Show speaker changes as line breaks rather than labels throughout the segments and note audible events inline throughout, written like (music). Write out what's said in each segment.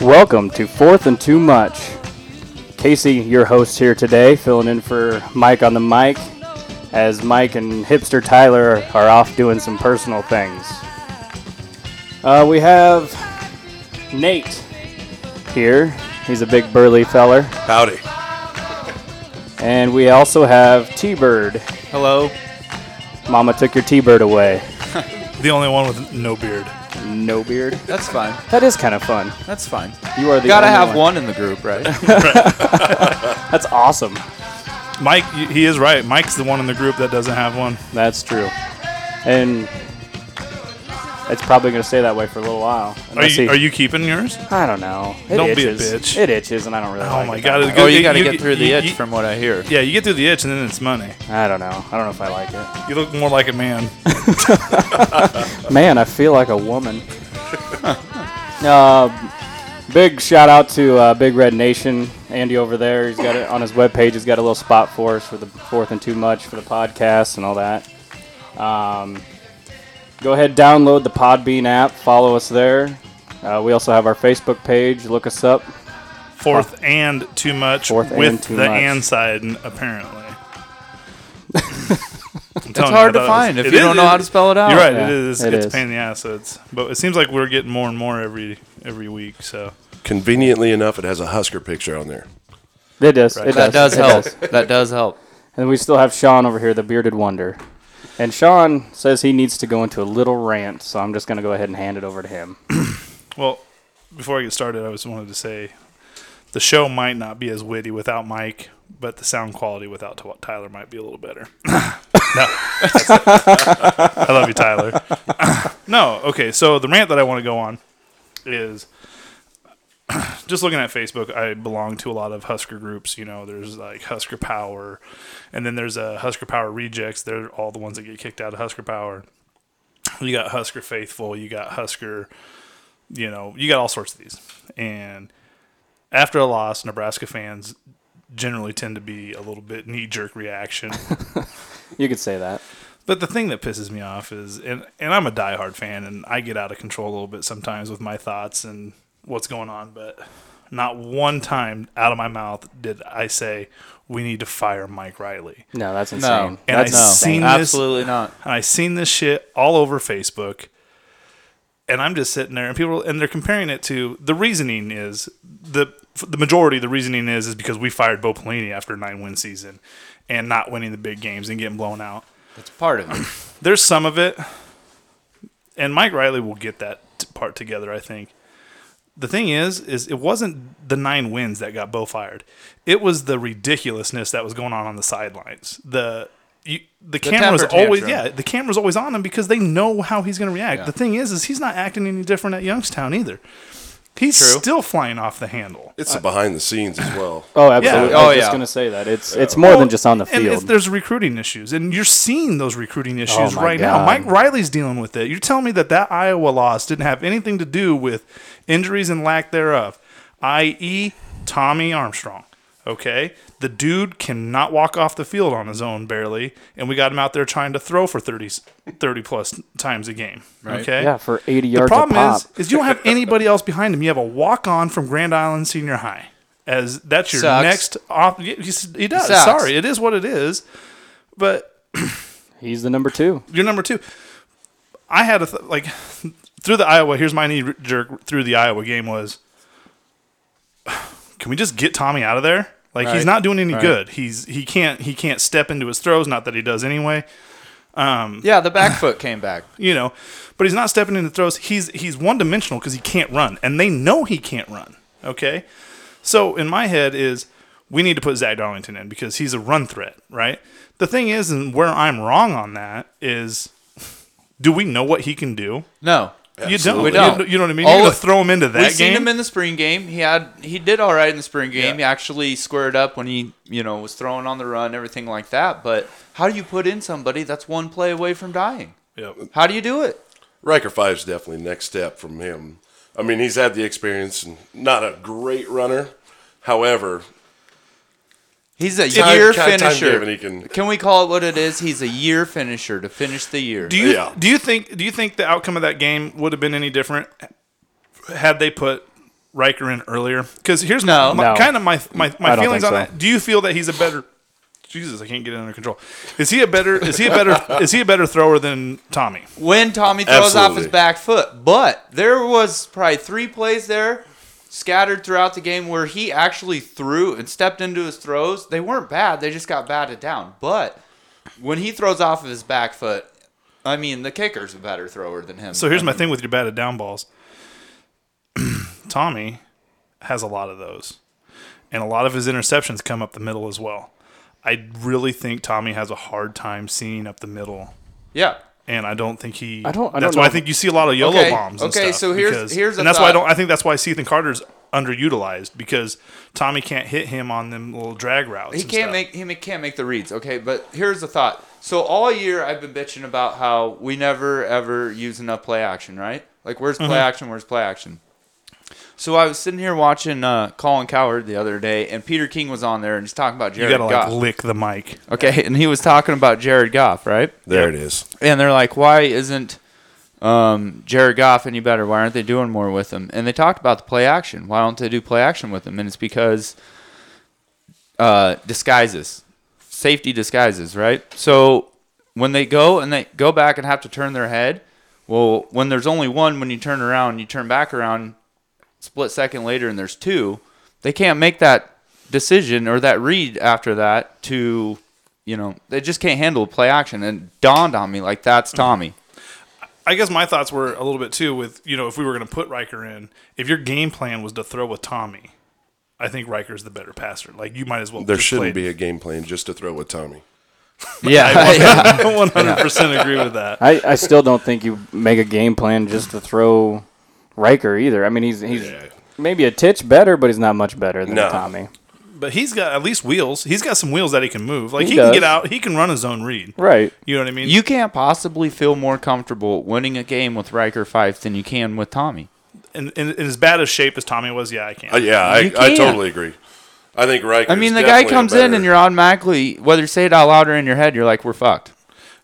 Welcome to Fourth and Too Much. Casey, your host here today, filling in for Mike on the mic, as Mike and hipster Tyler are off doing some personal things. Uh, we have Nate here. He's a big burly feller.
Howdy.
And we also have T Bird.
Hello.
Mama took your T Bird away.
The only one with no beard.
No beard.
That's fine.
That is kind of fun.
That's fine.
You are the
Gotta
only
have one. in the group,
(laughs)
right?
That's awesome.
Mike, y- he is right. Mike's the one in the group that doesn't have one.
That's true. And it's probably going to stay that way for a little while.
Are
Unless
you,
he-
are you keeping yours?
I don't know. It
Don't be a
itches.
bitch.
It itches, and I don't really
Oh
like
my
it
god!
that
it's
much.
oh, you gotta
you
get through the
you-
itch
you-
from what I hear.
Yeah, you get through the itch and then it's money.
I don't know. I don't know if I like
(laughs)
it.
You look more like
(laughs)
a man.
Man, I feel like a woman. uh, big shout out to uh, Big Red Nation, Andy over there. He's got it on his webpage. He's got a little spot for us for the fourth and too much for the podcast and all that. Um, go ahead, download the Podbean app. Follow us there. Uh, we also have our Facebook page. Look us up.
Fourth and too much
Fourth
with
and too
the
much.
and side
(laughs)
apparently. it's
It's hard to find if you don't know how to spell it out.
You're right.
Yeah,
it is.
it
it's
is.
a pain in the ass. so It's, but it seems like we're getting more and more every every week. So
Conveniently enough, it has a Husker picture on there.
It does. It
That does
It
help. that does help.
And we still have Sean over here, the bearded wonder. And Sean says he needs to go into a little rant, so I'm just going to go ahead and hand it over to him.
Well, before I get started, I just wanted to say the show might not be as witty without Mike, but the sound quality without Ty- Tyler might be a little better. no, that's it. I love you, Tyler. (coughs) no, okay. So the rant that I want to go on is (coughs) just looking at Facebook. I belong to a lot of Husker groups. You know, there's like Husker Power, and then there's a Husker Power rejects. They're all the ones that get kicked out of Husker Power. You got Husker Faithful. You got Husker you know, you got all sorts of these. And after a loss, Nebraska fans generally tend to be a little bit knee jerk reaction.
You could say that.
but the thing that pisses me off is, and, and I'm a diehard fan, and I get out of control a little bit sometimes with my thoughts and what's going on, but not one time out of my mouth did I say, we need to fire Mike Riley.
No, that's insane.
No.
And
that's
I've
insane.
seen this
Absolutely not.
and I seen this shit all over Facebook. And I'm just sitting there, and people, and they're comparing it to the reasoning is the the majority of the reasoning is is because we fired Bo Pelini after a nine win season, and not winning the big games and getting blown out.
It's part
(laughs)
of it.
There's some of it, and Mike Riley will get that t- part together. I think. The thing is, is it wasn't the nine wins that got Bo fired. It was the ridiculousness that was going on on the sidelines. The you, the, camera's
temper
always
tantrum.
yeah, the camera's always on him because they know how he's going to react. The thing is, is he's not acting any different at Youngstown either. He's still flying off the handle.
It's the behind the scenes as well. (coughs)
Oh, absolutely.
Yeah. Uh,
I was
Oh,
just
yeah.
going to say that. It's it's more than just on the
And it's,
field. Oh
there's recruiting issues, and you're seeing those recruiting issues
my
right
God.
now. Mike Riley's dealing with it. You're telling me that that Iowa loss didn't have anything to do with injuries and lack thereof, i.e., Tommy Armstrong. Okay, the dude cannot walk off the field on his own barely, and we got him out there trying to throw for 30, 30 plus times a game. Okay,
yeah, for 80
the
yards a
problem
pop.
is, is you don't have anybody else behind him. You have a walk on from Grand Island Senior High. As that's your
Sucks.
next off. He, he does.
Sucks.
Sorry, it is what it is. But
He's the number two.
you're number two. I had a th- like through the Iowa. Here's my knee jerk through the Iowa game was. Can we just get Tommy out of there? Like he's
Right.
not doing any good. He's he can't he can't step into his throws. Not that he does anyway.
Yeah, the back foot came back.
you know, but he's not stepping into throws. He's he's one dimensional because he can't run, and they know he can't run. Okay, so in my head is we need to put Zach Darlington in because he's a run threat, right? The thing is, and where I'm wrong on that is, do we know what he can do?
No.
You don't.
Absolutely.
You don't. You know what I mean?
All
You're gonna
of-
throw him into that
we
game.
seen him in the spring game. He had he did all right in the spring game.
Yeah.
He actually squared up when he you know was throwing on the run, everything like that. But how do you put in somebody that's one play away from dying?
Yep.
How do you do it?
Riker Five's definitely next step from him. I mean, he's had the experience and not a great runner. However,
He's a
Time-
year
time- time
finisher.
given, he can-
we call it what it is? He's a year finisher to finish the year.
Do you
Yeah.
do you think do you think the outcome of that game would have been any different had they put Riker in earlier? Because here's
No.
my,
No.
kind of my my,
I
my
don't
feelings on
think so.
that. Do you feel that he's a better? Jesus, I can't get it under control. Is he a better? Is he
(laughs)
a better? is he a better thrower than Tommy?
when Tommy throws off his
Absolutely.
back foot. But there was probably three plays there scattered throughout the game where he actually threw and stepped into his throws. They weren't bad, they just got batted down. But when he throws off of his back foot, I mean, the kicker's a better thrower than him.
So here's my thing with your batted down balls. (clears throat) Tommy has a lot of those, and a lot of his interceptions come up the middle as well. I really think Tommy has a hard time seeing up the middle,
yeah.
and I don't think he.
I don't- I
that's
don't
why I
know.
think you see a lot of YOLO
Okay,
bombs. And
okay,
stuff
so here's-
because-
here's a
and that's why I
thought.
don't. I think that's why Seathan Carter's underutilized because Tommy can't hit him on them little drag routes.
He
and
can't
stuff.
make he ma- can't make the reads, okay? But here's the thought. So all year I've been bitching about how we never ever use enough play action, right? Like where's play
Mm-hmm.
action? Where's play action? So I was sitting here watching uh, Colin Coward the other day, and Peter King was on there, and he's talking about
You
Jared
gotta like
Goff.
lick the mic.
okay, and he was talking about Jared Goff, right?
There it is.
and they're like, why isn't um, Jared Goff any better? Why aren't they doing more with him? And they talked about the play action. Why don't they do play action with him? And it's because uh, disguises, safety disguises, right? So when they go and they go back and have to turn their head, well, when there's only one, when you turn around, you turn back around, split second later, and there's two, they can't make that decision or that read after that to, you know, they just can't handle play action. And it dawned on me like that's Tommy.
I guess my thoughts were a little bit too with you know if we were going to put Riker in, if your game plan was to throw with Tommy, I think Riker's the better passer. Like you might as well.
There
(laughs)
shouldn't be a game plan just to throw with Tommy.
(laughs) (laughs) Yeah,
One hundred percent agree with that.
I, I still don't think you make a game plan just to throw Riker either. I mean, he's he's
Yeah.
maybe a titch better, but he's not much better than
No.
Tommy.
But he's got at least wheels. He's got some wheels that he can move. Like he,
He
can
does.
get out. He can run his own read.
Right.
You know what I mean?
you can't possibly feel more comfortable winning a game with Riker Fife than you can with Tommy.
and, and, and as bad as shape as Tommy was, yeah, I can't.
Uh, yeah, I,
You
I
can't.
totally agree. I think Riker.
I mean, the guy comes in and you're automatically, whether you say it out loud or in your head, you're like, we're fucked.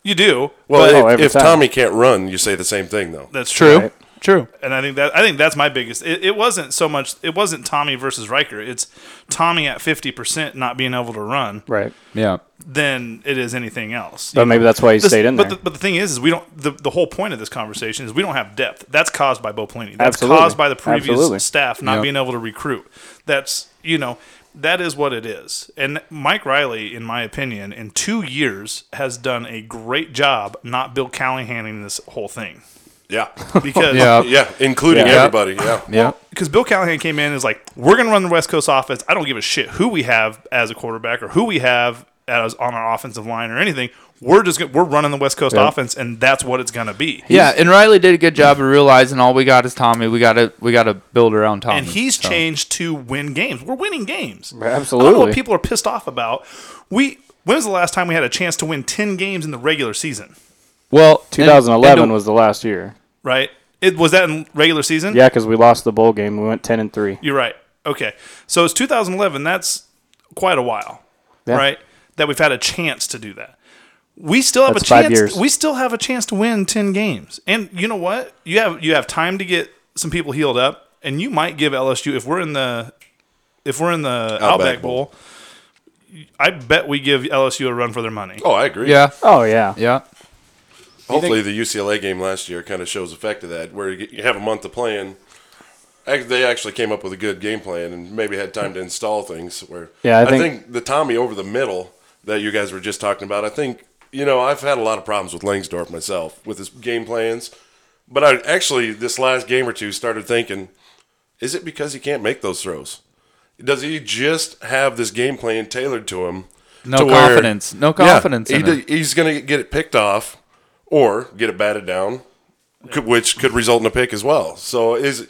you do.
Oh,
Well, if,
every
if
time.
Tommy can't run, you say the same thing though.
That's
True.
Right.
True.
And I think that I think that's my biggest. It, it wasn't so much. It wasn't Tommy versus Riker. It's Tommy at fifty percent not being able to run
Right.
Yeah.
than it is anything else.
But maybe that's why he
This-
stayed in there.
but The, but the thing is, is we don't. The, the whole point of this conversation is we don't have depth. That's caused by Bo Pelini. That's
Absolutely.
caused by the previous
Absolutely.
staff not
Yeah.
being able to recruit. That's you know that is what it is. And Mike Riley, in my opinion, in two years has done a great job not Bill Callahaning this whole thing
Yeah,
because
Yeah.
yeah, (laughs) including
Yeah.
everybody. Yeah,
Yeah.
because Bill Callahan came in and is like, we're going to run the West Coast offense. I don't give a shit who we have as a quarterback or who we have as on our offensive line or anything. We're just gonna, we're running the West Coast
Yeah.
offense, and that's what it's going to be.
Yeah, and Riley did a good job of realizing all we got is Tommy. We got to we got to build around Tommy.
And he's
so.
changed to win games. We're winning games. I don't know
Absolutely.
what people are pissed off about. We when was the last time we had a chance to win ten games in the regular season?
Well, and-
2011
and-
was the last year.
Right? It was that in regular season.
Yeah, because we lost the bowl game. We went 10 and three.
You're right. Okay. So it's 2011. That's quite a while,
Yeah.
right? That we've had a chance to do that. We still have
That's
a
five
chance.
years.
We still have a chance to win 10 games. And you know what? You have you have time to get some people healed up and you might give LSU if we're in the if we're in the Outback, Bowl,
Bowl.
I bet we give LSU a run for their money.
Oh, I agree.
Yeah.
Oh yeah.
Yeah.
Hopefully, the UCLA game last year kind of shows effect of that, where you get- you have a month to plan. Ac- They actually came up with a good game plan and maybe had time to install things. Where
Yeah, I think-
the Tommy over the middle that you guys were just talking about. I think you know I've had a lot of problems with Langsdorf myself with his game plans, but I actually this last game or two started thinking, is it because he can't make those throws? Does he just have this game plan tailored to him?
No
to where-
confidence. No
Yeah,
confidence
he
in
d- He's going to get it picked off or get it batted down, could, which could result in a pick as well. So is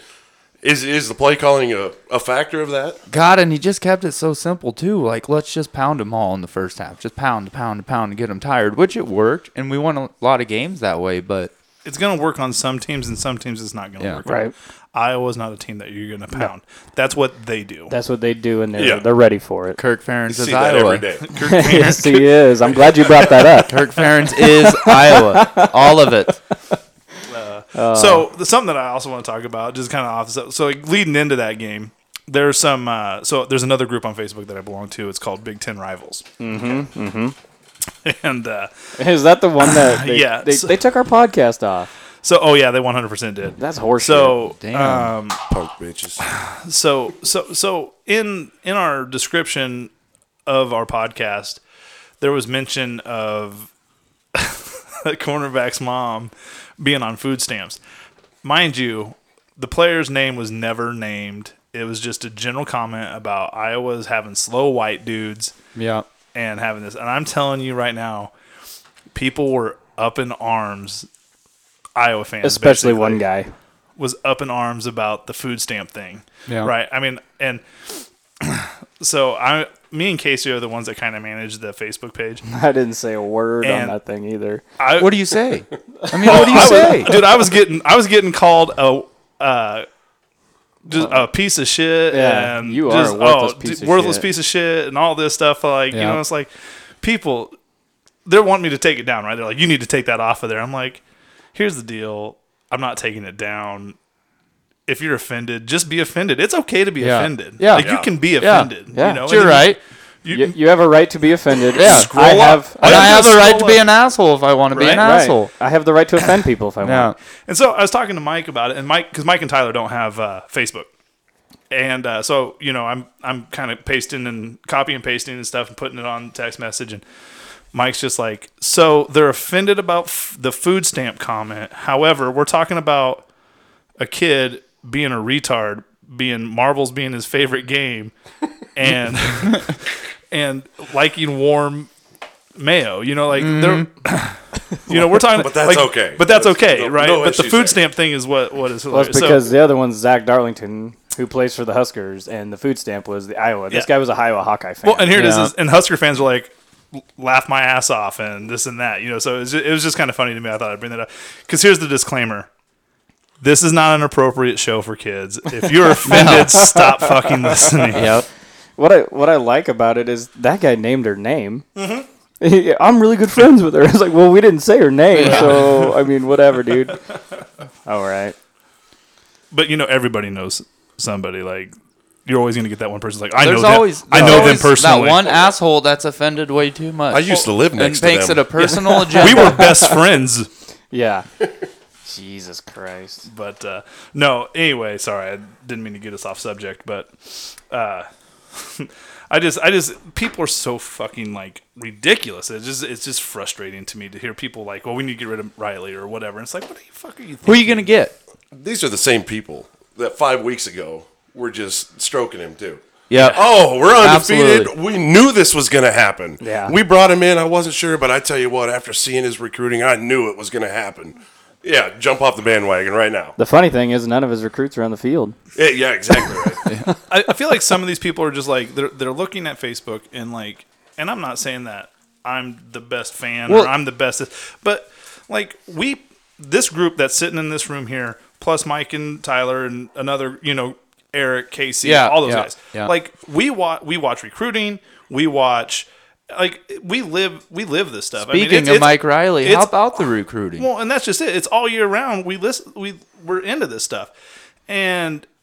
is is the play calling a, a factor of that?
God, and he just kept it so simple too. Like, let's just pound them all in the first half. Just pound, pound, pound, and get them tired. Which it worked, and we won a lot of games that way. But
It's going to work on some teams and some teams it's not going to
Yeah.
work.
Right.
Iowa's not a team that you're going to pound. That's what they do.
That's what they do, and they're
Yeah.
they're ready for it.
Kirk Ferentz is
See that every
Iowa.
day.
yes, (laughs) he
(laughs)
is. I'm glad you brought that up.
Kirk Ferentz is Iowa. All of it.
Uh, so the, something that I also want to talk about, just kind of off. So, so like, leading into that game, there's some. Uh, so there's another group on Facebook that I belong to. It's called Big Ten Rivals. Mm-hmm. Mm-hmm. (laughs) And uh,
Is that the one
(laughs)
that they,
Yeah,
they,
so-
they took our podcast off?
so, oh yeah, they 100% did.
That's horseshit.
so
(laughs) Damn.
Punk bitches.
so so so in in our description of our podcast there was mention of (laughs) a cornerback's mom being on food stamps mind you the player's name was never named it was just a general comment about iowa's having slow white dudes
yeah.
and having this. And I'm telling you right now, people were up in arms. Iowa fans,
especially
basically,
one guy.
was up in arms about the food stamp thing.
Yeah.
Right. I mean, and (clears throat) so I, me and Casey are the ones that kind of manage the Facebook page.
(laughs) I didn't say a word on
And-
that thing either.
I,
What do you say? I mean, what do you say?
dude, I was getting, I was getting called a, uh, just a piece of shit.
Yeah,
and
you are a
just,
worthless
oh,
piece
d-
of
worthless
shit.
piece of shit, and all this stuff. Like, you
Yeah.
know, it's like people, they want me to take it down, right? They're like, you need to take that off of there. I'm like, here's the deal. I'm not taking it down. If you're offended, just be offended. It's okay to be
Yeah.
offended.
Yeah.
Like
Yeah.
you can be
Yeah.
offended.
Yeah.
You know,
You're
and then
right.
You,
You, you have a right to be offended.
Yeah.
Scroll
I
up.
have.
Why
And
don't
I
you
have the right
scroll
to be
up?
an asshole if I want to be an
Right, right.
asshole.
I have the right to offend people if I
Yeah.
want.
And so I was talking to Mike about it, and Mike, because Mike and Tyler don't have uh, Facebook, and uh, so you know I'm I'm kind of pasting and copy and pasting and stuff and putting it on text message, and Mike's just like, so they're offended about f- the food stamp comment. However, we're talking about a kid being a retard, being marbles being his favorite game,
(laughs)
and and liking warm mayo. You know, like they're.
Mm-hmm.
(clears throat) You know, we're talking,
But that's
like,
okay.
But that's,
That's-
okay,
no-
right?
no
but the
issues
food
there.
stamp thing is what what is
Well,
hilarious.
that's
So-
because the other one's Zach Darlington, who plays for the Huskers, and the food stamp was the Iowa. This
Yeah.
guy was a Iowa Hawkeye fan.
Well, and here it
Yeah.
is, is, and Husker fans were like, laugh my ass off and this and that, you know. So it was just, it was just kind of funny to me. I thought I'd bring that up because here's the disclaimer: this is not an appropriate show for kids.
(laughs)
If you're offended, stop fucking listening.
Yep.
what I what I like about it is that guy named her name. Mm-hmm. I'm really good friends with her. (laughs) It's like, well, we didn't say her name, so I mean, whatever, dude. All right.
But you know, everybody knows somebody. Like you're always gonna get that one person. Like I
There's
know
always
them. I know them
there's always
personally.
That one asshole that's offended way too much.
I used to live next
and
to
makes
them.
it a personal agenda.
we were best friends.
Yeah. Jesus Christ.
But uh, no, anyway, sorry, I didn't mean to get us off subject, but uh, (laughs) I just, I just, people are so fucking like ridiculous. It's just, it's just frustrating to me to hear people like, well, we need to get rid of Riley or whatever. And it's like, what the fuck are you?
Who
Thinking?
are you gonna get?
These are the same people that five weeks ago were just stroking him too.
Yeah.
Oh, we're undefeated.
Absolutely.
We knew this was going to happen.
Yeah.
We brought him in. I wasn't sure, but I tell you what, after seeing his recruiting, I knew it was going to happen. Yeah, jump off the bandwagon right now.
(laughs)
The funny thing is, none of his recruits are on the field.
Yeah, yeah exactly
(laughs)
right.
I, I feel like some of these people are just like they're they're looking at Facebook and like, and I'm not saying that I'm the best fan
Well-
or I'm the best, but like we this group that's sitting in this room here, plus Mike and Tyler and another you know Eric Casey,
Yeah,
all those
yeah,
guys.
yeah.
Like we watch we watch recruiting, we watch like we live we live this stuff.
Speaking
it's-
of
it's-
Mike Riley, how
it's-
about the recruiting?
well, and that's just it. It's all year round. We listen. We we're into this stuff, and (laughs)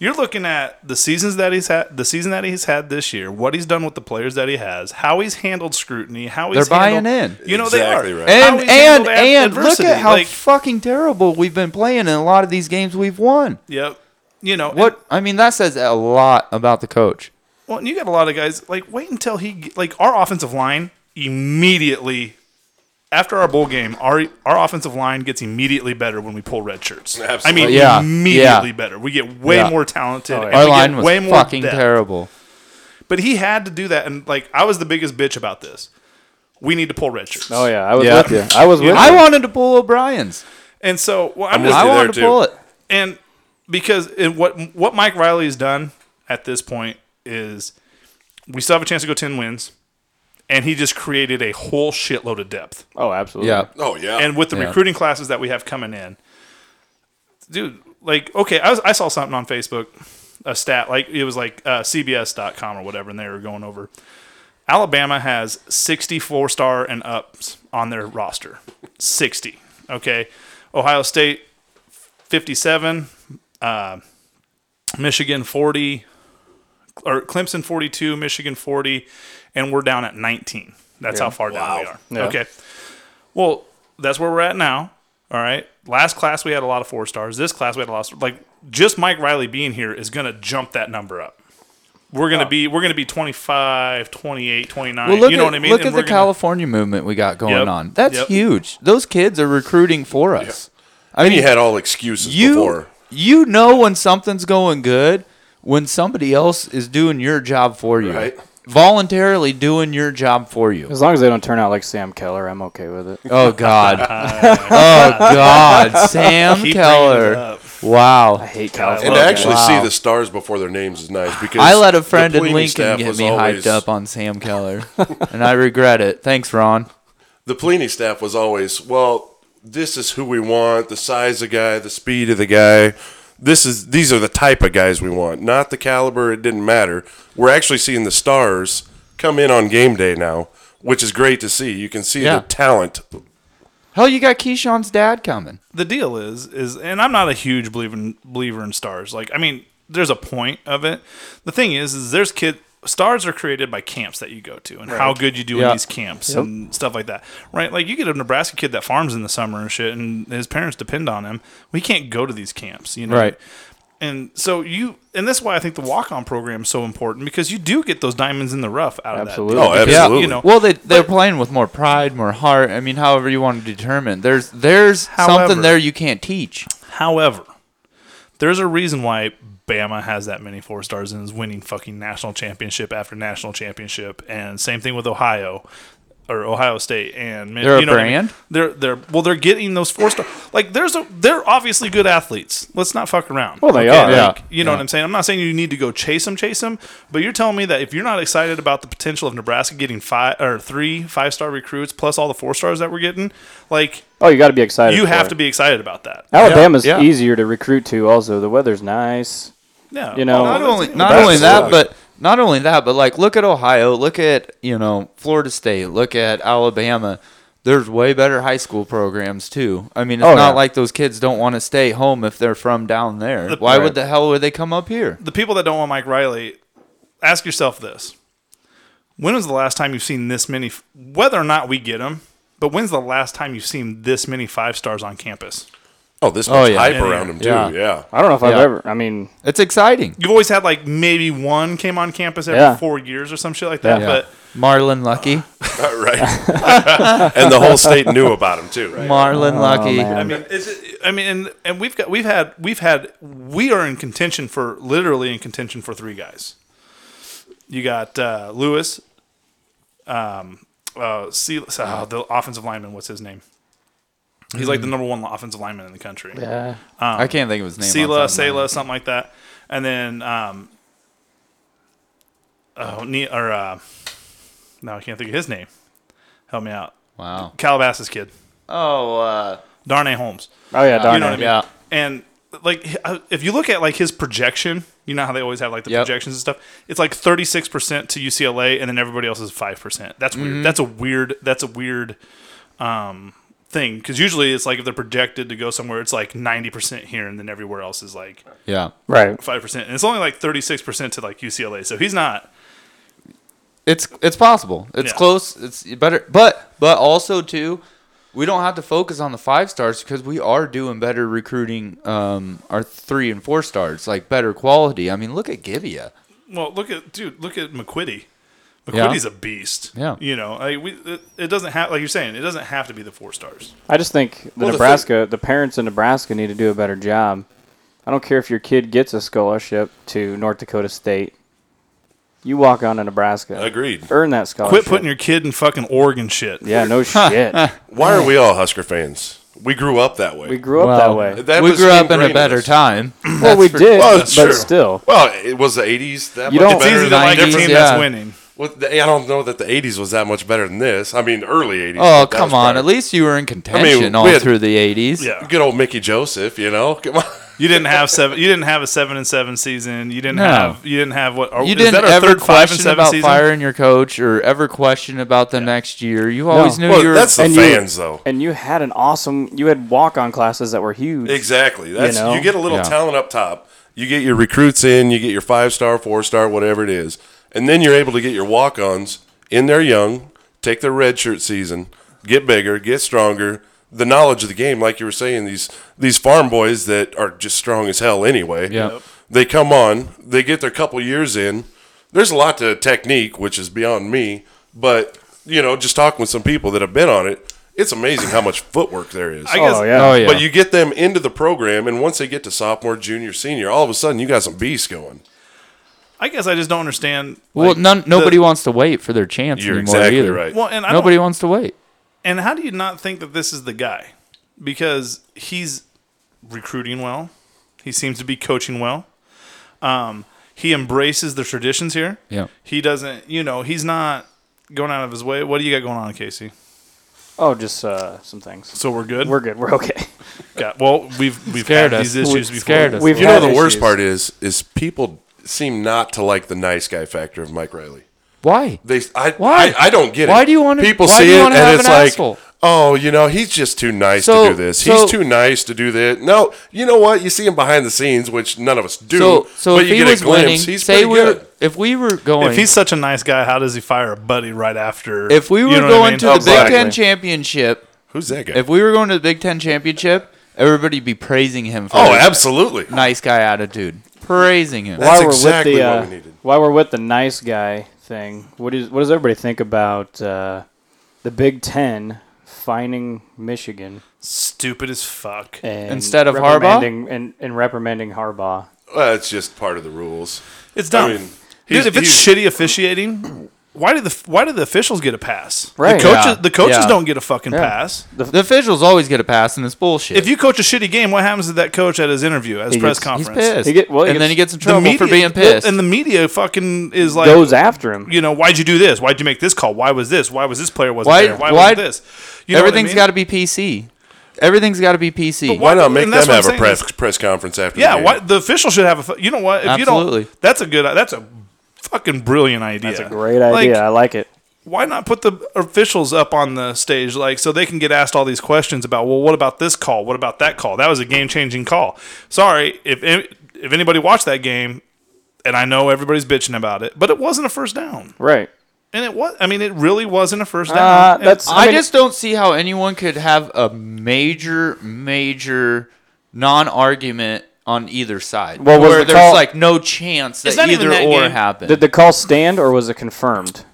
you're looking at the seasons that he's had, the season that he's had this year, what he's done with the players that he has, how he's handled scrutiny, how he's
They're buying
handled-
in.
You know
Exactly
they are,
right.
How
and
he's handled
and
ad-
and look
adversity.
at how
like,
fucking terrible we've been playing in a lot of these games we've won.
yep. You know and-
What I mean, that says a lot about the coach.
Well, and you got a lot of guys. Like, wait until he ge- like our offensive line immediately after our bowl game. Our our offensive line gets immediately better when we pull red shirts. I mean,
Absolutely.
Yeah,
immediately
yeah.
better. We get way
Yeah.
more talented. and
Our
we
line
get
was
way more
fucking
depth.
terrible.
But he had to do that, and like I was the biggest bitch about this. We need to pull red shirts.
Oh yeah, I was
Yeah.
with you. I was with
I
you.
wanted to pull O'Brien's.
And so, well, I'm,
I'm
just,
with
I
you there,
wanted to
too.
pull it.
and because and what what Mike Riley has done at this point is we still have a chance to go ten wins, and he just created a whole shitload of depth.
oh, absolutely.
Yeah.
Oh, yeah.
and with the
Yeah.
recruiting classes that we have coming in, dude, like, okay, I, was, I saw something on Facebook, a stat, like, it was like uh, CBS.com or whatever, and they were going over. Alabama has 64 star and ups on their roster. 60. Okay. Ohio State 57, uh, Michigan 40, or Clemson 42, Michigan 40, and we're down at 19. That's how far down
Wow.
we are.
Yeah.
Okay. Well, that's where we're at now. All right. Last class we had a lot of four stars. This class we had a lot of like just Mike Riley being here is going to jump that number up. We're going to be we're going to be 25, 28, 29.
Oh. Well, look
you know
at,
what I mean?
Look
And
at the
we're gonna-
California movement we got going
Yep.
on. That's
Yep.
huge. Those kids are recruiting for us. I
And you
mean,
had all excuses
you
before.
you know when something's going good when somebody else is doing your job for you,
Right.
voluntarily doing your job
(laughs)
for you.
As long as they don't turn out like Sam Keller, I'm okay with it.
Oh God! oh God! Sam
Keep bringing it
Keller.
up.
I
Wow.
hate California.
And to
Well,
actually
Oh, wow.
see the stars before their names is nice because
I let a friend
the
in
Pliny
Lincoln
staff
get
was
me
always-
hyped up on Sam Keller, and I regret it. Thanks, Ron.
The Pliny staff was always, well, this is who we want, the size of guy, the speed of the guy. This is these are the type of guys we want, not the caliber. It didn't matter. We're actually seeing the stars come in on game day now, which is great to see. You can see
Yeah.
the talent.
Hell, you got Keyshawn's dad coming.
the deal is is and I'm not a huge believer in, believer in stars. Like I mean, there's a point of it. The thing is is there's kid stars are created by camps that you go to and how good you do
Yeah.
in these camps and stuff like that. Right? Like you get a Nebraska kid that farms in the summer and shit and his parents depend on him. We can't go to these camps, you know.
Right.
And so you and that's why I think the walk-on program is so important because you do get those diamonds in the rough out
Absolutely.
of that.
Oh,
Because,
absolutely.
You know,
Well, they they're playing with more pride, more heart. I mean, however you want to determine. There's there's
However-
something there you can't teach.
However, there's a reason why Bama has that many four stars and is winning fucking national championship after national championship, and same thing with Ohio or Ohio State and Mi-
They're a
you know what I mean?
brand?
They're they're well, they're getting those four star. Like there's a they're obviously good athletes. Let's not fuck around.
Well, they are.
Like,
Yeah.
You know what I'm saying? I'm not saying you need to go chase them, chase them, but you're telling me that if you're not excited about the potential of Nebraska getting five or three five star recruits plus all the four stars that we're getting, like
Oh, you got to be excited.
you
for
have
it.
to be excited about that.
Alabama's
Yeah, yeah.
easier to recruit to. Also, the weather's nice.
Yeah.
You know,
Well,
Not
Well,
only
that's-
not
that's
only
the
that,
look.
but not only that, but like look at Ohio, look at you know Florida State, look at Alabama. There's way better high school programs too. I mean, it's
Oh,
not
yeah.
like those kids don't want to stay home if they're from down there. Why
Right.
would the hell would they come up here?
the people that don't want Mike Riley, ask yourself this: When was the last time you've seen this many? Whether or not we get them, but when's the last time you've seen this many five stars on campus?
Oh, this much
yeah.
hype
Yeah.
around them too.
Yeah.
Yeah.
(laughs)
(laughs)
I don't know if I've
Yeah.
ever. I mean,
It's exciting.
You've always had like maybe one came on campus every
Yeah.
four years or some shit like that.
Yeah.
But
Marlon Lucky,
right. (laughs) and the whole state knew about them too. Right.
Marlon Lucky.
Oh, man.
I mean, it's, I mean, and, and we've got we've had we've had we are in contention for literally in contention for three guys. You got uh, Lewis, um, uh, C, uh, the offensive lineman. What's his name? He's like the number one offensive lineman in the country.
uh,
I can't think of his name.
Sela,
off the top of my head.
Sela, something like that. And then, um, oh, Ne- or uh, no, I can't think of his name. Help me out,
Wow.
Calabasas kid,
Oh, uh,
Darnay Holmes.
oh yeah, darn
You know what I mean?
Yeah.
And like, h- uh, if you look at like his projection, you know how they always have like the
Yep.
projections and stuff. It's like thirty six percent to UCLA, and then everybody else is five percent. That's weird.
Mm-hmm.
That's a weird. That's a weird um, thing because usually it's like if they're projected to go somewhere, it's like ninety percent here, and then everywhere else is like
yeah.
Right.
five percent, and it's only like thirty six percent to like UCLA. So he's not.
It's it's possible. It's
Yeah.
close. It's better, but but also too, we don't have to focus on the five stars because we are doing better recruiting um, our three and four stars, like better quality. I mean, look at Gibeah.
Well, look at dude. Look at McQuitty.
Yeah.
McQuitty's a beast.
Yeah.
you know, like we, it, it doesn't have like you're saying, it doesn't have to be the four stars.
I just think the
Well, the
Nebraska, the, parents in Nebraska need to do a better job. I don't care if your kid gets a scholarship to North Dakota State. You walk on to Nebraska.
Agreed.
Earn that scholarship.
Quit putting your kid in fucking Oregon shit.
Oh, Yeah, no shit.
Why are we all Husker fans? We grew up that way.
We grew up that way.
That
we
was
grew up in a
ingrained
better
us.
time.
(clears throat) Well, we did,
Well,
but
that's true.
still.
Well, it was the '80s. That
You
much
don't-
It's
better
easy to
than
like a
90s,
team
yeah.
that's winning.
Well, the- I don't know that the '80s was that much better than this. I mean, early '80s.
Oh,
but that
come
was
on.
better.
At least you were in contention
we
all
had-
through the 80s.
Yeah.
good old Mickey Joseph. You know, come on.
You didn't have seven. You didn't have a seven and seven season. You didn't
No.
have. You didn't have what? Are,
You
is
didn't
that our
ever
third five and
question
seven
about
season?
firing your coach or ever question about the next year. You always knew
Well,
you were.
that's the
And you-
fans, though.
And you had an awesome. You had walk-on classes that were huge.
Exactly. That's you,
know?
get a little
Yeah.
talent up top. You get your recruits in. You get your five star, four star, whatever it is, and then you're able to get your walk ons in there young, take their red shirt season, get bigger, get stronger. The knowledge of the game, like you were saying, these these farm boys that are just strong as hell anyway.
Yeah. Yep.
They come on. They get their couple years in. There's a lot to technique, which is beyond me. But you know, just talking with some people that have been on it, it's amazing how much footwork there is.
I guess.
Oh yeah.
Oh, yeah.
But you get them into the program, and once they get to sophomore, junior, senior, all of a sudden you got some beasts going.
I guess I just don't understand.
well,
like,
none, nobody
the-
wants to wait for their chance
You're
anymore
exactly
either.
right.
Well, and I
Nobody
nobody.
wants to wait.
And how do you not think that this is the guy? Because he's recruiting well. He seems to be coaching well. Um, he embraces the traditions here.
Yeah.
He doesn't. You know, he's not going out of his way. What do you got going on, Casey?
Oh, just uh, some things.
So we're good.
We're good. We're okay. (laughs)
Got- well. We've we've
Scared
had
us.
these issues
We-
before.
scared us.
We've
You know
had
the worst
issues.
part is is people seem not to like the nice guy factor of Mike Riley.
Why?
They I
Why?
I, I don't get it.
Why do you wanna-
people
why
see
do you
it
wanna have
and it's
an
like
asshole?
oh you know he's just too nice
So-
to do this.
so-
he's too nice to do that. No, you know what? You see him behind the scenes, which none of us do.
So, so
but
if
you
he
get
was
a glimpse.
winning,
he's
say
pretty
we were,
good.
if we were going,
If he's such a nice guy, how does he fire a buddy right after?
if we
you
were
know what I
going
mean?
to the Big
Exactly.
Ten championship,
Who's that guy?
if we were going to the Big Ten championship, everybody be praising him for
oh,
his
absolutely.
nice guy attitude, praising him.
That's
while we're
exactly
with the,
what
uh,
we needed.
While we're with the nice guy thing, what is what does everybody think about uh, the Big Ten fining Michigan
stupid as fuck.
and
Instead of Harbaugh?
reprimanding- and, and reprimanding Harbaugh?
Well, it's just part of the rules.
It's dumb.
I mean,
Dude,
he's-
if it's
he's-
shitty officiating, why do the why do the officials get a pass?
Right.
The coaches
Yeah.
the coaches
Yeah.
don't get a fucking
Yeah.
pass.
The officials always get a pass in this bullshit.
If you coach a shitty game, what happens to that coach at his interview, at his
He
press
gets-
he's
conference?
pissed,
He get- well, he
and
gets-
then he gets in
The
trouble for being pissed.
and the media fucking is like
Goes after him.
You know, why'd you do this? Why'd you make this call? Why was this? Why was this player wasn't
Why-
there? Why,
why-
was this? You know what I
Everything's
mean?
got to be PC. Everything's got to be PC.
But
Why not
And
make
that's
them
what
have
I'm
a
saying is-
press press conference after?
Yeah,
the game?
why, the official should have a. fu- You know what? If you
Absolutely.
don't, that's a good. That's a fucking brilliant idea.
That's a great idea. I like
Like,
it.
why not put the officials up on the stage, like, so they can get asked all these questions about, well, what about this call? What about that call? That was a game changing call. Sorry if if anybody watched that game, and I know everybody's bitching about it, but it wasn't a first down,
Right.
and it was. I mean, it really wasn't a first down.
Uh,
And-
that's.
I,
mean,
just don't see how anyone could have a major, major non-argument on either side.
Well, was
where
the
there's
call-
like no chance that
It's not even
either
that
or
game.
happened.
Did the call stand or was it confirmed?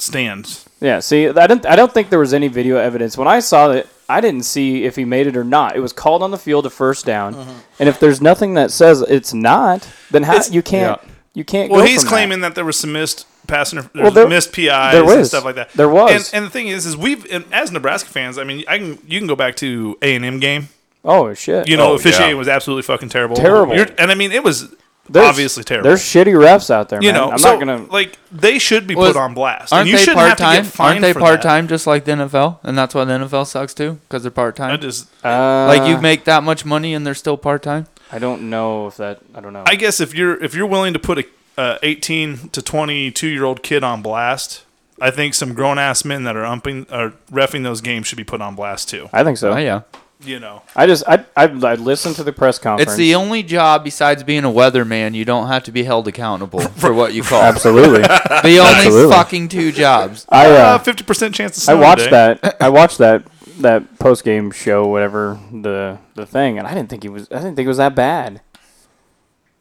stands.
Yeah. See, I didn't. I don't think there was any video evidence. When I saw it, I didn't see if he made it or not. It was called on the field a first down, and if there's nothing that says it's not, then how
Uh-huh. It's-
you can't.
yeah.
You can't.
Well,
go
he's
from
claiming that. there was some missed pass inter- there
Well,
was
there-
missed PIs
there
and
was.
stuff like that.
There was.
And, and the thing is, is we've and as Nebraska fans, I mean, I can you can go back to A and M game.
That. Oh shit.
You know,
Oh,
officiating
yeah.
was absolutely fucking terrible.
Terrible.
You're- and I mean, it was
There's-
obviously terrible.
There's shitty refs out there.
you
man.
know,
I'm
so,
not gonna.
like they should be
Was-
put on blast.
Aren't
and you
they
shouldn't
part
have
time?
to get fined
Aren't they
for
part
that.
time just like the NFL? And that's why the NFL sucks too, because they're part
I
time.
just,
uh,
Like you make that much money and they're still part time.
I don't know if that. I don't know.
I guess if you're if you're willing to put a uh, 18 to 22 year old kid on blast, I think some grown ass men that are umping or refing those games should be put on blast too.
I think so.
Oh yeah,
You know,
I just. I. I, I listened to the press conference.
it's the only job besides being a weatherman you don't have to be held
(laughs)
accountable for what you
(laughs)
call.
(laughs)
Absolutely.
the only
Absolutely.
fucking two jobs.
I. Uh,
uh, 50% chance of
I
snow
watched
today.
that. I watched that that post game show, whatever the the thing, and I didn't think he was. I didn't think it was that bad.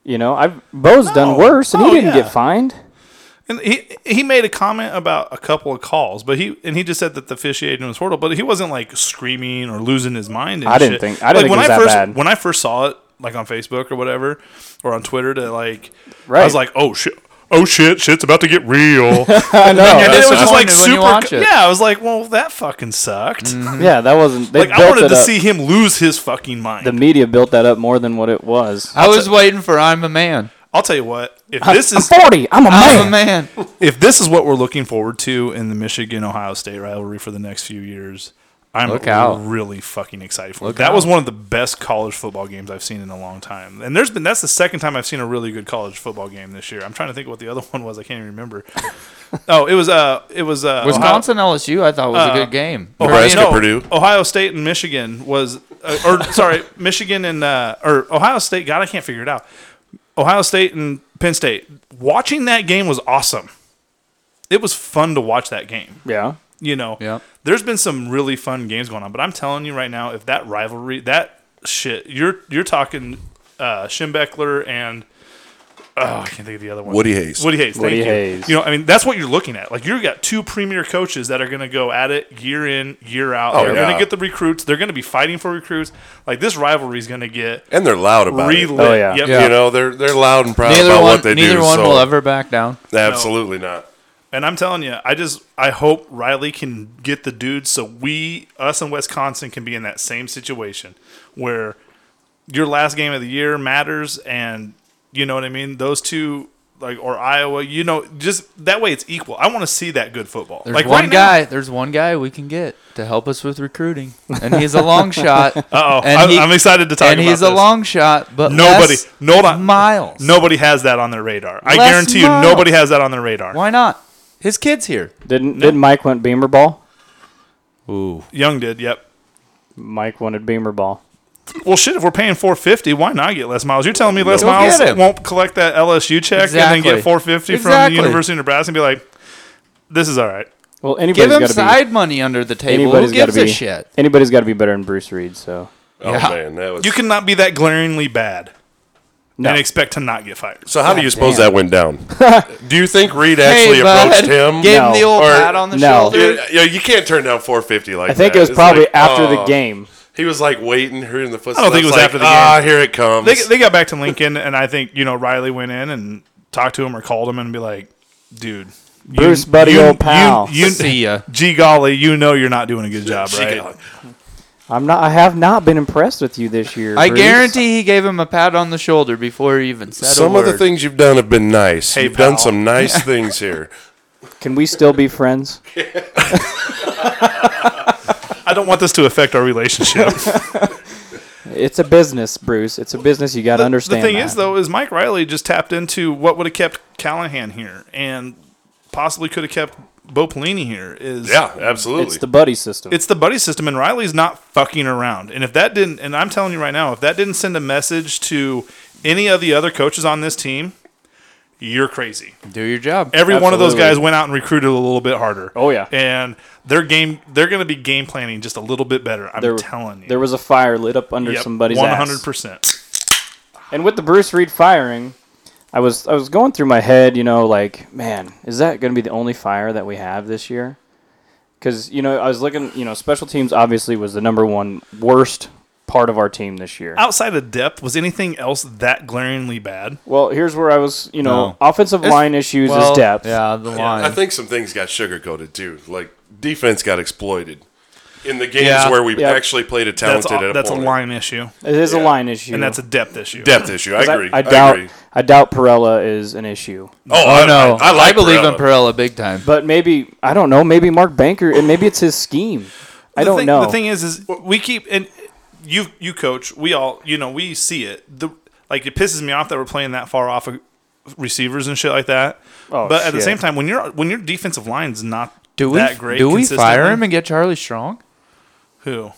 You know, I've Bo's
No.
done worse, and
Oh,
he didn't
yeah.
get
(laughs)
fined.
And he he made a comment about a couple of calls, but he and he just said that the officiating was horrible, but he wasn't like screaming or losing his mind. And
I didn't
shit.
think- I didn't think it
like, when
was
I
that
first
bad.
when I first saw it like on Facebook or whatever or on Twitter to like I
Right.
was like oh shit oh shit shit's about to
(laughs)
get real. and
I know.
then it was just like
disappointed when you
super
watch it.
yeah I was like well that fucking sucked.
yeah, that wasn't. They
Like I
built
wanted
Mm-hmm. it
to
up.
see him lose his fucking mind.
The media built that up more than what it was.
I was waiting for I'm a man.
I'll tell you what
(laughs)
if this
I'm
is
40. I'm a
I'm
man.
a man.
if this is what we're looking forward to in the Michigan Ohio State rivalry for the next few years, I'm
Look out.
really fucking excited for. it.
Look
that
out.
was one of the best college football games I've seen in a long time. And there's been that's the second time I've seen a really good college football game this year. I'm trying to think what the other (laughs) one was. I can't even remember. oh, it was uh it was uh Ohio-
Wisconsin LSU, I thought was a good game.
Nebraska,
Oh, Ohio-
Purdue.
Ohio State and Michigan was, uh, or (laughs) sorry, Michigan and uh, or Ohio State. God, I can't figure it out. Ohio State and Penn State. Watching that game was awesome. It was fun to watch that game.
Yeah.
You know,
Yeah.
there's been some really fun games going on, but I'm telling you right now, if that rivalry, that shit, you're you're talking uh, Schimbeckler and oh, I can't think of the other one.
Woody Hayes.
Woody Hayes.
Woody
thank you.
Hayes.
You know, I mean, that's what you're looking at. Like you've got two premier coaches that are going to go at it year in, year out. they're going
Oh, yeah.
to get the recruits. They're going to be fighting for recruits. Like this rivalry is going to get
and they're loud about it.
relit.
Oh, yeah.
Yep.
Yeah.
You know, they're they're loud and proud
Neither
about
one,
what they
neither
do.
one
so
will ever back down.
Absolutely not.
And I'm telling you, I just I hope Riley can get the dudes so we us and Wisconsin can be in that same situation where your last game of the year matters and you know what I mean? Those two like or Iowa, you know, just that way it's equal. I want to see that good football.
There's
like
one
right now-
guy. There's one guy we can get to help us with recruiting, and he's a long shot.
Uh-oh.
and
I'm-
he-
I'm excited to talk
And
about
he's a
this.
long shot, but
Nobody,
Les
no, hold on.
Miles.
Nobody has that on their radar. I
Les
guarantee you,
Miles.
nobody has that on their radar.
why not? His kid's here.
Didn't didn't Mike want Beamer ball?
Ooh,
Young did, yep.
Mike wanted Beamer ball.
Well, shit, if we're paying four fifty, why not get Les Miles? You're telling me Les
Go
Miles
get him.
won't collect that LSU check and then
Exactly.
get four fifty from the
Exactly.
University of Nebraska and be like, "This is all right."
Well,
give
anybody's
him
got to be.
side money under the table. Who
Anybody's got to
gives a
be.
shit?
Anybody's got to be better than Bruce Reed. So
Oh
Yeah.
man, that was.
You cannot be that glaringly bad
no.
and expect to not get fired.
so how do you suppose that went down?
(laughs)
do you think Reed
Hey,
actually
bud.
approached him?
Gave him
No.
the old
Or-
pat on the
No.
shoulder.
Yeah, yeah, you can't turn down 450 like
I
that.
think it was
It's
probably
like,
after
oh.
the game.
He was like waiting, hearing the footsteps.
I don't think it was
like,
after the
Ah, here it comes.
They, they got back to Lincoln, and I think you know Riley went in and talked to him or called him and be like, "Dude, you-
Bruce, buddy,
you-
old
you-
pal."
you,
See ya.
gee golly, you know you're not doing a good job,
She
right?"
got-
I'm not. I have not been impressed with you this year.
I
Bruce.
guarantee he gave him a pat on the shoulder before he even said
Some
a
of
word.
the things you've done have been nice.
Hey,
you've done
pal.
(laughs)
some nice things here.
Can we still be friends?
I don't want this to affect our relationship.
It's a business, Bruce. It's a business. You got to understand.
The thing
that.
is, though, is Mike Riley just tapped into what would have kept Callahan here and possibly could have kept Bo Pelini here. Is
Yeah, absolutely.
it's the buddy system.
it's the buddy system, and Riley's not fucking around. And if that didn't, and I'm telling you right now, if that didn't send a message to any of the other coaches on this team, you're crazy.
Do your job.
Every one of those
Absolutely.
guys went out and recruited a little bit harder.
Oh, yeah.
and their game, they're going to be game planning just a little bit better. I'm
there,
telling you,
there was a fire lit up under somebody's
one
ass.
hundred percent.
And with the Bruce Reed firing, I was I was going through my head, you know, like, man, is that going to be the only fire that we have this year? Because you know, I was looking, you know, special teams obviously was the number one worst part of our team this year.
Outside of depth, was anything else that glaringly bad?
Well, here's where I was, you know,
No.
offensive
It's-
line issues
well,
is depth.
Yeah, the line.
I think some things got sugar coated too. Like defense got exploited in the games
Yeah.
where we
Yeah.
actually played a
That's
talented
a, that's a
opponent.
line issue,
It is a line issue,
and that's a depth issue.
depth issue. I
'Cause
agree.
I, doubt
agree.
I doubt Perella is an issue.
Oh,
oh no,
I, I like
believe in
Perella.
Perella big time.
But maybe I don't know. Maybe Mark Banker, and maybe it's his scheme. I
The
don't
thing,
know.
The thing is, is we keep and you you coach. We all you know we see it. The like it pisses me off that we're playing that far off of receivers and shit like that.
Oh,
but at the
shit.
same time, when you're when your defensive line's not
Do we
that great,
do we fire
consistently-
him and get Charlie Strong,
Who?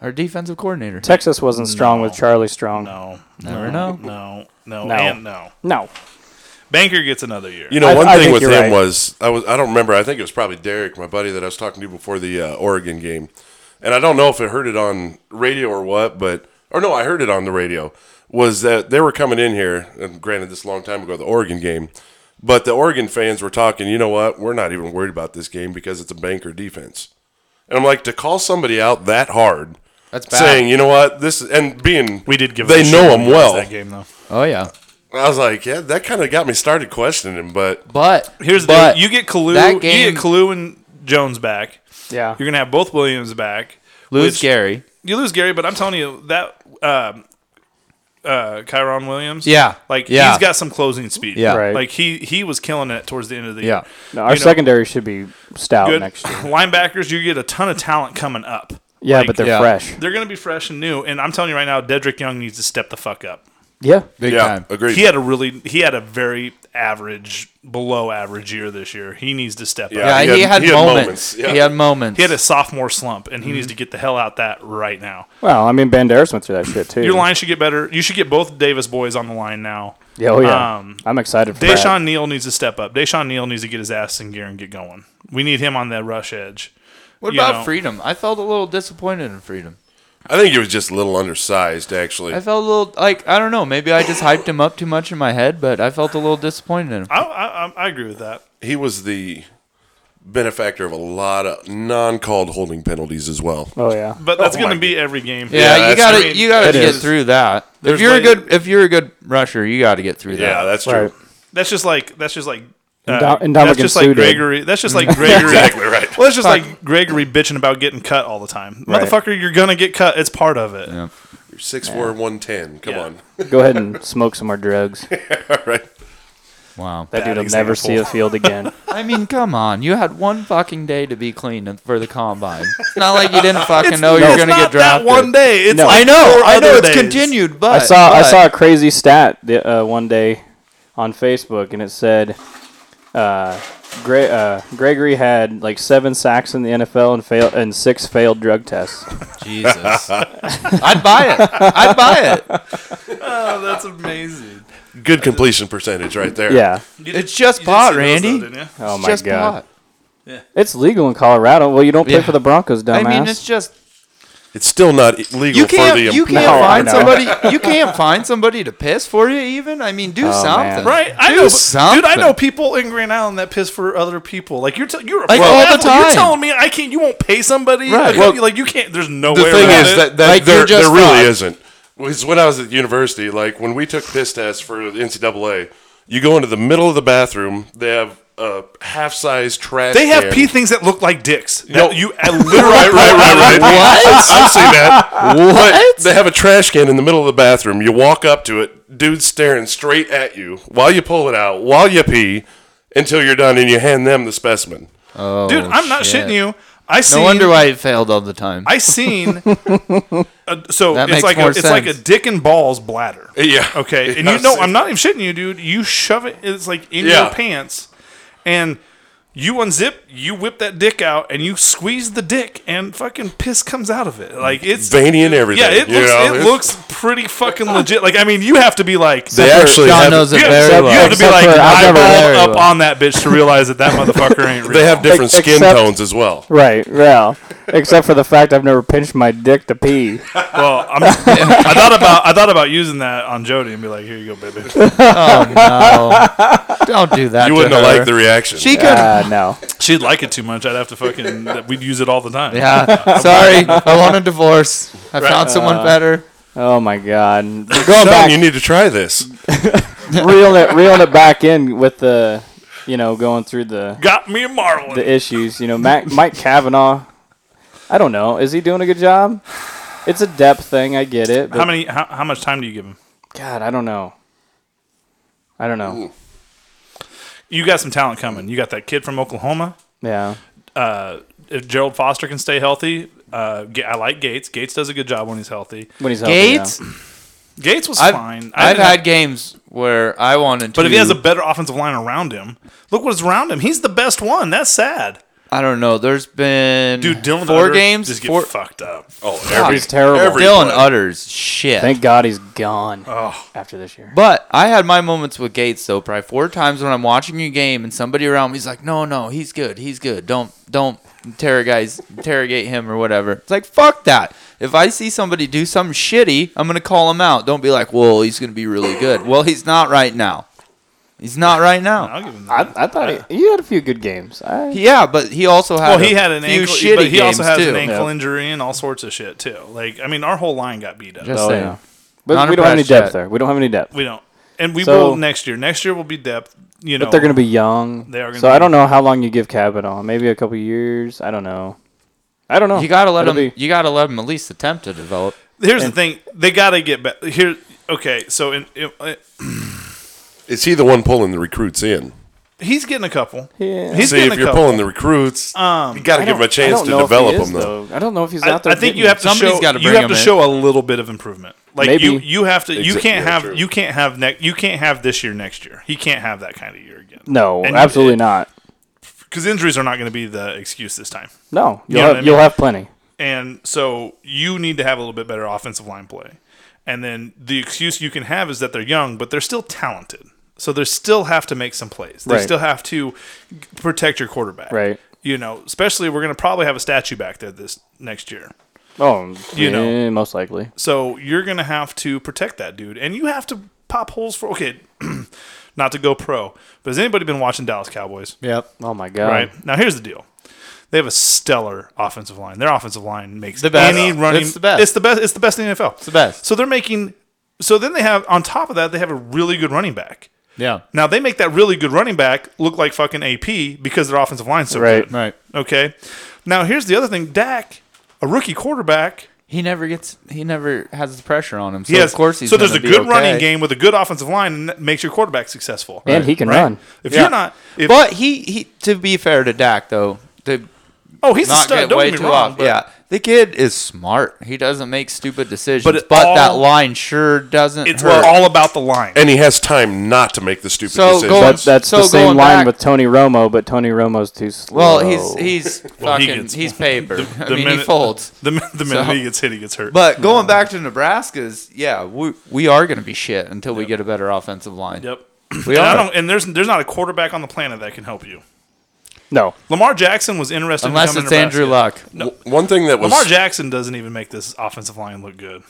our defensive coordinator?
Texas wasn't strong with Charlie Strong.
No,
Never
no,
know.
No, no,
No.
and no.
No.
Banker gets another year.
You know,
I-
one
I
thing
think
with him
you're right.
was I was I don't remember. I think it was probably Derek, my buddy, that I was talking to before the uh, Oregon game, and I don't know if I heard it on radio or what, but or no, I heard it on the radio. Was that they were coming in here? And granted, this is a long time ago, the Oregon game, but the Oregon fans were talking. You know what? We're not even worried about this game because it's a banker defense, and I'm like to call somebody out that hard.
That's bad.
saying, you know what, this is- and being
we did give.
they
him a
know
shot
him well.
That game though.
Oh yeah,
I was like, yeah, that kind of got me started questioning him, but
but
Here's
but
the deal. you get Kalu,
that
you
game-
get Kalu and Jones back.
Yeah.
You're gonna have both Williams back.
lose
which-
Gary.
you lose Gary, but I'm telling you that um, uh, Kyron Williams,
Yeah.
like
Yeah.
he's got some closing speed,
Yeah.
Right.
Like he he was killing it towards the end of the
Yeah.
year.
No, our
You know,
secondary should be stout
(laughs) good
next year.
linebackers. You get a ton of talent coming up.
Yeah,
Like-
but they're
Yeah.
fresh.
(laughs) They're going to be fresh and new. And I'm telling you right now, Dedrick Young needs to step the fuck up.
Yeah.
Big
yeah,
time.
agreed.
He had a really, he had a very average, below average year this year. He needs to step
Yeah.
up.
Yeah, he, had, moments.
yeah.
He had moments.
He had a sophomore slump, and he needs to get the hell out that right now.
Well, I mean, Banderas went through that shit too.
Your line should get better. You should get both Davis boys on the line now.
Yeah, oh yeah.
Um,
I'm excited for that.
Deshaun Neal needs to step up. Deshaun Neal needs to get his ass in gear and get going. We need him on that rush edge.
what
you
about
know.
Freedom? I felt a little disappointed in Freedom.
I think he was just a little undersized, actually.
I felt a little like I don't know. Maybe I just hyped him up too much in my head, but I felt a little disappointed in him.
I, I, I- I agree with that.
he was the benefactor of a lot of non-called holding penalties as well.
Oh yeah.
But that's
Oh my
going to be every game.
Yeah,
Yeah,
you
that's-
gotta
I mean,
you gotta
it
get
is.
through that.
There's
if you're
like-
a good if you're a good rusher, you got to get through
Yeah,
that.
that's true.
Right.
That's just like that's just like uh,
Indom- Indomitian
that's just like
Sue did.
Gregory.
(laughs)
That's just like Gregory.
Exactly right.
Well, it's just like Gregory bitching about getting cut all the time.
Right.
Motherfucker, you're gonna get cut. It's part of it.
Yeah.
You're six four one ten. Come
Yeah.
on.
Go ahead and smoke some more
(laughs)
drugs. That
All right.
Wow.
Bad
dude'll never
example.
see a
(laughs)
field again.
I mean, come on. You had one fucking day to be clean for the combine. It's not like you didn't fucking know you're
It's
gonna
not
get drafted.
That one day. It's
No.
like
I know.
four
I know
other
it's
days.
continued, but
I saw I
but-
saw a crazy stat the- uh, one day on Facebook, and it said uh, Gre- uh, Gregory had like seven sacks in the NFL and fail- and six failed drug tests.
Jesus. (laughs) I'd buy it. I'd buy it.
Oh, that's amazing.
Good completion percentage right there.
Yeah.
It's just
You did
pot,
see those,
Randy.
though, didn't you?
Oh
It's
my
just
god.
pot.
It's legal in Colorado. Well, you don't play
Yeah.
for the Broncos, dumbass.
I mean, it's just
It's still not e-, legal
you
for
can't
the
you can't
No, I
find
know.
somebody you can't find somebody to piss for you even. I mean, do
Oh,
something,
man.
Right, I
Do
know,
something.
dude. I know people in Grand Island that piss for other people. Like you're, t- you're a
Like,
pro
all the
athlete. You're
time.
telling me I can't. You won't pay somebody.
Right.
Like,
Well,
like you can't. There's no
the
way.
thing
around
is
it.
that, that
Like,
there,
you're just
there really
fucked.
isn't. Because when I was at university, like when we took piss tests for the NCAA, you go into the middle of the bathroom. They have a half-size trash.
they have
can.
pee things that look like dicks.
No.
That you I literally.
Right, right, right, right.
What?
I've seen (laughs) that.
What?
They have a trash can in the middle of the bathroom. You walk up to it, dude's staring straight at you while you pull it out, while you pee, until you're done, and you hand them the specimen.
(laughs)
dude, I'm not
Oh, shit.
shitting you. I seen.
No wonder why it failed all the time. (laughs)
I seen. a, so
That
it's
makes
like a,
more
it's like a
sense.
dick and balls bladder.
Yeah.
Okay, and
Yeah,
you know,
I've
I'm
seen-
not even shitting you, dude. You shove it. It's like in
Yeah.
your pants, and you unzip, you whip that dick out, and you squeeze the dick, and fucking piss comes out of it. Like it's
veiny and everything.
yeah, it looks
you know,
it
it's-
looks pretty fucking legit. Like I mean, you have to be like.
They actually
John
have,
knows it
you,
very
you
well.
have to be
Except
like
for I've never-
eyeball
Very
up
well.
on that bitch to realize that that motherfucker ain't real.
(laughs) They have different
Ex-
skin
except-
tones as well.
Right, well, except for the fact I've never pinched my dick to pee.
Well, I'm, I thought about I thought about using that on Jody and be like, "Here you go, baby."
Oh, Don't do that. to
You wouldn't have
her.
liked the reaction.
She could.
Uh, no.
She'd like it too much. I'd have to fucking. that- We'd use it all the
(laughs)
time.
yeah. Sorry, I want a divorce. I found
Uh,
someone better.
Oh my god. We're
Sean,
Going back,
you need to try this.
reeling it, reeling it back in with the, you know, going through the
Got me a Marlin.
the issues. You know, Mac, Mike Kavanaugh. I don't know. Is he doing a good job? It's a depth thing. I get it. But
how many? How, how much time do you give him?
God, I don't know. I don't know.
You got some talent coming. You got that kid from Oklahoma.
Yeah.
Uh, if Gerald Foster can stay healthy, uh, Ga- I like Gates. Gates does a good job when he's healthy.
When he's healthy, yeah.
Gates.
Gates was
I've,
fine. I
I've
didn't-
had games where I wanted to.
but if he has a better offensive line around him, look what's around him. He's the best one. That's sad,
I don't know. There's been
dude. Dylan
four
Utter
games.
just get
four,
fucked up.
Oh, every,
he's terrible.
every
Dylan
play.
utters shit.
Thank God he's gone
Oh.
after this year.
But I had my moments with Gates though, probably four times when I'm watching a game and somebody around me's like, "No, no, he's good, he's good. Don't, don't interrogate, interrogate him or whatever." It's like, fuck that. If I see somebody do something shitty, I'm gonna call him out. Don't be like, "Well, he's gonna be really good." Well, he's not right now. He's not right now.
I'll give him that.
I, I thought he, he had a few good games. I,
Yeah, but he also had.
Well, he
a
had an
few
ankle,
shitty
but he also
games,
has
too.
an ankle
Yeah.
injury and all sorts of shit too. Like, I mean, our whole line got beat up.
Just
Oh,
saying.
yeah. But
Not
we don't have any
impressed
depth
yet.
there. We don't have any depth.
we don't, and we
So-
will next year. Next year will be depth. You know,
But they're going to be young.
They are gonna
so
be
I don't know how long you give Kavanaugh. Maybe a couple years. I don't know. I don't know.
You gotta let
It'll
him.
be-
You gotta let him at least attempt to develop.
Here's the thing: they got to get back here. Okay, so in, uh, in,
Is he the one pulling the recruits in?
he's getting a couple.
Yeah.
he's
See
getting a
if you're
couple.
pulling the recruits. Um, you got to
I
give
don't-
them a
I
chance
don't
to
know if he
develop
is,
them, though.
I don't know if he's
I,
out there.
I think
getting
you have to
Somebody's
show.
gotta
You
bring him
have to
in.
show a little bit of improvement. Like
Maybe.
you, you have to. You
Exa-
can't
yeah,
have.
true.
You can't have next. You can't have this year next year. He can't have that kind of year again.
No,
And-
absolutely not.
because injuries are not going to be the excuse this time.
No, you'll
know
have,
what I
you'll
mean?
have plenty.
And so you need to have a little bit better offensive line play. And then the excuse you can have is that they're young, but they're still talented. So they still have to make some plays. They
Right.
still have to g- protect your quarterback.
Right.
You know, especially we're going to probably have a statue back there this next year.
Oh,
You know.
yeah, most likely.
So you're going to have to protect that dude. And you have to pop holes for, okay, (clears throat) not to go pro, but has anybody been watching Dallas Cowboys?
Yep.
Oh my god.
Right. Now here's the deal. They have a stellar offensive line. Their offensive line makes
The best.
any
Yeah.
running
It's the best.
It's the best. It's the best in the NFL. It's
the best.
So they're making so then they have on top of that they have a really good running back.
Yeah.
Now they make that really good running back look like fucking AP because their offensive line's so
Right.
good.
Right.
Okay. Now here's the other thing. Dak, a rookie quarterback,
He never gets. He never has the pressure on him. So
he has
of course he's.
so there's
gonna
a
be
good
okay.
running game with a good offensive line and that makes your quarterback successful.
And he can
Right?
run.
If
Yeah.
you're not if,
but he, he to be fair to Dak though, to
oh he's a
not
stud,
get
don't
way
get me
too
wrong.
off.
but-
Yeah, the kid is smart. He doesn't make stupid decisions.
But
But,
it
that
all-
line sure doesn't.
It's
hurt.
all about the line.
And he has time not to make the stupid
So,
decision.
go-
That, that's
So
the same
going
line
back-
with Tony Romo, but Tony Romo's too slow.
Well, he's
(laughs)
he's
he
fucking
gets-
he's paper. (laughs) I mean,
minute,
he folds.
(laughs) The, min- the minute
So-
he gets hit, he gets hurt.
But going back to Nebraska's, yeah, we we are going to be shit until we get a better offensive line.
yep.
We
And, I
are.
don't, and there's there's not a quarterback on the planet that can help you.
no.
Lamar Jackson was interested.
Unless
in coming
it's
to
Andrew
Nebraska.
Luck.
One thing that was
Lamar Jackson doesn't even make this offensive line look good.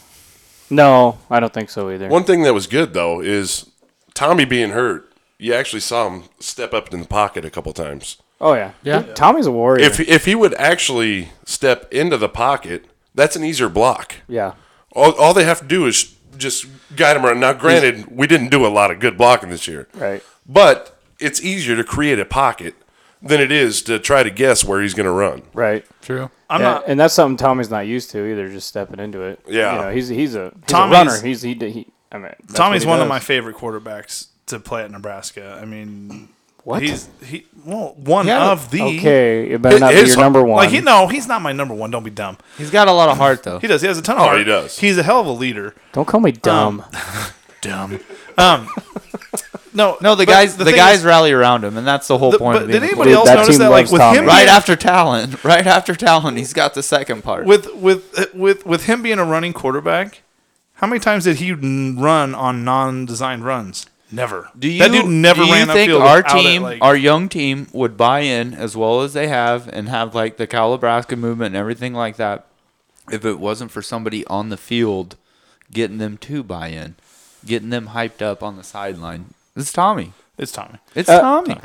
No, I don't think so either.
One thing that was good though is Tommy being hurt. You actually saw him step up in the pocket a couple times.
Oh yeah.
Yeah.
Tommy's a warrior.
If if he would actually step into the pocket, that's an easier block.
yeah.
All, all they have to do is just guide him around. Now, granted, we didn't do a lot of good blocking this year,
Right.
But it's easier to create a pocket than it is to try to guess where he's going to run.
Right.
True.
I'm
Yeah,
not.
and that's something Tommy's not used to either. Just stepping into it.
Yeah.
You know, he's he's a, he's a
Tommy's-
runner. He's he, he I mean, that's
Tommy's
what he
one of
does.
my favorite quarterbacks to play at Nebraska. I mean,
What?
he's he well one
Yeah,
of the
Okay, it better not be
his-
your number one.
Like he no, he's not my number one. Don't be dumb.
He's got a lot of heart though.
He does. He has a ton of. Oh,
he does.
He's a hell of a leader.
Don't call me dumb.
Dumb. Um.
(laughs)
No,
No, the
but
guys the,
thing
guys
is-
rally around him, and that's the whole
The-
point.
but
of being
did
a
anybody
Dude,
else
that
notice
team
that? Like
loves
with
Tommy.
him,
right
being-
after Talon, (laughs) right after Talon, he's got the second part.
with with uh, with with him being a running quarterback, how many times did he n- run on non-designed runs? Never.
do you,
that dude never
do you
ran
think
upfield
our
without it,
team,
like-
our young team, would buy in as well as they have and have like the Cal Nebraska movement and everything like that if it wasn't for somebody on the field getting them to buy in, getting them hyped up on the sideline? It's Tommy.
it's Tommy.
It's
Uh,
Tommy.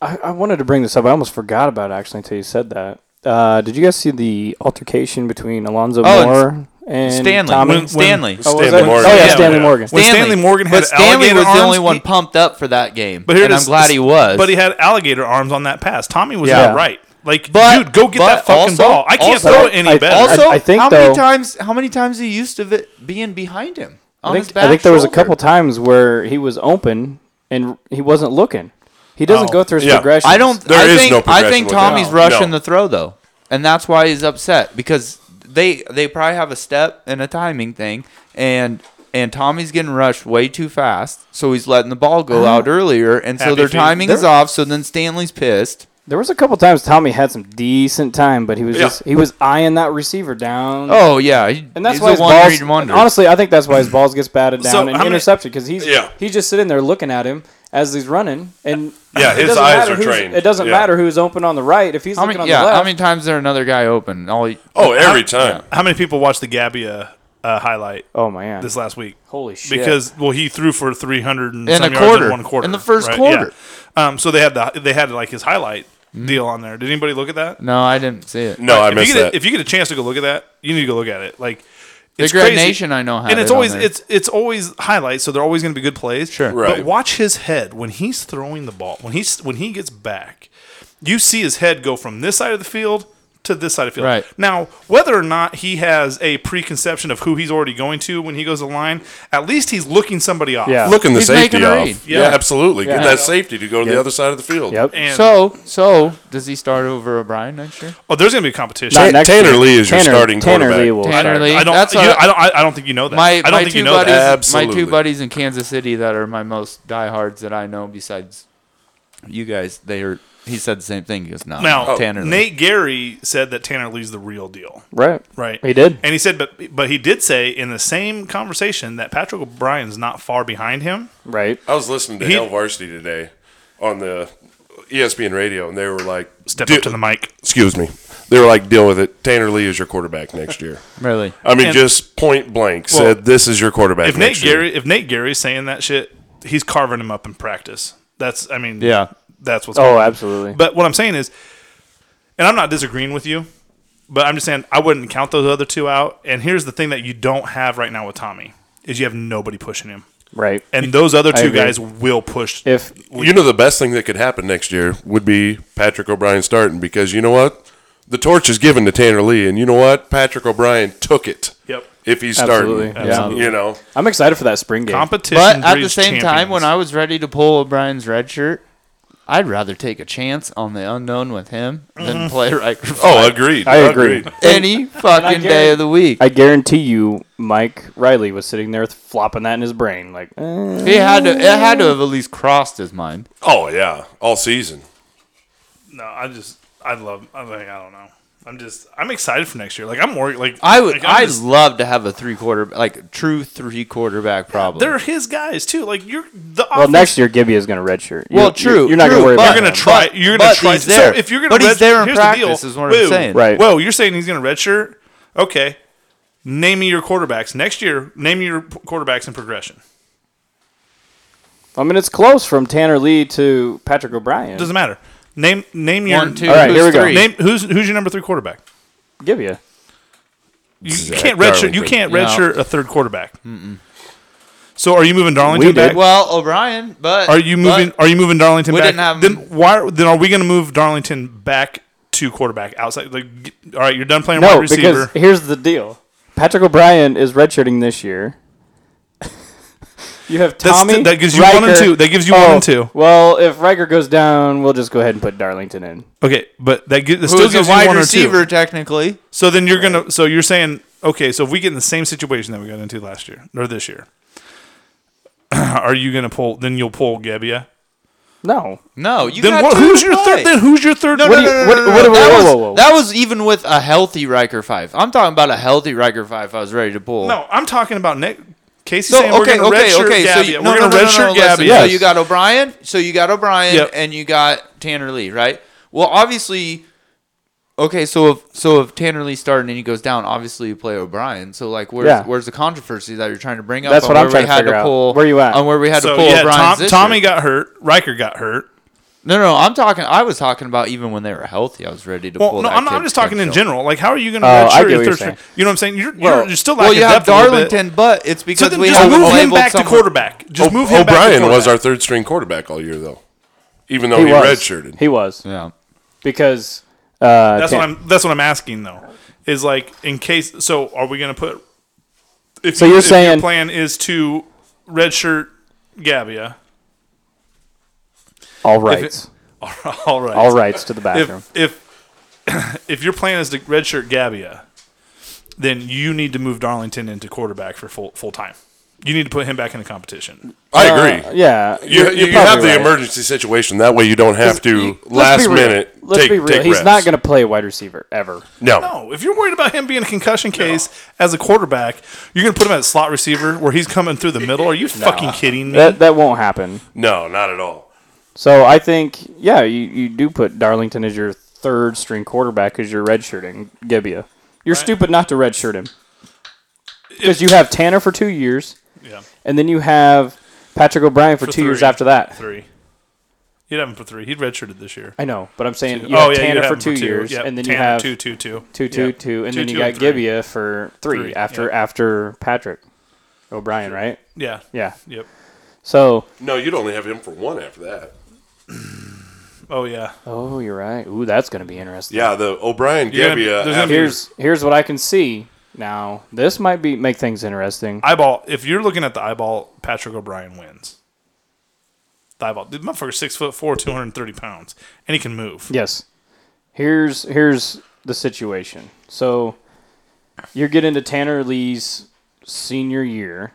I, I wanted to bring this up. I almost forgot about it actually until you said that. Uh, did you guys see the altercation between Alonzo
Oh, and
Moore and
Stanley.
Tommy?
When-
Stanley.
oh, was
Stanley
that-
Morgan.
oh, yeah,
Yeah,
Stanley
yeah.
Morgan.
When Stanley Morgan had
but Stanley
alligator
was the only
arms,
one
he-
pumped up for that game.
But here
and
it is.
I'm glad he was.
But he had alligator arms on that pass. Tommy was
Yeah.
not right. Like,
But-
dude, go get
but
that fucking
also-
ball. I can't
also-
throw it any
I-
better.
also-
Also,
I think,
how
though-
many times? How many times he used of it being behind him on
I
his
think,
back?
I think there was a
shoulder?
couple times where he was open and he wasn't looking. He doesn't
Oh,
go through his
yeah.
progression.
I don't.
There
I
is
think,
no
I
progression
think
with
Tommy's
that.
rushing
No.
the throw though, and that's why he's upset because they they probably have a step and a timing thing, and and Tommy's getting rushed way too fast, so he's letting the ball go out earlier, and so
Happy
their
feet.
timing is
They're-
off. So then Stanley's pissed.
There was a couple times Tommy had some decent time, but he was
Yeah.
just he was eyeing that receiver down.
Oh yeah, he-
And that's
he's
why
a
his
one-read
balls.
wonder.
Honestly, I think that's why his balls gets batted down
So,
and
how many-
intercepted because he's
Yeah.
he's just sitting there looking at him as he's running, and
Yeah,
it
his
doesn't
eyes
matter
are
who's-
trained.
It doesn't
Yeah.
matter who's open on the right if he's
how
looking
many?
on
Yeah,
the left.
how many times is there another guy open? All he-
Oh, every time.
How many people watched the Gabbia uh, highlight
oh man,
this last week?
holy shit!
because well he threw for 300 and
In
some
a
yards
quarter.
in one quarter
In the first
right?
quarter. Mm-hmm.
Yeah. Um, so they had the they had like his highlight deal on there. Did anybody look at that?
no, I didn't see it.
No, Oh, I
if you
missed
get a-
that.
if you get a chance to go look at that, you need to go look at it. Like it's
Great
crazy.
Nation, I know had
and it's
it on
always
there.
it's it's always highlights, so they're always going to be good plays. Sure,
Right.
But watch his head when he's throwing the ball. When he's when he gets back, you see his head go from this side of the field to this side of the field.
Right.
Now, whether or not he has a preconception of who he's already going to when he goes to the line, at least he's looking somebody off.
Yeah.
Looking the
He's
safety
making a
off.
read.
Yeah,
Yeah.
absolutely. Get
Yeah.
that safety to go to the other side of the field.
Yep.
And
So, so does he start over O'Brien next year?
oh, there's going to be a competition.
Not
Ta-
next
Tanner
year.
Lee is your
Tanner-
starting
Tanner
quarterback.
Lee will
Tanner
start.
Lee.
I don't.
That's
you-
what-
I don't. I, I don't think you know that.
My
I don't
my
think
two
you know
buddies,
that.
Absolutely.
my two buddies in Kansas City that are my most diehards that I know besides you guys. They are. He said the same thing. He goes, "No,
Now,
Tanner." Lee."
Nate Gary said that Tanner Lee's the real deal.
Right.
Right.
He did.
And he said, but but he did say in the same conversation that Patrick O'Brien's not far behind him.
Right.
I was listening to
He-
Hell Varsity today on the E ESPN radio, and they were like,
Step
"Deal-
up to the mic.
Excuse me. They were like, "Deal with it." Tanner Lee is your quarterback next year.
really.
I mean,
And-
just point blank said, "This is your quarterback."
If Nate
next year.
Gary, if Nate Gary's saying that shit, he's carving him up in practice. That's, I mean,
Yeah.
that's what's.
Oh,
going on.
absolutely.
But what I'm saying is, and I'm not disagreeing with you, but I'm just saying I wouldn't count those other two out. And here's the thing that you don't have right now with Tommy is you have nobody pushing him,
right.
and those other two
agree.
guys will push.
If
you know, the best thing that could happen next year would be Patrick O'Brien starting because you know what, the torch is given to Tanner Lee, and you know what, Patrick O'Brien took it.
Yep.
If he's
Absolutely.
starting,
Absolutely.
you know,
I'm excited for that spring game.
competition,
But at the
breeds
same time,
champions.
when I was ready to pull O'Brien's red shirt, I'd rather take a chance on the unknown with him
Mm.
than
(laughs)
play Riker.
oh,
Flag
agreed.
I agree.
Agreed.
(laughs) any fucking day of the week.
I guarantee you, Mike Riley was sitting there flopping that in his brain, like, eh.
He had to. It had to have at least crossed his mind.
Oh yeah, all season.
No, I just I love. I like I don't know. I'm just I'm excited for next year. Like I'm worried. Like
I would.
Like, I'm
I'd
just-
love to have a three quarter, like true three quarterback problem.
they're his guys too. Like you're the
well,
offense-
next year Gibby is going to redshirt. You're-
Well,
you're-
true,
You're, not going
true,
to worry
but-
about
You're gonna
that.
try.
But-
you're gonna
but
try.
he's
to-
there.
So if you're gonna,
But he's
red-
there in
here's the deal.
practice is what I'm
Whoa,
saying.
Right.
Whoa, you're saying he's gonna redshirt? Okay. Name me your quarterbacks next year. Name me your p- quarterbacks in progression.
I mean, it's close from Tanner Lee to Patrick O'Brien.
Doesn't matter. Name name your
One, two,
All right,
who's
here we go.
three?
name who's who's your number three quarterback.
Gibby.
You
Zach
can't redshirt. You
Darlington.
can't
No.
redshirt a third quarterback. So are you moving Darlington
We did.
back?
Well, O'Brien, but
Are you moving?
but
are you moving Darlington
we
back?
didn't have-
then why? Then are we going to move Darlington back to quarterback outside? Like, g- all right, you're done playing wide
No,
receiver.
because here's the deal: Patrick O'Brien is redshirting this year. (laughs) you have
That's
Tommy.
the- that gives you one and
Riker- Oh,
two. That gives you one and two.
Well, if Riker goes down, we'll just go ahead and put Darlington in.
okay, but that, gi- that still
who's a
gives you
wide
one
receiver
or two.
technically?
So then you're gonna. So you're saying okay. So if we get in the same situation that we got into last year or this year, (clears throat) are you gonna pull? Then you'll pull Gebbia.
No,
No, you
Then
got
what,
two
who's
to
your
play.
third? Then who's your third?
No,
what
no,
do
no,
you-
no,
what-
no, no,
what-
no.
whoa,
that,
whoa,
was,
whoa, whoa.
that was even with a healthy Riker five. I'm talking about a healthy Riker five. If I was ready to pull.
no, I'm talking about Nick. Casey
So
saying
okay,
we're gonna
okay,
redshirt
okay. So
Gebbia.
you, no,
we're
no, no,
gonna
no,
redshirt
no, listen,
Gebbia.
So
Yes.
you got O'Brien. So you got O'Brien,
Yep.
and you got Tanner Lee, right? Well, obviously, okay. So if so if Tanner Lee started and he goes down, obviously you play O'Brien. So like, where's
Yeah.
where's the controversy that you're trying to bring up?
That's
on
what I'm
where
trying
we
to
had
figure out.
pull,
Where you at?
On where we had to
So
pull
yeah,
O'Brien's
Tom,
this
Tommy
year.
got hurt. Riker got hurt.
No, no, I'm talking. I was talking about even when they were healthy. I was ready to pull.
Well, no,
that
I'm, not,
kid
I'm just talking in
potential.
general. Like, how are you going to
Oh,
Uh,
I get
redshirt
what
your
you're
third
saying.
string? You know what I'm saying? You're,
Well,
you're, you're still
Well,
lacking
you have
depth a little bit.
Darlington, but it's because
So then
we
just
haven't
move him
labeled
back to
someone-
quarterback. Just
O-
move him back to
O'Brien was our
quarterback.
third string quarterback all year though, even though
he
he,
was
redshirted.
He was
Yeah.
because uh,
That's
Tan-
what I'm. That's what I'm asking though. Is like in case. So are we going to put? If
So
you-
you're
if your
saying-
plan is to redshirt Gabia?
all rights,
(laughs) All right.
all rights to the bathroom.
If if if (clears throat) your plan is to redshirt Gabia, then you need to move Darlington into quarterback for full full time. You need to put him back in the competition.
I agree.
uh, yeah,
you,
you're-
you
you're
have
probably
the
right.
emergency situation. That way, you don't have to
Let's
last
be real.
minute.
Let's
take,
be real.
take
He's
reps.
not going to play wide receiver ever.
No.
No, if you're worried about him being a concussion case as a quarterback, you're going to put him at slot receiver where he's coming through the
(laughs)
middle. Are you fucking kidding me?
That that won't happen.
no, not at all.
So I think, yeah, you, you do put Darlington as your third string quarterback because you're redshirting Gebbia. You're stupid not to redshirt him because you have Tanner for two years,
yeah,
and then you have Patrick O'Brien for,
For
two years
three.
after that.
three. You'd have him for three. He'd redshirted this year.
I know, but I'm saying you have
oh yeah,
Tanner
you'd have
for
him
two, years,
Yep,
and then
Tanner,
you have
two, two, two,
two, two,
Yep.
two, and
Two,
then you
two,
got
and three.
Gebbia for three,
Three,
after
yeah.
after Patrick O'Brien, right?
Yeah,
Yeah.
yep.
So
No, you'd only have him for one after that.
Oh yeah,
Oh, you're right. Ooh, that's going to be interesting.
Yeah, the O'Brien
You're gonna be-
Gebbia.
there's gonna be-
after-
Here's here's what I can see. Now, this might be make things interesting.
eyeball. If you're looking at the eyeball, Patrick O'Brien wins. The eyeball. The motherfucker's six foot four, two hundred and thirty pounds, and he can move.
Yes. Here's here's the situation. So you're getting to Tanner Lee's senior year.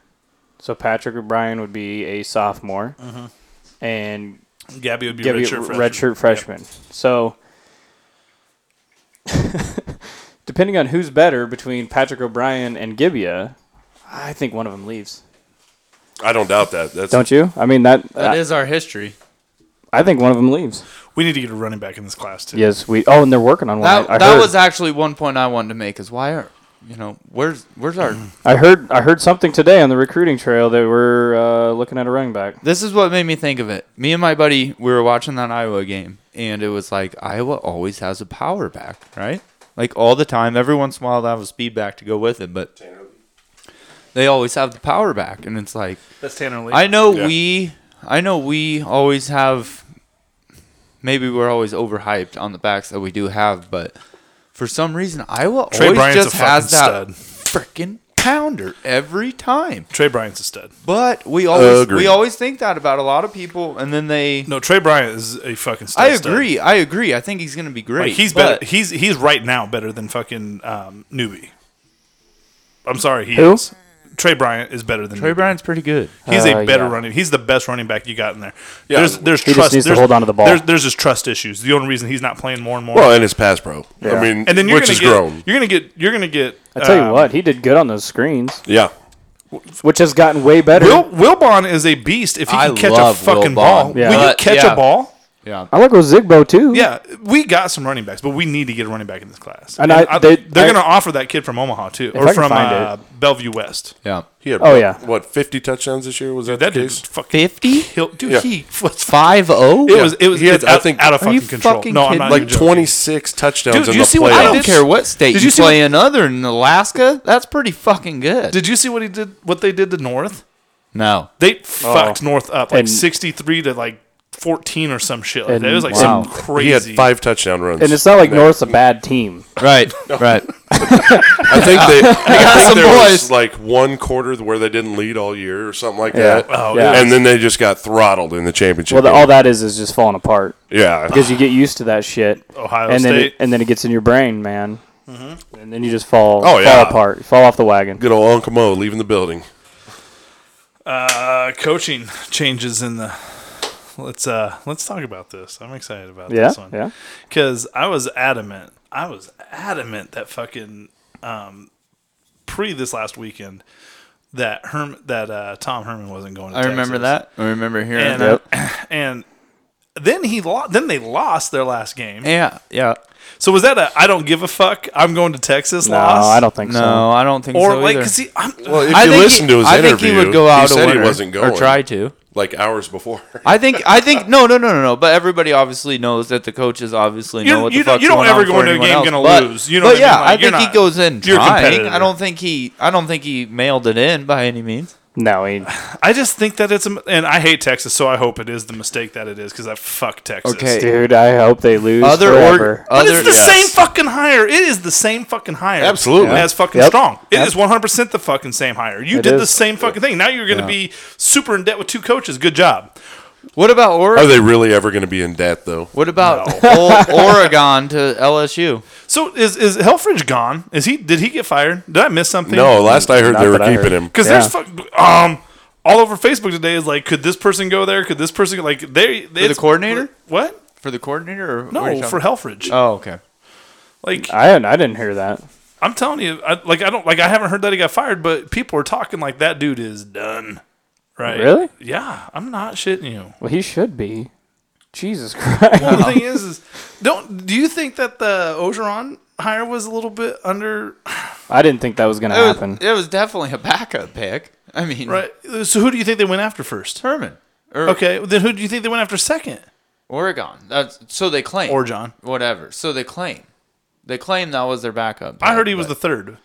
So Patrick O'Brien would be a sophomore, and
Gabby would be
give you
redshirt
redshirt,
freshman.
freshman. So (laughs) depending on who's better between Patrick O'Brien and Gibbia, I think one of them leaves.
I don't doubt that. That's
Don't you? I mean that.
That
I,
is our history.
I think one of them leaves.
We need to get a running back in this class too.
Yes, we. Oh, and they're working on one.
That,
I, I
that
heard.
was actually one point I wanted to make is why are you know where's
(clears throat)
where's our
I heard I heard something today on the recruiting trail that we're uh, looking at a running back.
this is what made me think of it. Me and my buddy we were watching that Iowa game and it was like Iowa always has a power back, right? Like all the time. Every once in a while they have a speed back to go with it, but they always have the power back and it's like
That's Tanner Lee.
I know
Yeah.
we I know we always have maybe we're always overhyped on the backs that we do have, but for some reason Iowa
Trey
always
Bryant's
just
a
has that
fucking
freaking pounder every time.
Trey Bryant's a stud.
But we always
Agreed.
we always think that about a lot of people and then they
No, Trey Bryant is a fucking stud.
I
stud.
agree. I agree. I think he's going to be great.
Like he's
but
better. He's he's right now better than fucking um, newbie. I'm sorry, he
Who?
is. Trey Bryant is better than
Trey
Newby.
Bryant's pretty good.
He's
Uh,
a better
yeah.
running. He's the best running back you got in there.
Yeah.
there's there's
He just
trust.
needs to
there's-
hold onto the ball.
There's there's just trust issues. The only reason he's not playing more and more.
well, and his pass pro.
Yeah.
I mean,
and then you're
which
gonna
has
get,
grown.
You're gonna get. You're gonna get.
I
uh,
tell
Um,
you what, he did good on those screens,
Yeah,
which has gotten way better.
Will Wilbon is a beast. If he
I
can catch a
love Will
fucking
Bond.
ball,
Yeah.
will you
But,
catch
yeah.
a ball?
Yeah.
I like Ozigbo too.
Yeah, we got some running backs, but we need to get a running back in this class.
And I- they-
are
I-
going to offer that kid from Omaha too,
I
or
can
from
find
uh, Bellevue West.
Yeah.
he had.
Oh,
what,
yeah.
what fifty touchdowns this year? Was that,
That
the
dude's
case?
fucking.
50?
He'll, dude,
Yeah.
(laughs) he was.
Five oh.
It was. It was.
He had,
it's out,
I think-
out of
Are you
fucking control.
fucking
no, I'm
kidding
not
me?
Like
even joking.
twenty six touchdowns
Dude,
in
you
the
see what I
playoffs.
I
did?
don't care what state
Did
you,
you see
play in other than Alaska. That's pretty fucking good.
Did you see what he did? What they did to North?
no.
They
Oh.
fucked North up like
And-
63 to like 14 or some shit. Like that.
And-
It was like
Wow.
some
He had
crazy.
five touchdown runs,
and it's not like North's a bad team.
(laughs)
Right. Right.
I think
(laughs)
they I
got
think
some
there
boys.
was like one quarter where they didn't lead all year or something like
Yeah.
that.
Oh,
yeah.
And then they just got throttled in the championship.
Well, the,
game.
all that is is just falling apart (laughs)
yeah.
because you get used to that shit.
Ohio
and then
State. Mm-hmm.
It, and then it gets in your brain, man. And then you just fall.
Oh,
fall
yeah.
apart. You fall off the wagon.
Good old Uncle Mo leaving the building.
uh, coaching changes in the. Let's uh let's talk about this. I'm excited about
Yeah,
this one.
yeah.
Because I was adamant. I was adamant that fucking um, pre this last weekend that Herm that uh, Tom Herman wasn't going. to
I remember
Texas.
that. I remember hearing
And, uh,
that.
(clears throat) and then he lo- then they lost their last game.
Yeah. Yeah.
So was that a I don't give a fuck? I'm going to Texas
No,
loss.
I don't think
No,
so.
I don't think
Or
so
like,
either.
cause see, I'm,
Well, if
I
you
think
listen
he-
to his
I
interview,
think he would go out
he
a
said
winner,
he wasn't
or
going
try
(laughs)
to.
like hours before.
I think I think no no no no no. But everybody obviously knows that the coaches obviously
You-
know what
you
the
don't-
fuck's
you don't
going
ever
on
go
for
into a
anyone
game
else.
gonna
But-
lose. You know
but
what I mean?
yeah,
Like,
I
you're
think
not-
he goes in
you're a
trying.
competitor.
I don't think he I don't think he mailed it in by any means.
No, he,
I just think that it's a, and I hate Texas, so I hope it is the mistake that it is because I fuck Texas.
Okay.
dude. I hope they lose
Other
forever.
or
But
other
it's the
Yes.
same fucking hire. It is the same fucking hire.
Absolutely.
As fucking
Yep.
strong. It
Yep.
is 100% the fucking same hire. You
It
did the
is.
same fucking thing. Now you're going to be super in debt with two coaches. Good job.
What about Oregon?
(laughs) Are they really ever going to be in debt though?
What about old Oregon to LSU?
So is is Helfrich gone? Is he did he get fired? Did I miss something? (laughs)
No, last I heard
Not
they were
that I
keeping
heard.
him.
Because
Yeah.
there's fuck, um all over Facebook today is like, could this person go there? Could this person go- like they for
the coordinator?
What?
For the coordinator or what are you
No,
talking
for
about?
Helfrich.
Oh, okay.
like
I I didn't hear that.
I'm telling you, I, like I don't like I haven't heard that he got fired, but people are talking like that dude is done. Right?
Really?
Yeah, I'm not shitting you.
Well, he should be. Jesus (laughs) Christ.
Well, the thing is, is don't do you think that the Ogeron hire was a little bit under
I didn't think that was going to
It was,
happen.
it was definitely a backup pick. I mean,
right? So who do you think they went after first?
Herman or
Okay, then who do you think they went after second?
Oregon. That's so they claim
Or John?
whatever. So they claim. They claim that was their backup.
I
pick,
heard he was
but-
the third.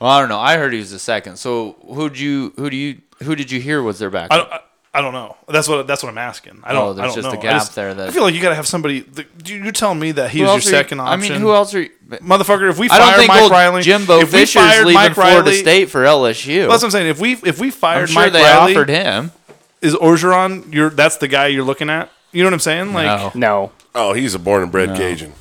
Well, I don't know. I heard he was the second. So who do you who do you who did you hear was their
I
backup?
don't. I, I don't know. That's what that's what I'm asking. I don't.
Oh, there's
I don't
just
know.
a
I
gap
just-
there that-
I feel like you got to have somebody. The, you- you're telling me that he
Who
was your
else are you-
second option.
I mean, who else are you? but-
Motherfucker, if we
I
fired
don't think
Mike
old
Riley,
Jimbo
if we
Fisher's
fired
leaving
Mike
Florida
Riley,
State for LSU.
That's what I'm saying. If we if we
I'm
fired
sure
Mike
they
Riley,
offered him.
is Orgeron your that's the guy you're looking at? You know what I'm saying? Like
No.
No.
Oh, he's a born and bred Cajun.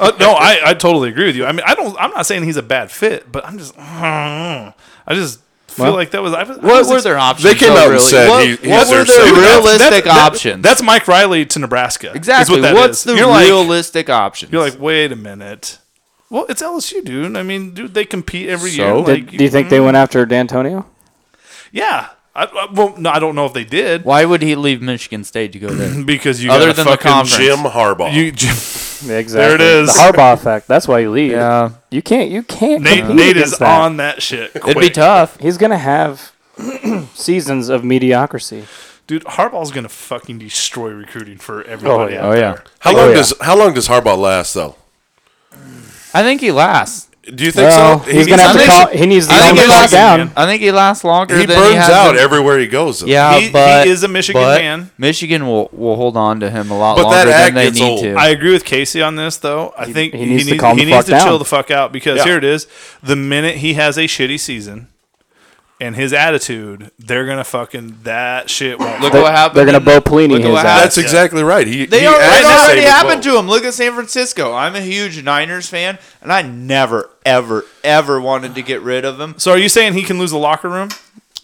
uh, no, I, I totally agree with you. I mean, I don't I'm not saying he's a bad fit, but I'm just I just feel
Well,
like that was I was, I
What
was
were
ex-
their options?
They came
though,
out and
really?
said
what,
he- he
what were
deserves
their
to be- That's-
realistic
that-
options?
That's Mike Riley to Nebraska. is
exactly
what that
what's
is.
the
you're Like,
realistic options.
you're like, wait a minute. Well, it's LSU, dude. I mean, dude, they compete every
So?
year.
Did-
Like,
Did, do you think they went after D'Antonio?
Yeah. I, I, well, no, I don't know if they did
why would he leave Michigan State to go (laughs) there?
because you
Other
got a
than the
fucking
conference.
Jim Harbaugh.
You, Jim,
Exactly.
is.
The Harbaugh effect. That's why you leave.
Yeah.
You can't. You can't.
Nate,
compete
Nate
against
is
that.
on that shit. Quick.
It'd be tough.
He's gonna have (clears throat) seasons of mediocrity.
Dude, Harbaugh's gonna fucking destroy recruiting for everybody.
yeah.
out
Oh yeah,
there.
how long
yeah.
does how long does Harbaugh last though?
I think he lasts.
Do you think
Well,
so?
he's gonna have to
I think
call.
so.
He needs to
I
calm
think
the
he
fuck
lost
down.
again.
I think he lasts longer.
he
than
burns
he has
out
been-
everywhere he goes. though.
Yeah,
He- he
but
is a Michigan
but
man.
Michigan will will hold on to him a lot
But that
longer than
act
they
gets
need
old.
to.
I agree with Casey on this, though. I think
he needs to calm
he
the
needs
fuck
to
down.
chill the fuck out because
Yeah.
here it is: the minute he has a shitty season and his attitude, they're gonna fucking that shit. Won't
Look
fly.
what happened.
They're gonna
in-
Bo Pelini
look at
his
what
ass.
That's
Yeah.
exactly right. He
They
he
already,
acts
it
the
already
same as
happened
Will.
to him. Look at San Francisco. I'm a huge Niners fan, and I never, ever, ever wanted to get rid of him.
so, are you saying he can lose the locker room?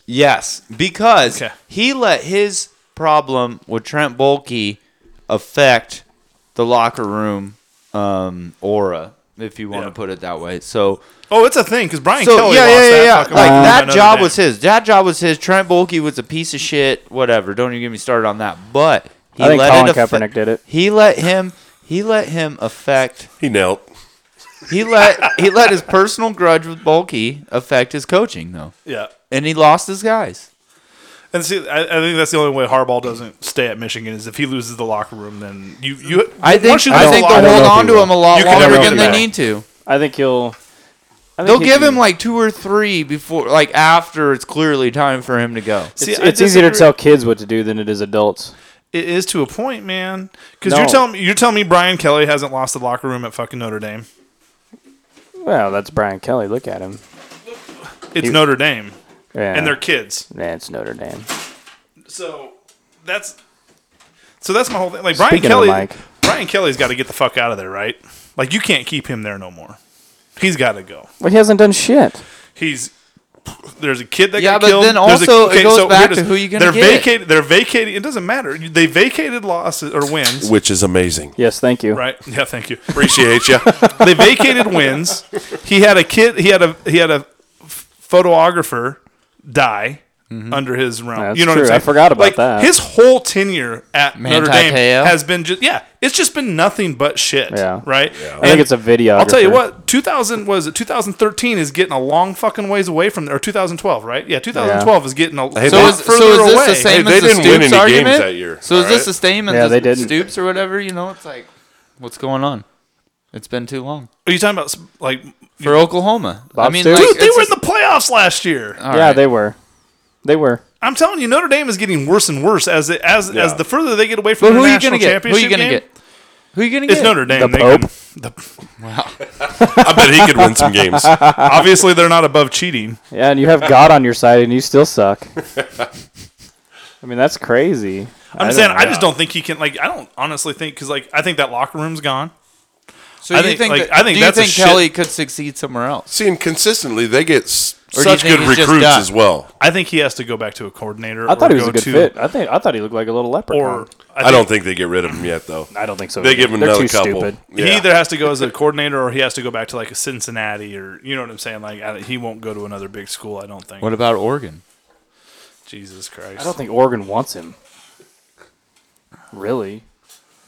Yes, because
Okay.
he let his problem with Trent Bulky affect the locker room um, aura, if you want
Yeah.
to put it that way. So,
Oh, it's a thing because Brian
so
Kelly
yeah,
lost
yeah, yeah,
that
yeah.
fucking
Like
locker room
that
another
job
day.
was his. That job was his. Trent Bulky was a piece of shit. Whatever. Don't even get me started on that. But he
I think
let
Colin
it affect-
Kaepernick did it.
He let him. He let him affect
He knelt.
He let he let his personal grudge with Bulky affect his coaching though,
Yeah,
and he lost his guys.
and see, I, I think that's the only way Harbaugh doesn't stay at Michigan is if he loses the locker room. Then you, you,
I think
once you
I
lose
think
the
they'll
locker
know
hold
if
on
he
to
will.
him a lot
You can
longer
never
than
do
they
that.
need to.
I think he'll. I think
They'll
he
give
can-
him like two or three before, like after it's clearly time for him to go.
See,
It's,
I
it's easier to
disagree.
tell kids what to do than it is adults.
It is to a point, man. Because
No.
you're telling me you're telling me Brian Kelly hasn't lost the locker room at fucking Notre Dame.
Well, that's Brian Kelly. Look at him.
It's Notre Dame
Yeah.
and their kids.
Nah, it's Notre Dame.
So that's so that's my whole thing. Like Brian
Speaking of
Kelly,
Mike.
Brian Kelly's got to get the fuck out of there, right? Like you can't keep him there no more. He's got to go.
Well, he hasn't done shit.
He's there's a kid that
Yeah,
got
but
killed.
then
There's a-
also it goes
here
back
it is.
to who you gonna
they're
get.
Vacated, they're vacating. It doesn't matter. They vacated losses or wins,
Which is amazing.
Yes, thank you.
right? Yeah, thank you.
Appreciate you.
they vacated wins. He had a kid. He had a he had a photographer die under his realm.
Mm-hmm. That's
you know
true.
what
I
I'm saying?
forgot about
Like,
that.
His whole tenure at Notre Dame
Manti-Te'o?
has been just yeah. It's just been nothing but shit.
Yeah.
Right.
I think it's a video.
I'll tell you what, 2000 was it 2013 is getting a long fucking ways away from or 2012, right? Yeah, 2012 is getting a
Hey,
so
So
lot
is, so
further
is this
away.
the same
They-
as
they
the
didn't win
Stoops
any games
argument?
that year,
so is
all
this
right?
the same as
Yeah,
the
they didn't.
Stoops or whatever? You know, it's like, what's going on? It's been too long
Are you talking about s- like
for Oklahoma. I
Bob
mean,
Stoops?
like,
dude, they
it's Oh,
were in
just-
the playoffs last year.
all
Yeah,
right.
they were. They were.
I'm telling you, Notre Dame is getting worse and worse as it, as as the further they get away from
But
the
who are you
national
gonna get? Who are
championship
you gonna
game,
get? Who are you gonna get?
It's Notre Dame.
The
They
Pope.
can- the-
I bet he could win
(laughs)
some games.
obviously, they're not above cheating.
Yeah, and you have God on your side, and you still suck. I mean, that's crazy.
I'm just saying, I just don't think he can. Like, I don't honestly think because, like, I think that locker room's gone.
So
I
you
think-
think,
like,
that,
I think
do you
that's a
think
shit-
Kelly could succeed somewhere else?
See, and consistently they get s-
Or do you
such
think
good
he's just
recruits
done?
as well.
I think he has to go back to a coordinator.
I thought he
or
was
go
a good
to,
fit. I think I thought he looked like a little leprechaun.
Or
I,
think
don't think they get rid of him yet, though.
I don't think so.
They
either.
give him
They're
another
too
couple.
Stupid.
Yeah.
He either has to go as a coordinator or he has to go back to like a Cincinnati or you know what I'm saying. Like I, he won't go to another big school. I don't think.
What about Oregon?
Jesus
I
Christ!
don't think Oregon wants him. Really?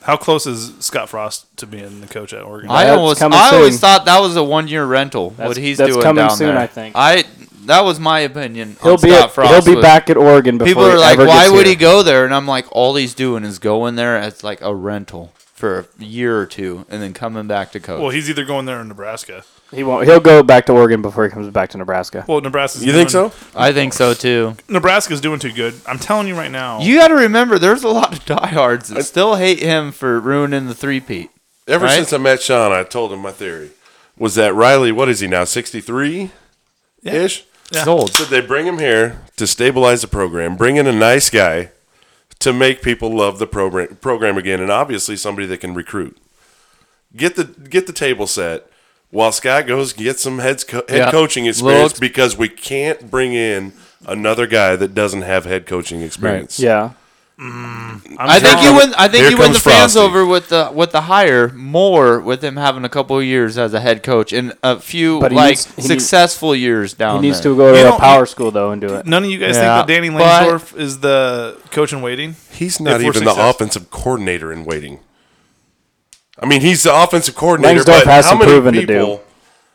How close is Scott Frost to being the coach at Oregon?
I
That's
almost,
coming
I always
soon.
thought that was a one-year rental.
That's-
what he's
that's
doing
coming
down
soon,
there.
I think.
I that was my opinion.
He'll
on
be
Scott
at-
Frost
he'll be
was-
back at Oregon before
People are
he
like,
ever
why
gets
would
here.
he go there? And I'm like, all he's doing is going there as like a rental for a year or two, and then coming back to coach.
Well, he's either going there or Nebraska.
He won't. He'll go back to Oregon before he comes back to Nebraska.
Well, Nebraska's
You think
doing-
so?
I think so too.
Nebraska's doing too good. I'm telling you right now.
You got to remember, there's a lot of diehards that still hate him for ruining the three-peat.
Ever
Right?
since I met Sean, I told him my theory was that Riley, what is he now, 63 ish?
Yeah.
It's old.
Did they bring him here to stabilize the program, bring in a nice guy to make people love the program, program again, and obviously somebody that can recruit? Get the get the table set while Scott goes get some heads co- head
Yeah.
coaching experience
Look-
because we can't bring in another guy that doesn't have head coaching experience.
Yeah.
I'm
I think
telling-
you win. I think
Here
you win the
comes
fans
Frosty.
over with the with the hire more with him having a couple of years as a head coach and a few
But he
like
needs- he needs-
successful years down.
Oh,
He needs
there.
to go
You
to a
don't-
power school though and do it.
None of you guys
Yeah,
think that Danny
but-
Langsdorf is the coach in waiting?
He's not
If we're
even the
successful.
offensive coordinator in waiting. I mean, he's the offensive coordinator,
Langsdorff
but
has
how
some
many
proving to do.
people?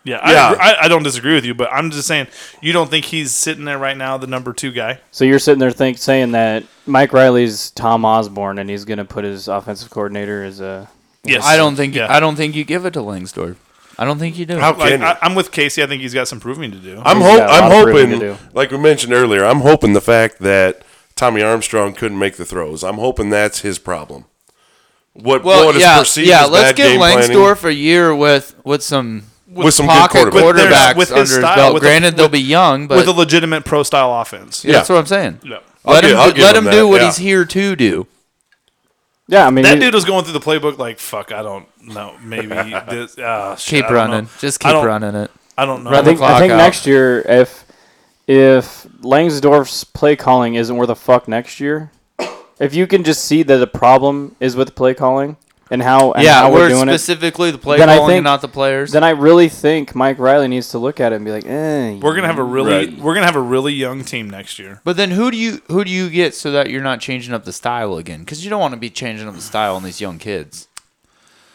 Yeah, I,
Yeah.
agree- I, I don't disagree with you, but I'm just saying you don't think he's sitting there right now, the number two guy.
So you're sitting there think saying that Mike Riley's Tom Osborne and he's going to put his offensive coordinator as a.
Yes,
I don't think.
Yeah.
I don't think you give it to Langsdorff. I don't think you do.
How
Like,
can
I,
you?
I'm with Casey. I think he's got some proving to do.
I'm,
He's
ho-
got a
I'm
lot of proving to
hoping,
do.
like we mentioned earlier, I'm hoping the fact that Tommy Armstrong couldn't make the throws. I'm hoping that's his problem. What,
Well,
what is
yeah,
perceived
yeah.
as
Let's
bad
give
game planning.
Langsdorff a year with with some
With some good
pocket
quarterbacks. With
their-
quarterbacks
with his
under his
style,
belt.
with a-
Granted, they'll
with-
be young, but
with a legitimate pro style offense.
that's what I'm saying.
No.
I'll
Let
gi-
him
I'll
do,
give
let
him
him do
that,
what
yeah.
he's here to do.
Yeah, I mean
That
he-
dude was going through the playbook like, fuck, I don't know. Maybe this. ah, shit,
Keep
I don't
running.
know.
Just
I
keep
don't-
running it.
I don't know.
I think I
clock
think
out.
next year if if Langsdorf's play calling isn't where the fuck next year, if you can just see that the problem is with play calling and how and
Yeah,
how
we're
we're doing it,
specifically the play
Then I
calling,
think-
and not the players.
then I really think Mike Riley needs to look at it and be like, eh,
we're gonna have a really
Right.
we're gonna have a really young team next year.
But then who do you who do you get so that you're not changing up the style again? Because you don't want to be changing up the style on these young kids,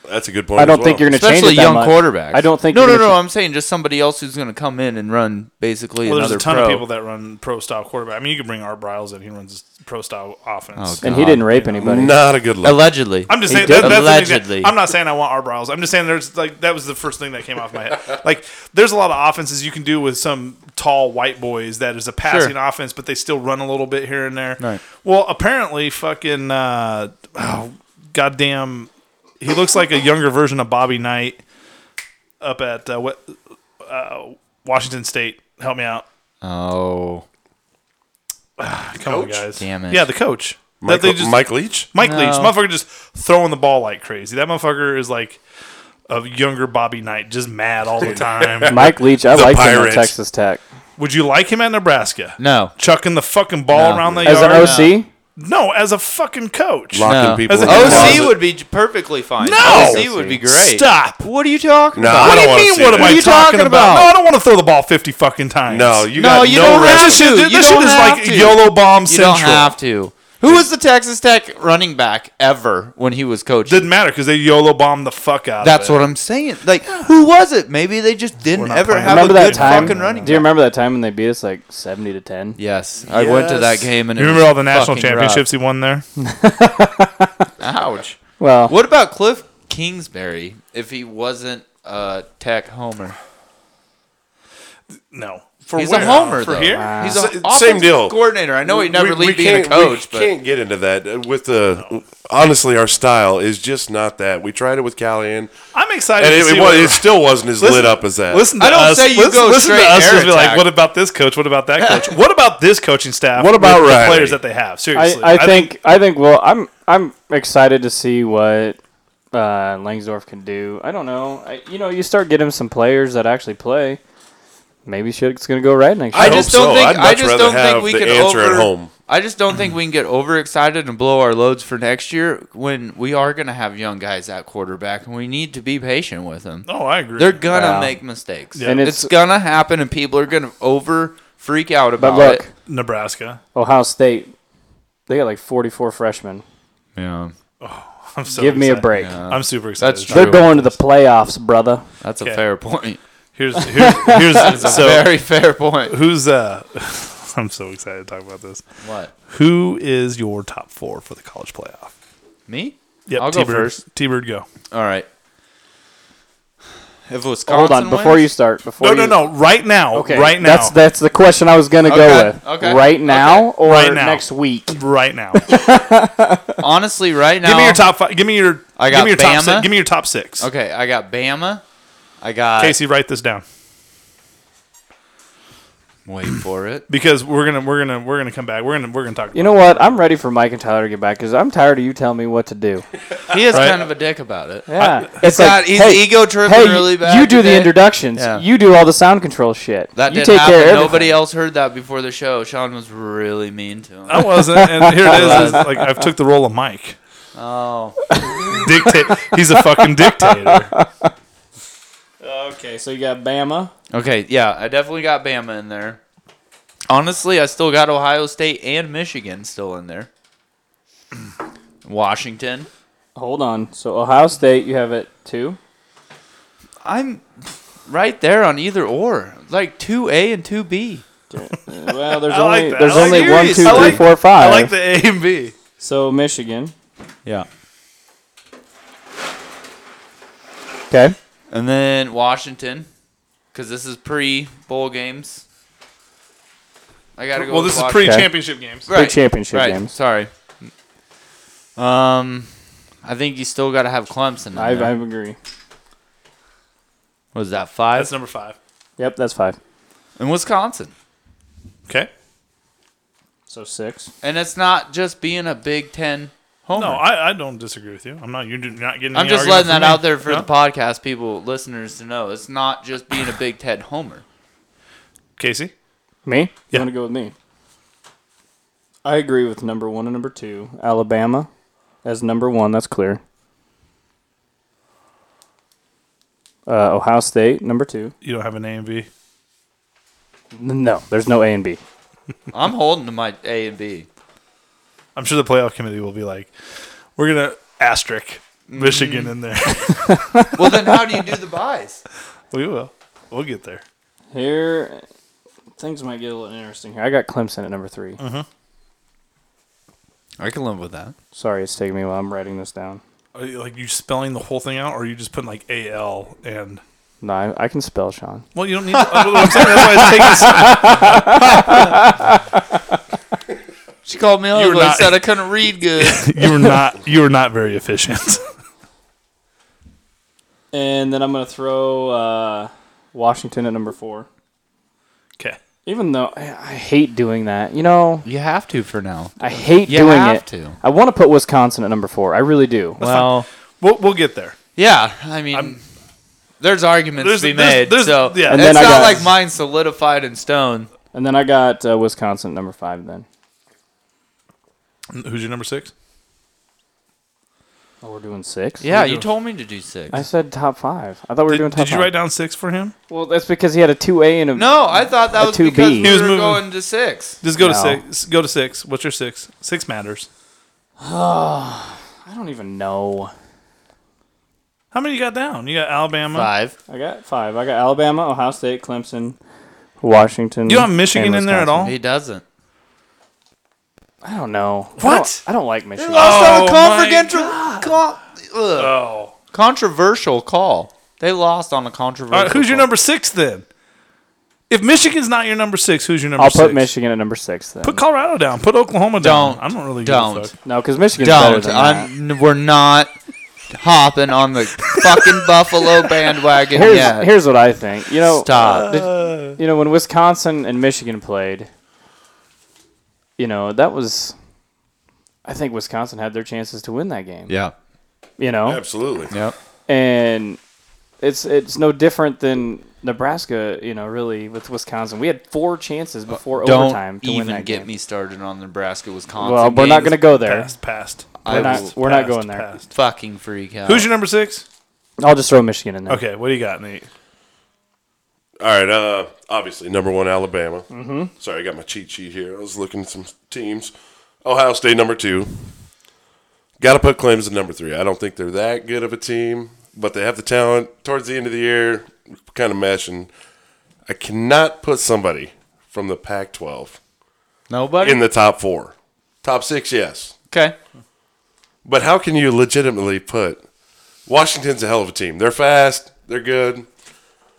That's a good point.
I
as
don't
well.
think you're going to change
especially
it that
young
much.
quarterbacks.
I don't think
No,
you're
no,
gonna
no.
cha-
I'm saying just somebody else who's going to come in and run basically
Well, there's
another
a ton
pro.
of people that run pro style quarterback. I mean, you could bring Art Briles in; he runs pro style offense.
Oh,
and he didn't rape anybody.
Not a good look.
Allegedly,
I'm just
He
saying
did.
that, that's allegedly.
Allegedly.
I'm not saying I want Art Briles. I'm just saying there's like that was the first thing that came off my
(laughs)
head. Like there's a lot of offenses you can do with some tall white boys that is a passing offense, but they still run a little bit here and there.
Right.
Well, apparently, fucking uh, oh, goddamn, he looks like a younger version of Bobby Knight up at uh, what, uh, Washington State. Help me out.
Oh,
Come on,
Coach?
guys.
Damn it.
Yeah, the coach.
Mike,
that they just, Mike,
Mike Leach?
Leach,
No.
motherfucker, just throwing the ball like crazy. That motherfucker is like a younger Bobby Knight, just mad all the
(laughs)
time.
Mike Leach, I
The
liked him at
Pirates.
Texas Tech
Would you like him at Nebraska?
no.
Chucking the fucking ball
No.
around the
as an
yard.
OC.
no, as a fucking coach.
Locking
No.
people
As a
in the
coach.
OC
closet.
would be j- perfectly fine.
No!
OC would be great.
Stop.
What are you talking
No,
about?
I
What do you
wanna
mean?
see
What
that.
am I
What are you
talking
talking
about?
about?
No, I don't want to throw the ball fifty fucking times.
No, you
No,
got
you
no
don't
reference.
have to.
This
You
shit
don't
is
have
like
to.
YOLO bomb
You
central.
don't have to. Who was the Texas Tech running back ever when he was coaching?
Didn't matter because they YOLO bombed the fuck out.
That's
of it.
what I'm saying. Like, who was it? Maybe they just didn't
not
ever
playing.
have
Remember
a
that
good
time?
fucking running.
Do you
back.
remember that time when they beat us like seventy to ten?
Yes, I went to that game and
You
it
remember
was
all the national
fucking
championships he won there?
rough. (laughs) Ouch.
Well,
What about Cliff Kingsbury if he wasn't a Tech homer?
No. For
He's
where?
a homer
For
though.
here?
He's a
S- same
offensive
deal.
coordinator. I know he never leave being
can't,
a coach,
We
but
can't get into that uh, with the. Honestly, our style is just not that. We tried it with Callahan,
I'm excited
and
to
it,
see
it,
what
was, it still wasn't as lit up as that.
Listen to
I don't
us.
say you
listen,
go
listen
straight
to us
air
just be like,
attack.
what about this coach? What about that coach? what about this coaching staff?
What about
with the
Riley?
players that they have?
I,
Seriously,
I think I think well I'm I'm excited to see what uh, Langsdorf can do. I don't know. I, you know, you start getting some players that actually play. Maybe shit's gonna go right next
I
year.
I just
hope
don't
so.
think.
I'd
I
much
just
rather
don't
have
think we
the
can
answer
over.
at home.
I just don't think we can get overexcited and blow our loads for next year when we are going to have young guys at quarterback, and we need to be patient with them.
Oh, I agree.
They're gonna
Wow.
make mistakes,
Yeah.
And
and
it's-
it's, gonna happen, and people are gonna over freak out
But
about
look,
it.
(laughs) Nebraska. (laughs)
Ohio State, they got like 44 freshmen.
Yeah,
I'm so
Give me a
excited.
break.
I'm super excited.
That's
They're
true.
going to the playoffs, brother.
that's
Okay.
(laughs)
a fair point.
Here's here's, here's so
Very fair
(laughs)
point.
who's uh (laughs) I'm so excited to talk about this.
What?
Who is your top four for the college playoff?
Me?
Yep,
I'll go
T-Bird.
first.
T-Bird, go.
All right. If Wisconsin
Hold on, before
wins-
you start. Before
No, no,
you-
no. Right now.
Okay,
Right now.
That's that's the question I was gonna go
Okay,
with.
okay,
Right now or
Right now.
next week?
right now.
honestly, right now.
Give me your top five. Give me your.
I got
give me your
Bama.
top six. Give me your top six.
Okay, I got Bama. I got.
Casey, write this down
Wait for it.
because we're gonna we're gonna we're gonna come back. We're gonna we're gonna talk.
You know what? I'm ready for Mike and Tyler to get back because I'm tired of you telling me what to do.
He is
Right.
kind of a dick about it.
Yeah,
He's got- he's ego tripping
hey,
really
you-
bad
You do the
today.
introductions.
Yeah.
You do all the sound control shit.
That
you
did
take
happen.
care of
Nobody
everything.
else heard that before the show. Sean was really mean to him.
I (laughs) wasn't, and here it is. is like I've took the role of Mike.
Oh,
Dictate. He's a
(laughs)
fucking dictator.
Okay, so you got Bama.
okay, yeah, I definitely got Bama in there. Honestly, I still got Ohio State and Michigan still in there. (clears throat) Washington.
Hold on. So Ohio State, you have it two.
I'm right there on either or, like two A and two B.
Well, there's
(laughs) I like
only
that.
there's
I like
only
yours.
one, two, three,
I
four, five.
like- I like the A and B.
So Michigan.
Yeah,
Okay.
and then Washington, because this is pre bowl games. I gotta go.
Well,
with
this is
Washington.
pre championship games.
Big championship
right.
games.
Sorry. Um, I think you still got to have Clemson. In
I,
there.
I agree.
was that five?
That's number five.
Yep, that's five.
in Wisconsin,
Okay.
So six.
and it's not just being a Big Ten homer.
No, I, I don't disagree with you. I'm not. You're not getting.
I'm
any
just
argument
letting
from
that
me.
out there for
No?
the podcast people, listeners, to know. It's not just being a Big Ten homer.
Casey.
Me? You
Yeah.
want to go with me? I agree with number one and number two. Alabama as number one. That's clear. Uh, Ohio State number two.
You don't have an A and B.
N- No, there's no A and B.
I'm holding to my A and B.
I'm sure the playoff committee will be like, we're gonna asterisk Michigan
Mm.
in there. (laughs)
Well, then how do you do the buys?
we will. We'll get there.
Here, things might get a little interesting here. I got Clemson at number 3
I can live with that.
Sorry, it's taking me a while. I'm writing this down.
Are you, like you spelling the whole thing out, or are you just putting like A L and?
No, I, I can spell Sean.
Well, you don't need. that's what I'm saying. That's why it's taking so-
She called me
You were
over and
not-
said I couldn't read good.
(laughs) you were not you were not very efficient.
And then I'm gonna throw uh, Washington at number four.
(laughs) Okay.
Even though I, I hate doing that, you know,
(laughs) you have to for now.
I hate
You
doing
have
it.
to.
I want to put Wisconsin at number four. I really do.
Well,
We'll we'll get there.
Yeah, I mean,
I'm-
there's arguments
There's-
to be
there's-
made.
there's-
so
yeah.
And
it's
then I
not
got-
like mine solidified in stone.
and then I got uh, Wisconsin at number five. Then
Who's your number six?
oh, we're doing six.
Yeah,
you
you told me to do six.
I said top five. I thought we were
Did,
doing top
did you
five.
write down six for him?
well, that's because he had a two A and a
no, I thought that
A
was
2B.
because
He
we
was
were
moving-
going to six.
Just go to
No.
six. Go to six. What's your six? Six matters.
I don't even know.
How many you got down? You got Alabama.
Five.
I got five. I got Alabama, Ohio State, Clemson, Washington.
You don't have Michigan
and
in there at
Wisconsin.
all?
He doesn't.
I don't know. I
What?
don't, I don't like Michigan.
Oh,
Lost on a
my
confidential- con- ugh.
Oh.
controversial call. They lost on a
All
controversial.
right. Who's your
call.
number six then? If Michigan's not your number six, who's your number
I'll
six?
put Michigan at number six then.
Put Colorado down. Put Oklahoma down.
Don't.
I don't really Give a
Don't.
fuck.
no, because Michigan's better
Don't.
than that.
I'm, n- we're not hopping on the fucking Buffalo bandwagon
Here's,
yet.
here's what I think. You know,
Uh,
Stop.
you know when Wisconsin and Michigan played, you know that was. I think Wisconsin had their chances to win that game.
yeah.
You know,
Absolutely.
Yep.
and it's it's no different than Nebraska. You know, really with Wisconsin, we had four chances before
Don't
overtime to
even
win that
get
game.
me started on the Nebraska Wisconsin.
well, we're not going to go there.
Passed. Passed.
I
We're not.
was
We're not
Passed,
going there.
passed.
fucking freak out.
Who's your number six?
I'll just throw Michigan in there.
Okay, what do you got, Nate?
All right. Uh, obviously, number one, Alabama. Mm-hmm. Sorry, I got my cheat sheet here. I was looking at some teams. Ohio State, number two. Got to put Clemson number three. I don't think they're that good of a team, but they have the talent. Towards the end of the year, kind of mesh, and I cannot put somebody from the Pac-12
Nobody.
in the top four, top six, yes.
okay.
But how can you legitimately put Washington's a hell of a team? They're fast, they're good.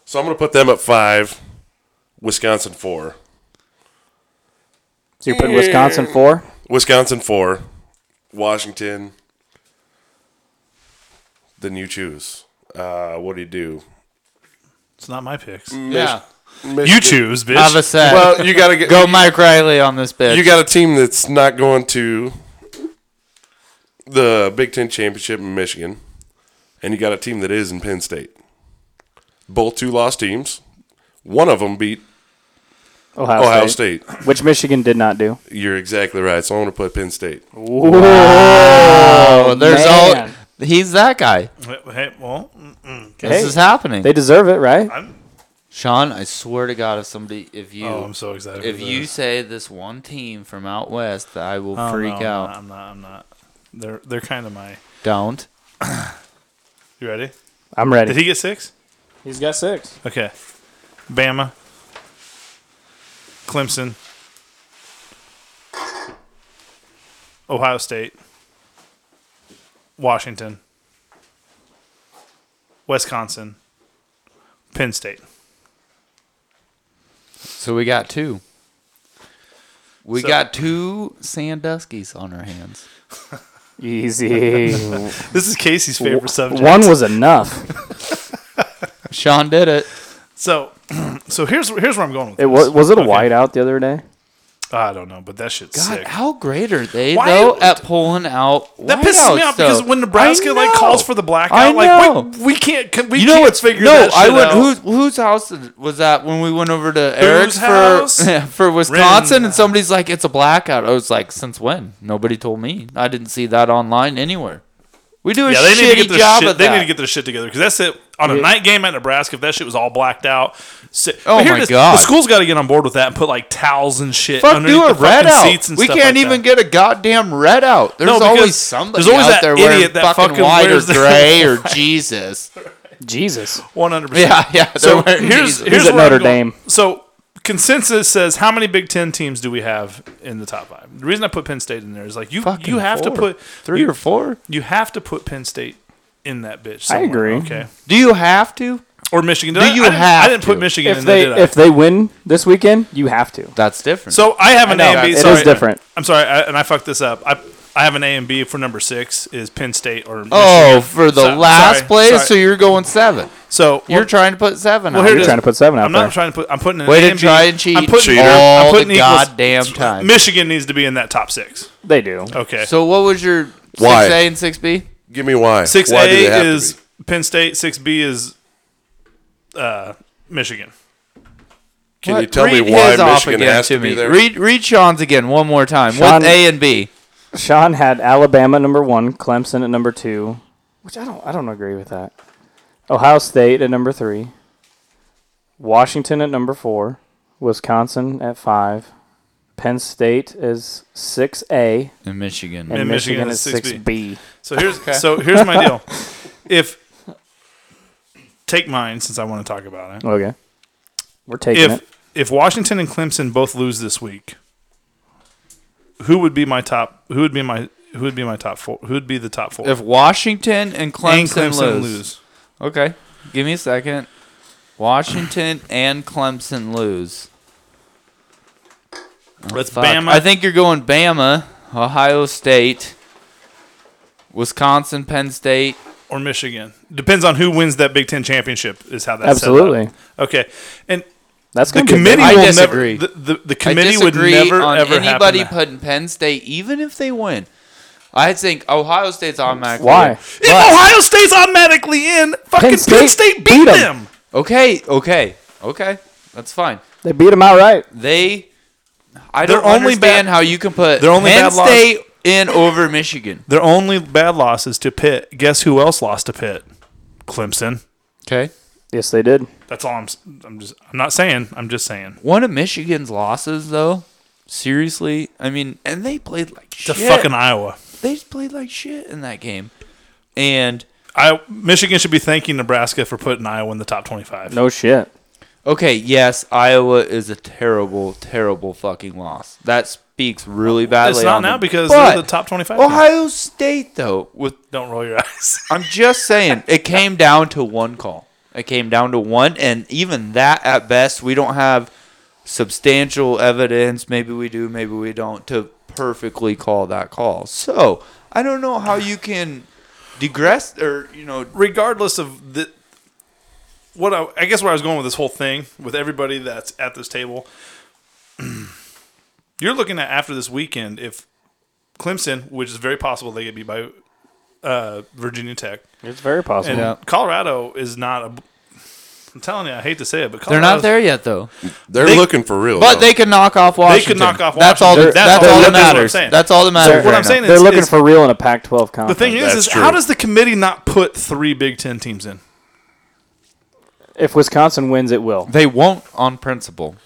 So I'm going to put them at five, Wisconsin four,
So you're putting Wisconsin four?
Wisconsin four, Washington. Then you choose. Uh, what do you do?
It's not my picks.
Yeah.
You choose, bitch.
Have a set.
Well, you got to
Go Mike Riley on this bitch.
You got a team that's not going to the Big Ten championship in Michigan, and you got a team that is in Penn State. Both two lost teams. One of them beat
Ohio,
Ohio
State,
State.
Which Michigan did not do.
You're exactly right. So I'm going to put Penn State.
oh, there's
man.
all. He's that guy.
Hey, well, mm-mm.
Hey,
This is happening.
They deserve it, right?
Sean, I swear to God, if somebody, if you,
oh, I'm so excited.
if
for
you
this.
say this one team from out west, I will
Oh,
freak
no,
out.
I'm not. I'm not. I'm not. They're they're kind of my.
Don't.
You ready?
I'm ready.
Did he get six?
He's got six.
Okay. Bama. Clemson. Ohio State. Washington. Wisconsin. Penn State.
So we got two. We
So-
got two Sandusky's on our hands.
Easy. (laughs)
This is Casey's favorite subject.
One was enough.
Sean did it.
so, (clears throat) so here's here's where I'm going with
It was. Was it a
(laughs) Okay.
whiteout the other day?
I don't know, but that shit's
God,
sick.
how great are they
Why-
though at pulling out?
That pisses me off because when Nebraska like calls for the
I
blackout,
know.
like we, we can't can- we
you know
can't
what's
figure
no,
that
I
shit
would.
out.
Whose whose house was that when we went over to Eric's (laughs)
house?
for for Wisconsin?
Ren-
And somebody's like, "It's a blackout." I was like, "Since when?" Nobody told me. I didn't see that online anywhere. We do a
yeah, they
shitty
need to get their
job
shit.
at
They
that.
need to get their shit together because that's it. On a night game at Nebraska, if that shit was all blacked out, si-
Oh
but here
my
it is.
God.
the school's got to get on board with that and put like towels and shit
Fuck,
underneath
do a
the
red
fucking
out.
seats and
we
stuff.
can't
like
even
that.
get a goddamn red out. There's
No, because
always somebody
there's always
out
that
there
idiot
wearing
that
fucking,
fucking
white or
wears the- (laughs)
gray or Jesus. (laughs)
Jesus.
one hundred percent.
Yeah, yeah. they're
So
wearing
here's
Jesus.
here's
at
where I'm
Notre
going.
Dame.
So consensus says how many Big Ten teams do we have in the top five? The reason I put Penn State in there is like you
Fucking
you have
four.
to put
three
you,
or four.
You have to put Penn State in that bitch.
I
somewhere,
agree.
Okay.
Do you have to?
Or Michigan. Did
Do
I-
you
I, didn't-
have
I didn't put
to?
Michigan
If
in
they
there. Did I?
if they win this weekend, you have to.
That's different.
so I have an
I
A
know,
and B.
it is
sorry,
different.
I'm sorry, I, and I fucked this up. I I have an A and B for number six is Penn State or Michigan.
oh, for the
So-
last
sorry,
place,
sorry.
so you're going seven.
so
You're
well,
trying to put seven.
Well,
out.
here it
You're
is.
trying to put seven out
I'm
there.
not trying to put. I'm putting. An
Way
A
to
and
try
B.
and cheat
I'm putting
Cheater.
I'm
all the
putting equals-
goddamn time.
Michigan needs to be in that top six.
They do.
Okay.
So what was your six
Why?
A and six B?
Give me why.
Six
why do they have
A
to
is
be?
Penn State. Six B is uh, Michigan.
Can you
What?
tell me
Read
why
his off
Michigan
again
has to be there?
Read read Sean's again one more time.
Sean-
What's A and B?
Sean had Alabama at number one, Clemson at number two, which I don't I don't agree with that. Ohio State at number three, Washington at number four, Wisconsin at five, Penn State is six A,
In Michigan.
and,
And
Michigan,
Michigan
is
is
six
6B.
B.
So here's so here's
(laughs)
my deal. If take mine since I want to talk about it.
Okay, we're taking
if
it.
if Washington and Clemson both lose this week, who would be my top? Who would be my who would be my top four? Who would be the top four?
If Washington and Clemson,
and Clemson
lose.
lose,
Okay. Give me a second. Washington and Clemson lose.
that's
Oh, Fuck.
Bama.
I think you're going Bama, Ohio State, Wisconsin, Penn State.
or Michigan depends on who wins that Big Ten championship. Is how that's set up.
Absolutely,
okay. And
that's
the
gonna be a
committee
good-
I
will
disagree.
never. The, the,
I
the committee would
disagree
never
on
ever
anybody
happen.
putting Penn State, even if they win. I think Ohio State's automatically.
Why?
if Ohio State's automatically in, fucking Penn State,
State beat
beat
'em.
them.
Okay, okay, okay. That's fine.
They beat them outright.
They. I
Their
don't
only
understand
bad-
how you can put
their only
Penn
bad loss-
State in over Michigan.
Their only bad loss is to Pitt. Guess who else lost to Pitt? Clemson.
Okay.
Yes, they did.
That's all I'm. s- I'm just. I'm not saying. I'm just saying.
One of Michigan's losses, though. Seriously, I mean, and they played like shit.
To fucking Iowa.
they just played like shit in that game, and
I Michigan should be thanking Nebraska for putting Iowa in the top twenty-five.
No shit.
Okay, yes, Iowa is a terrible, terrible fucking loss. That speaks really badly.
it's not
on
now
them.
because
But
they're the top twenty-five.
Ohio State, though, with
Don't roll your eyes.
I'm just saying, it came down to one call. It came down to one, and even that, at best, we don't have substantial evidence. Maybe we do, maybe we don't, to perfectly call that call. So I don't know how you can digress or you know
regardless of the what I, I guess where I was going with this whole thing with everybody that's at this table, (clears throat) you're looking at after this weekend if Clemson, which is very possible they get beat by uh, Virginia Tech,
It's very possible.
and
Yeah.
Colorado is not a. I'm telling you, I hate to say it, but
they're
Colorado's,
not there yet though.
They're
They-
looking for real.
But
though.
they can knock off
could
Washington.
knock off
That's all.
Washington.
That, that's, all
That's all-
that
that's what I'm
matters.
saying.
That's all that matters.
They're-
What
right
I'm
now.
saying
They're
is,
looking
is
for real in a Pac-12
the
conference.
thing is,
That's
is
true.
how does the committee not put three Big Ten teams in?
if Wisconsin wins, it will.
They won't on principle.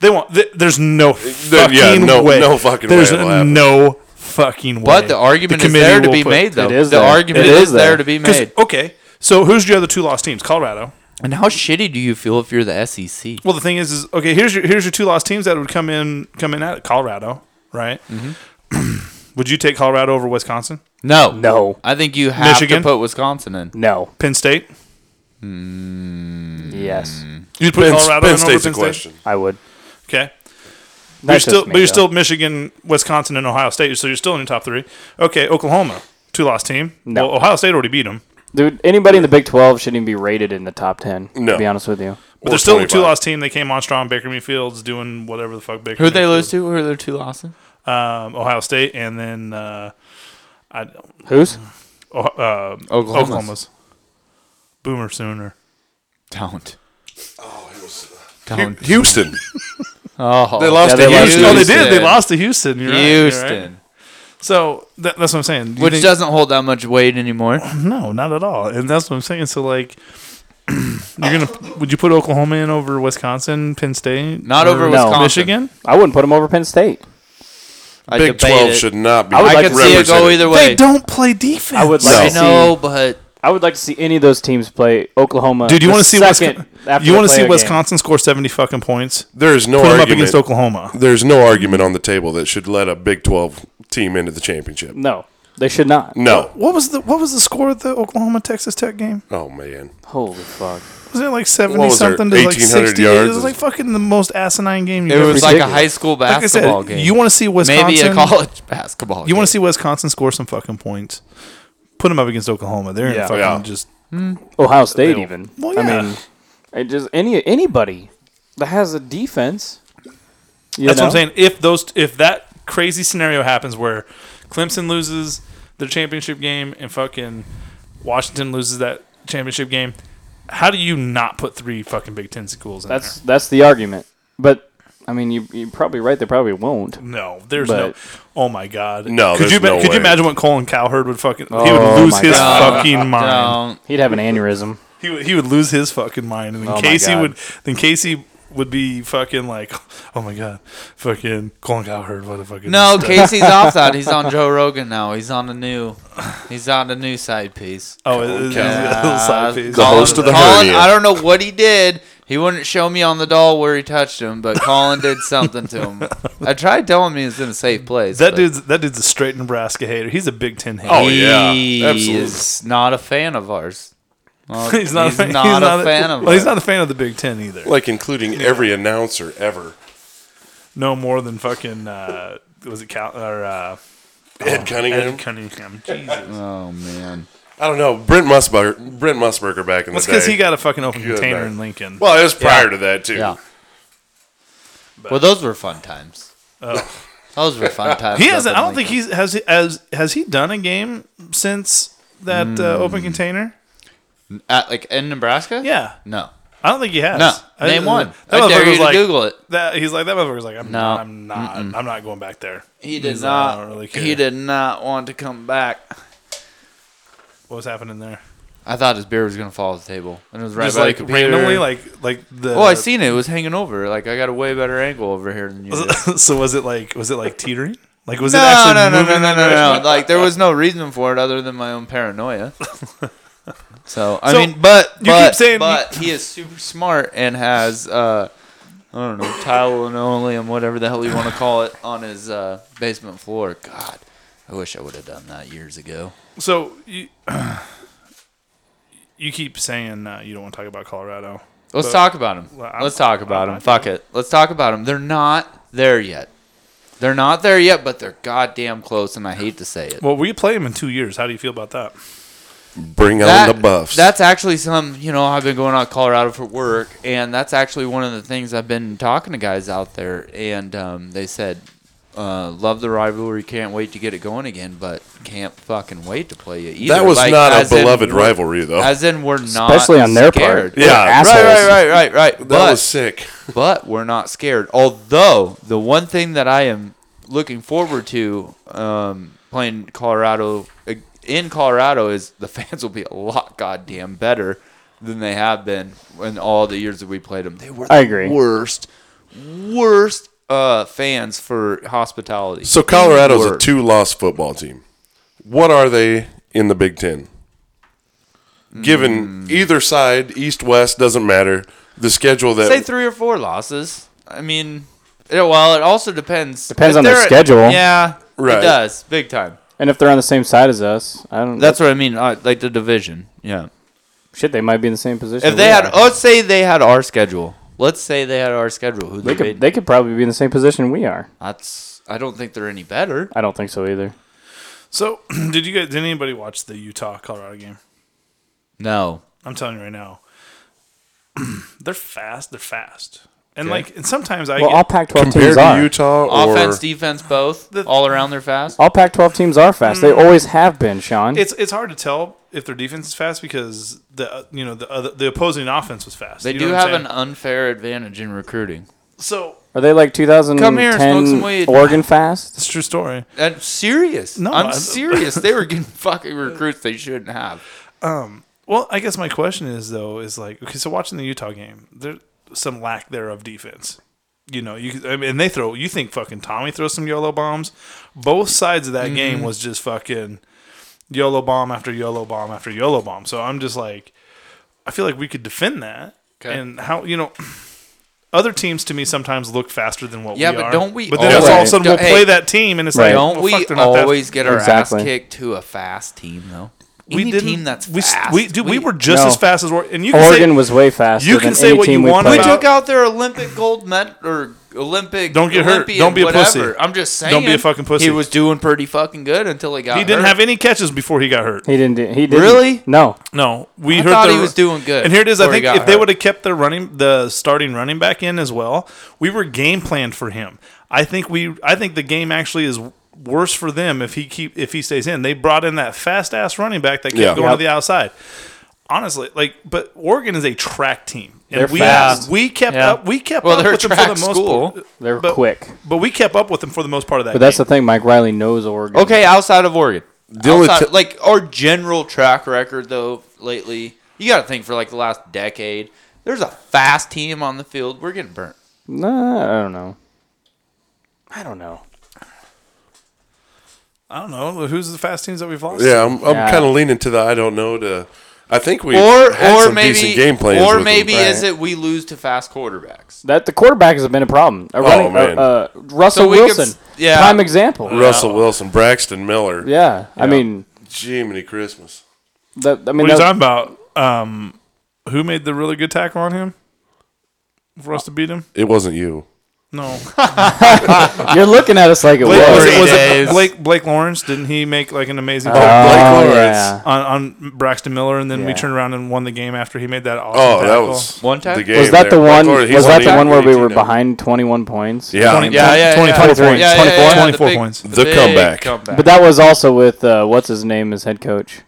They won't. th there's no
There-
fucking
yeah, no-
way.
no fucking way
there's
it'll happen.
no fucking way.
But the argument is
committee
there to
will
be
put-
made, though.
It is
the
there.
argument
It
is
is there.
there to be
'Cause,
made.
Okay, so who's your other two lost teams? Colorado.
And how shitty do you feel if you're the E SEC?
Well, the thing is, is okay. Here's your here's your two lost teams that would come in come in at it. Colorado, right? (clears throat) would you take Colorado over Wisconsin,
No,
No.
I think you have
Michigan?
to put Wisconsin in.
No.
Penn State? Mm.
Yes,
You'd put
Penn,
Colorado
Penn
in over
State's
Penn State.
a question.
I would.
Okay, but you're
That's
still
just me,
but you're
though.
still Michigan, Wisconsin, and Ohio State. So you're still in your top three. Okay, Oklahoma, two lost team.
No.
Well, Ohio State already beat them,
dude. Anybody in the Big 12 shouldn't even be rated in the top 10.
No.
to be honest with you.
but they're still a two lost team. They came on strong. Baker Mayfield's doing whatever the fuck Baker.
Who'd they lose
Mayfield-
to? Who are their two losses?
Um, Ohio State, and then uh, I
Who's?
Oh, uh,
Oklahoma's.
Oklahoma's. Boomer Sooner.
Don't.
Hu-
Don't.
Houston.
Oh,
They
Yeah,
lost to
they lost
Houston.
to
Oh,
Houston.
they did. They lost to Houston. You're right, you're right.
Houston,
So that, that's what I'm saying. You
which
think-
doesn't hold that much weight anymore.
no, not at all. And that's what I'm saying. So like, (clears throat) you're gonna would you put Oklahoma in over Wisconsin, Penn State,
Not
or
over
No.
Wisconsin.
Michigan?
I wouldn't put them over Penn State.
I
Big
debate
12
it.
should not be.
I would
I
like
could see it go
represented.
either
They
way.
don't play defense.
I would
No.
like
I
to see.
know, but
I would like to see any of those teams play Oklahoma.
Dude, you
want to
see
second?
Wisconsin? You
want to
see Wisconsin score 70 fucking points?
There is no
Put them up
argument.
against Oklahoma.
There's no argument on the table that should let a Big 12 team into the championship.
No, they should not.
No.
What was the what was the score of the Oklahoma Texas Tech game?
Oh man.
Holy fuck!
Was it like seventy
What was there,
something to like
1,800
sixty?
yards?
It was like fucking the most asinine game you
it
ever
was
It's
like a
ridiculous.
high school
Like I said,
basketball game.
You want to see Wisconsin?
maybe a college (laughs) basketball.
You
game.
want to see Wisconsin score some fucking points? Put them up against Oklahoma. They're
Yeah.
in fucking
Yeah.
just.
Ohio State, even.
Well, yeah.
I mean, it just any anybody that has a defense. you
That's
know?
what I'm saying. If those, if that crazy scenario happens where Clemson loses their championship game and fucking Washington loses that championship game, how do you not put three fucking Big Ten schools in
That's that's the argument. But I mean, you you're probably right. They probably won't.
there? No, there's no.
But-
Oh my god.
No,
Could
there's
you
no
could
way.
you imagine what Colin Cowherd would fucking? he
Oh
would lose
my
his
God.
fucking mind.
Don't.
He'd have an aneurysm.
He would, he would lose his fucking mind, and then
Oh my
Casey
God.
would then Casey would be fucking like, oh my god, fucking Colin Cowherd, what a fucking
No,
stud."
Casey's off that. He's
(laughs)
on Joe Rogan now. He's on a new. He's on a new side piece.
oh, it- it's-
Cowherd.
it's side
Uh,
piece.
The
Colin-
host of the
Colin,
hernia.
I don't know what he did. He wouldn't show me on the doll where he touched him, but Colin did something to him.
(laughs)
I tried telling him he was in a safe place.
That
but
dude's that dude's a straight Nebraska hater. He's a Big Ten hater.
Oh, yeah.
he
Absolutely.
is not a fan of ours. Well,
(laughs) he's not a fan,
Oh, not
he's
a
not a-
fan of
(laughs) well, he's
ours.
not a fan of the Big Ten either.
Like including every announcer ever.
No more than fucking uh, was it Cal or uh,
Ed Cunningham.
Ed Cunningham?
(laughs)
Jesus,
Oh man,
I don't know. Brent Musburger. Brent Musburger back in the
that's
day.
because he got a fucking open
Good
container
night.
in Lincoln.
Well, it was prior to that too.
yeah. Well, those were fun times. Those were
(laughs)
fun times.
Oh. He
up
hasn't.
in
I don't think
Lincoln.
he's has he- has has he done a game since that uh,
Hmm.
open container.
At, like in Nebraska.
Yeah,
No.
I don't think he has.
No.
I,
Name one.
That
I dare
motherfucker
you
was
to
like,
Google it.
That he's like that motherfucker's like I'm
No.
not I'm not I'm not going back there.
He did
He's like, I
not.
don't really care.
he did not want to come back.
What was happening there?
I thought his beer was gonna fall off the table, and it was right
Just
by
like
the computer.
randomly, like like the.
oh, I seen it. It was hanging over. Like I got a way better angle over here than you. Did.
(laughs) so was it like was it like teetering? Like was it
No,
actually
no, no, no,
moving
no,
in
no,
that
no,
direction? (laughs)
Like there was no reason for it other than my own paranoia. So I
So,
mean, but
you keep
but,
saying-
but he is super smart and has uh, I don't know tile linoleum, whatever the hell you want to call it, on his uh, basement floor. God, I wish I would have done that years ago.
So you, (sighs) you keep saying uh, you don't want to talk about Colorado.
Let's
But-
talk about him.
Well, I'm-
Let's talk about
I'm
him.
not
Fuck it. Let's talk about him. They're not there yet. They're not there yet, but they're goddamn close, and I hate to say it.
Well, we play him in two years. How do you feel about that?
Bring on the buffs.
That's actually some, you know, I've been going out to Colorado for work, and that's actually one of the things I've been talking to guys out there, and um, they said, uh, love the rivalry, can't wait to get it going again, but can't fucking wait to play you either.
that was
Like,
not a
as in
beloved
we're-
rivalry though.
As in, we're not
especially on their
scared.
part.
Yeah.
They're
Right,
Right,
assholes.
right, right, right, right.
that
but,
was sick.
but we're not scared. Although the one thing that I am looking forward to um, playing Colorado uh, in Colorado is the fans will be a lot goddamn better than they have been in all the years that we played them. They were the
I agree.
worst, worst uh, fans for hospitality.
So Colorado's a
Worst.
two-loss football team. What are they in the Big Ten?
Hmm.
Given either side, East West doesn't matter. The schedule that
say three or four losses. I mean, yeah, well, it also depends.
Depends
If
on their
they're-
schedule.
Yeah,
Right.
it does big time.
And if they're on the same side as us, I don't.
That's what I mean. uh, Like the division. Yeah.
shit. They might be in the same position.
If they
we
had,
are.
oh, let's say they had our schedule. Let's say they had our schedule. Who they,
they could
made-
they could probably be in the same position we are.
That's. I don't think they're any better.
I don't think so either.
So (clears throat) did you guys? Did anybody watch the Utah Colorado game?
No.
I'm telling you right now, (clears throat) they're fast. They're fast. And
Okay.
like, and sometimes I
Well,
get,
all Pac-12
compared
teams
to
are.
Utah or
Offense, defense, both. all around, they're fast.
All Pac-12 teams are fast.
Hmm.
They always have been, Sean.
(clears throat) it's it's hard to tell if their defense is fast because the uh, you know the other the opposing offense was fast.
They
You know
do
what I'm
have an
saying?
unfair advantage in recruiting.
so
are they like
Come here, smoke some
2010
weed.
Oregon fast?
it's a true story.
That's serious.
No,
I'm
I-
serious. they
(laughs)
were getting fucking recruits they shouldn't have.
Well, I guess my question is though is like okay, so watching the Utah game, there's some lack there of defense. You know, you I mean, and they throw. You think fucking Tommy throws some YOLO bombs? Both sides of that
Mm-hmm.
game was just fucking YOLO bomb after YOLO bomb after YOLO bomb. So I'm just like, I feel like we could defend that.
'Kay.
And how you know, other teams to me sometimes look faster than what
Yeah,
we
but
are.
don't we
But then it's all of a
always-
sudden we'll
don't- hey,
play that team, and it's
Right.
like,
Don't
well,
we
fuck, they're not that-
always get our
Exactly.
ass kicked to a fast team though?
we
Any
didn't,
team that's
we, s-
fast.
We, dude, we, were just
No.
as fast as Oregon. And you can say-
Oregon was way faster.
you can
than
say
any
what you
team we
want
played.
We
about-
took out their Olympic gold medal or Olympic.
Don't get hurt.
Olympian
Don't be a
whatever.
pussy.
I'm just saying.
Don't be a fucking pussy.
He was doing pretty fucking good until he got.
He didn't
hurt.
have any catches before he got hurt.
He didn't. Do, he didn't.
Really?
No.
No, we
I
heard
thought
the-
he was doing good
And here it is. I
before he
think
got
if they
hurt.
would have kept their running, the starting running back in as well, we were game planned for him. I think we. I think the game actually is worse for them if he keep if he stays in. They brought in that fast ass running back that kept
Yeah.
going
Yep.
to the outside. Honestly, like, but Oregon is a track team, and
They're
we
fast.
we kept
Yeah.
up. We kept
Well,
up
they're
with them for
track
the most
school.
part.
They're
But-
quick.
But we kept up with them for the most part of that.
But that's
game.
the thing. Mike Riley knows Oregon.
Okay, outside of Oregon,
only
Outside-
t-
like our general track record though lately, you got to think for like the last decade. There's a fast team on the field. We're getting burnt.
Nah, I don't know. I don't know.
I don't know who's the fast teams that we've lost.
yeah, I'm, I'm
Yeah.
kind of leaning to the I don't know to. I think we
Or
had
or
some
maybe
decent game plans. with
or
them.
maybe is
Right.
it we lose to fast quarterbacks?
That the quarterback has been a problem.
Oh,
A running, uh,
man.
uh, Russell
So we could s-
Wilson,
yeah.
prime example.
uh,
Russell Wilson, Braxton Miller.
Yeah, I mean,
Jiminy Christmas.
that, I mean,
What are you
that-
talking about? Um, who made the really good tackle on him for us to beat him?
It wasn't you.
(laughs)
No,
you're looking at us like it
Blake,
was.
was it, was
days.
it Blake Blake Lawrence? Didn't he make like an amazing
Uh-huh.
Oh,
tackle
Lawrence.
yeah.
on, on Braxton Miller? And then we
Yeah.
turned around and won the game after he made that awesome
Oh, that
tackle.
was
One time?
The
Was
game
Was that
there.
the one?
Or he
Was that
wasn't
the
even
one where we were
18, no.
behind 21 points?
Yeah,
20
Yeah, yeah, yeah.
24
23,
points.
yeah, yeah,
24,
yeah, the
24
big-
points.
The
big
comeback.
But that was also with uh, what's his name as head coach.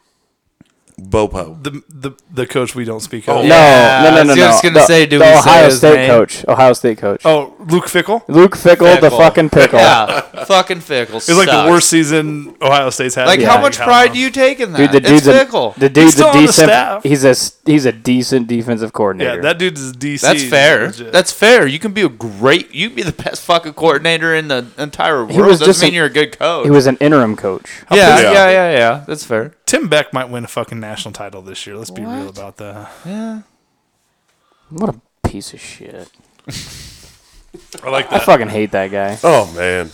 Bopo.
The, the the coach we don't speak of.
Oh.
Oh,
No,
Yeah,
no, no,
I was
no.
just
no.
gonna
The-
say, do
the
we say
Ohio
his
State
name?
coach. Ohio State coach.
Oh, Luke Fickle.
Luke Fickle, the
Fickle.
fucking pickle.
Oh, Yeah, fucking fickle.
It's like the worst season Ohio State's had.
Like
in
how
like,
much
I don't
pride
know.
do you take in that?
Dude, the
it's
dude's
fickle.
a the dude's
still
a
on the
decent.
staff.
he's a s- he's a decent defensive
Yeah,
coordinator.
that dude is DC.
That's fair.
Legit.
That's fair. You can be a great. You can be the best fucking coordinator in the entire world.
was
Doesn't
just
mean
an-
you're a good coach.
he was an interim coach.
yeah,
Yeah.
yeah, yeah, yeah. That's fair.
Tim Beck might win a fucking national title this year. Let's be real
What?
about that.
Yeah.
What a piece of shit.
I like
I
that.
fucking hate that guy.
Oh man,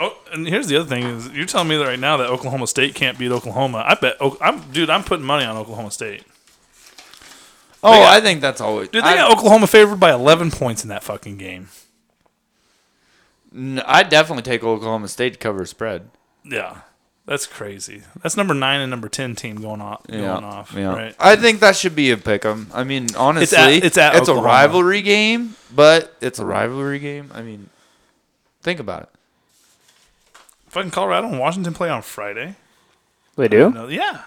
Oh, and here's the other thing: is you're telling me that right now that Oklahoma State can't beat Oklahoma. I bet. Oh, I'm dude. I'm putting money on Oklahoma State.
Oh,
got-
I think that's always.
Dude, they
I,
got Oklahoma favored by 11 points in that fucking game.
n- I'd definitely take Oklahoma State to cover spread.
Yeah, that's crazy. That's number nine and number 10 team going off. Going
Yeah,
off.
yeah.
Right.
I think that should be a pick 'em. I mean, honestly,
it's at
a
Oklahoma.
rivalry game, but it's a rivalry game. I mean, think about it.
Fucking Colorado and Washington play on Friday.
They do?
No, yeah.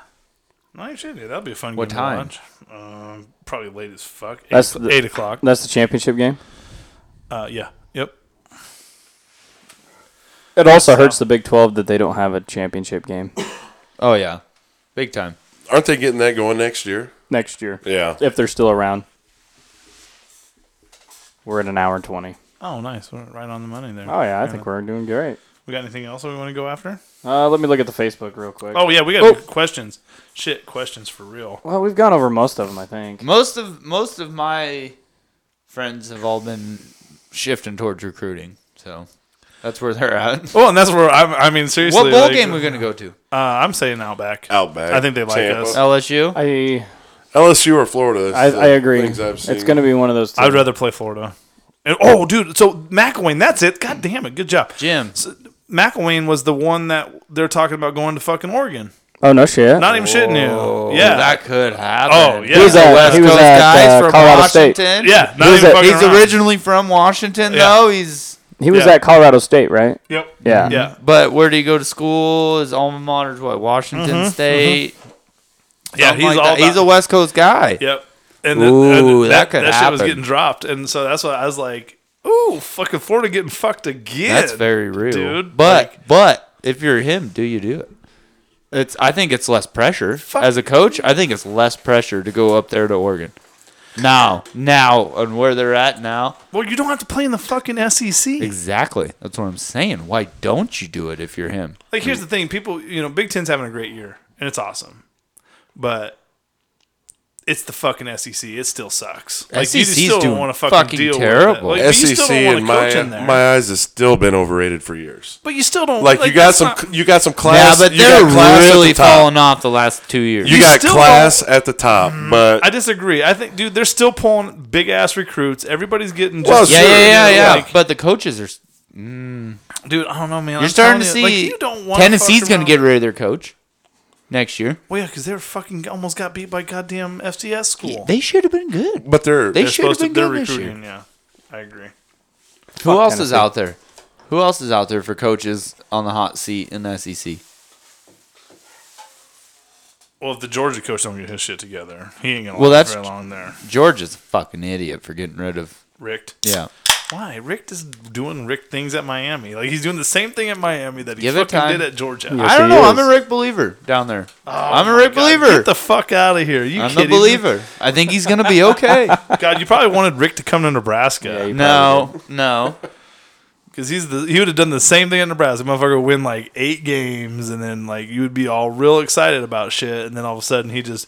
No, you should do. That'd be a fun
What
game
time?
to watch. Um, probably late as fuck. Eight,
That's
o'clock-
the-
eight o'clock.
That's the championship game.
Uh, yeah. Yep.
It also hurts the Big 12 that they don't have a championship game
Oh yeah, big time.
aren't they getting that going next year?
next year
Yeah.
if they're still around. We're at an hour and 20.
Oh, nice. We're right on the money there.
Oh, yeah, I think we're doing great.
We got anything else that we want to go after?
Uh, let me look at the Facebook real quick.
Oh, yeah. We got
Oh.
questions. Shit, questions for real.
Well, we've gone over most of them, I think.
Most of most of my friends have all been shifting towards recruiting, so that's where they're at.
Well, and that's where I'm, I mean, seriously.
what bowl
like,
game are we gonna go to?
Uh, I'm saying Outback.
Outback,
I think they like
Tampa.
us.
LSU.
I
LSU or Florida? is
I,
the
I agree.
Things I've seen.
It's going to be one of those two.
I'd rather play Florida. And, oh, dude. So McElwain, that's it. God damn it. Good job.
Jim.
So, McElwain was the one that they're talking about going to fucking Oregon.
oh, no shit.
Not even shitting you. Yeah.
that could happen.
Oh, yeah.
Oh. he was at,
West
he was
Coast
at,
guys
uh,
from
Colorado
Washington.
State.
yeah. Not
Who's
even
that?
fucking
He's
around.
originally from Washington,
Yeah.
though. He's
He was
Yeah.
at Colorado State, right?
Yep.
Yeah.
Yeah.
but where did he go to school? His alma mater is what Washington State.
Mm-hmm. Yeah.
Something
He's
like
all.
that. he's a
about-
West Coast guy.
Yep. And,
Ooh,
and
that could
that shit was
happen.
getting dropped, and so that's why I was like, "Ooh, fucking Florida getting fucked again."
That's very real,
dude.
But
Like-
but if you're him, do you do it? It's I think it's less pressure
Fuck.
as a coach. I think it's less pressure to go up there to Oregon. Now, now, and where they're at now,
Well, you don't have to play in the fucking E SEC.
exactly. That's what I'm saying. Why don't you do it if you're him?
Like, here's the thing: people, you know, Big Ten's having a great year, and it's awesome, but it's the fucking SEC. It still sucks. Like, you just
SEC's
still
E doing
don't want to fucking,
fucking
deal
terrible. E
with it. Like, but you
SEC
still don't
E in
want to
my
coach in there.
my eyes has still been overrated for years.
but you still don't
Like, you got
that's
some
not-
you got some
Yeah,
class.
but
you
they're
got class at the
really
top.
falling off the last two years.
You,
You
got
still
class at the top,
Mm-hmm.
but
I disagree. I think, dude, they're still pulling big ass recruits. Everybody's getting
Well,
just,
yeah,
sure,
yeah,
you know,
yeah, yeah.
like-
but the coaches are. s-
dude. I don't know, man.
You're
I'm
starting to
telling
see.
you, like, you don't want
Tennessee's going to get rid of their coach next year.
Well, yeah, because they were fucking almost got beat by goddamn FCS school.
They should have been good.
but they're
They
They're
should have
supposed to.
been
They're
good this year.
recruiting. Yeah, I agree.
Who else is
Tennessee.
out there? Who else is out there for coaches on the hot seat in the E SEC?
Well, if the Georgia coach don't get his shit together, he ain't gonna
Well,
last
that's-
very long there.
Georgia's a fucking idiot for getting rid of.
Rick,
Yeah,
why? Rick is doing Rick things at Miami. Like he's doing the same thing at Miami that he
Give it
fucking
time.
did at Georgia. oh
Yeah. Yes,
I don't
he
know.
is.
I'm a Rick believer down there. I'm a
my
Rick
God,
believer.
Get the fuck out of here! You
I'm a
kidding?
believer. I think he's gonna be
(laughs)
okay.
Me? (laughs) God, you probably wanted Rick to come to Nebraska
Yeah,
no, no.
because he's the he would have done the same thing at Nebraska. Motherfucker would win like eight games, and then like you would be all real excited about shit, and then all of a sudden he just.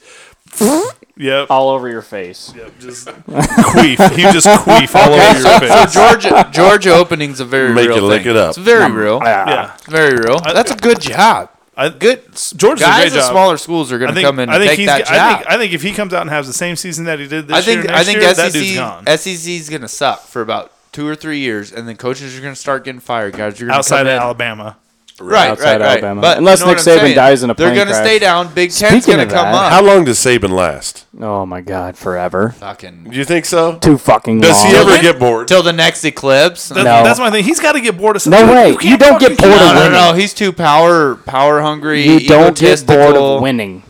(laughs) Yep.
All over your face.
Yep, just (laughs) queef. He just queef all over
(laughs)
your face.
Georgia, Georgia opening's a very
Make
real
you lick
thing.
it up.
It's very real.
Ah.
Yeah,
It's very real. That's a good job.
I,
Good.
Georgia's a
guys
great
at
job.
smaller schools are
I
gonna
think.
come in
I
and
think
take
he's.
that
I
job.
think. I think if he comes out and has the same season that he did this
I think
year,
I
next
think E
year, that dude's gone.
SEC SEC's gonna suck for about two or three years, and then coaches are gonna start getting fired. Guys, you're gonna
Outside
come
of
in.
Alabama,
right,
Outside
right, right.
Alabama.
But
Unless
you know
Nick
what I'm
Saban
saying?
dies in a
they're
plane
gonna
crash.
stay down. Big Ten's
Speaking
gonna
of
come
that,
up.
How long does Saban last?
Oh, my God, forever.
Fucking
Do you think so?
Too fucking
Does
long.
he ever get bored?
till the next eclipse.
That-
no,
No.
that's my thing. He's got to get bored of
No
something.
way. You
can't
don't get
fucking-
bored
no,
of
no,
winning.
no. He's too power power hungry.
You don't get bored
egotistical.
of winning.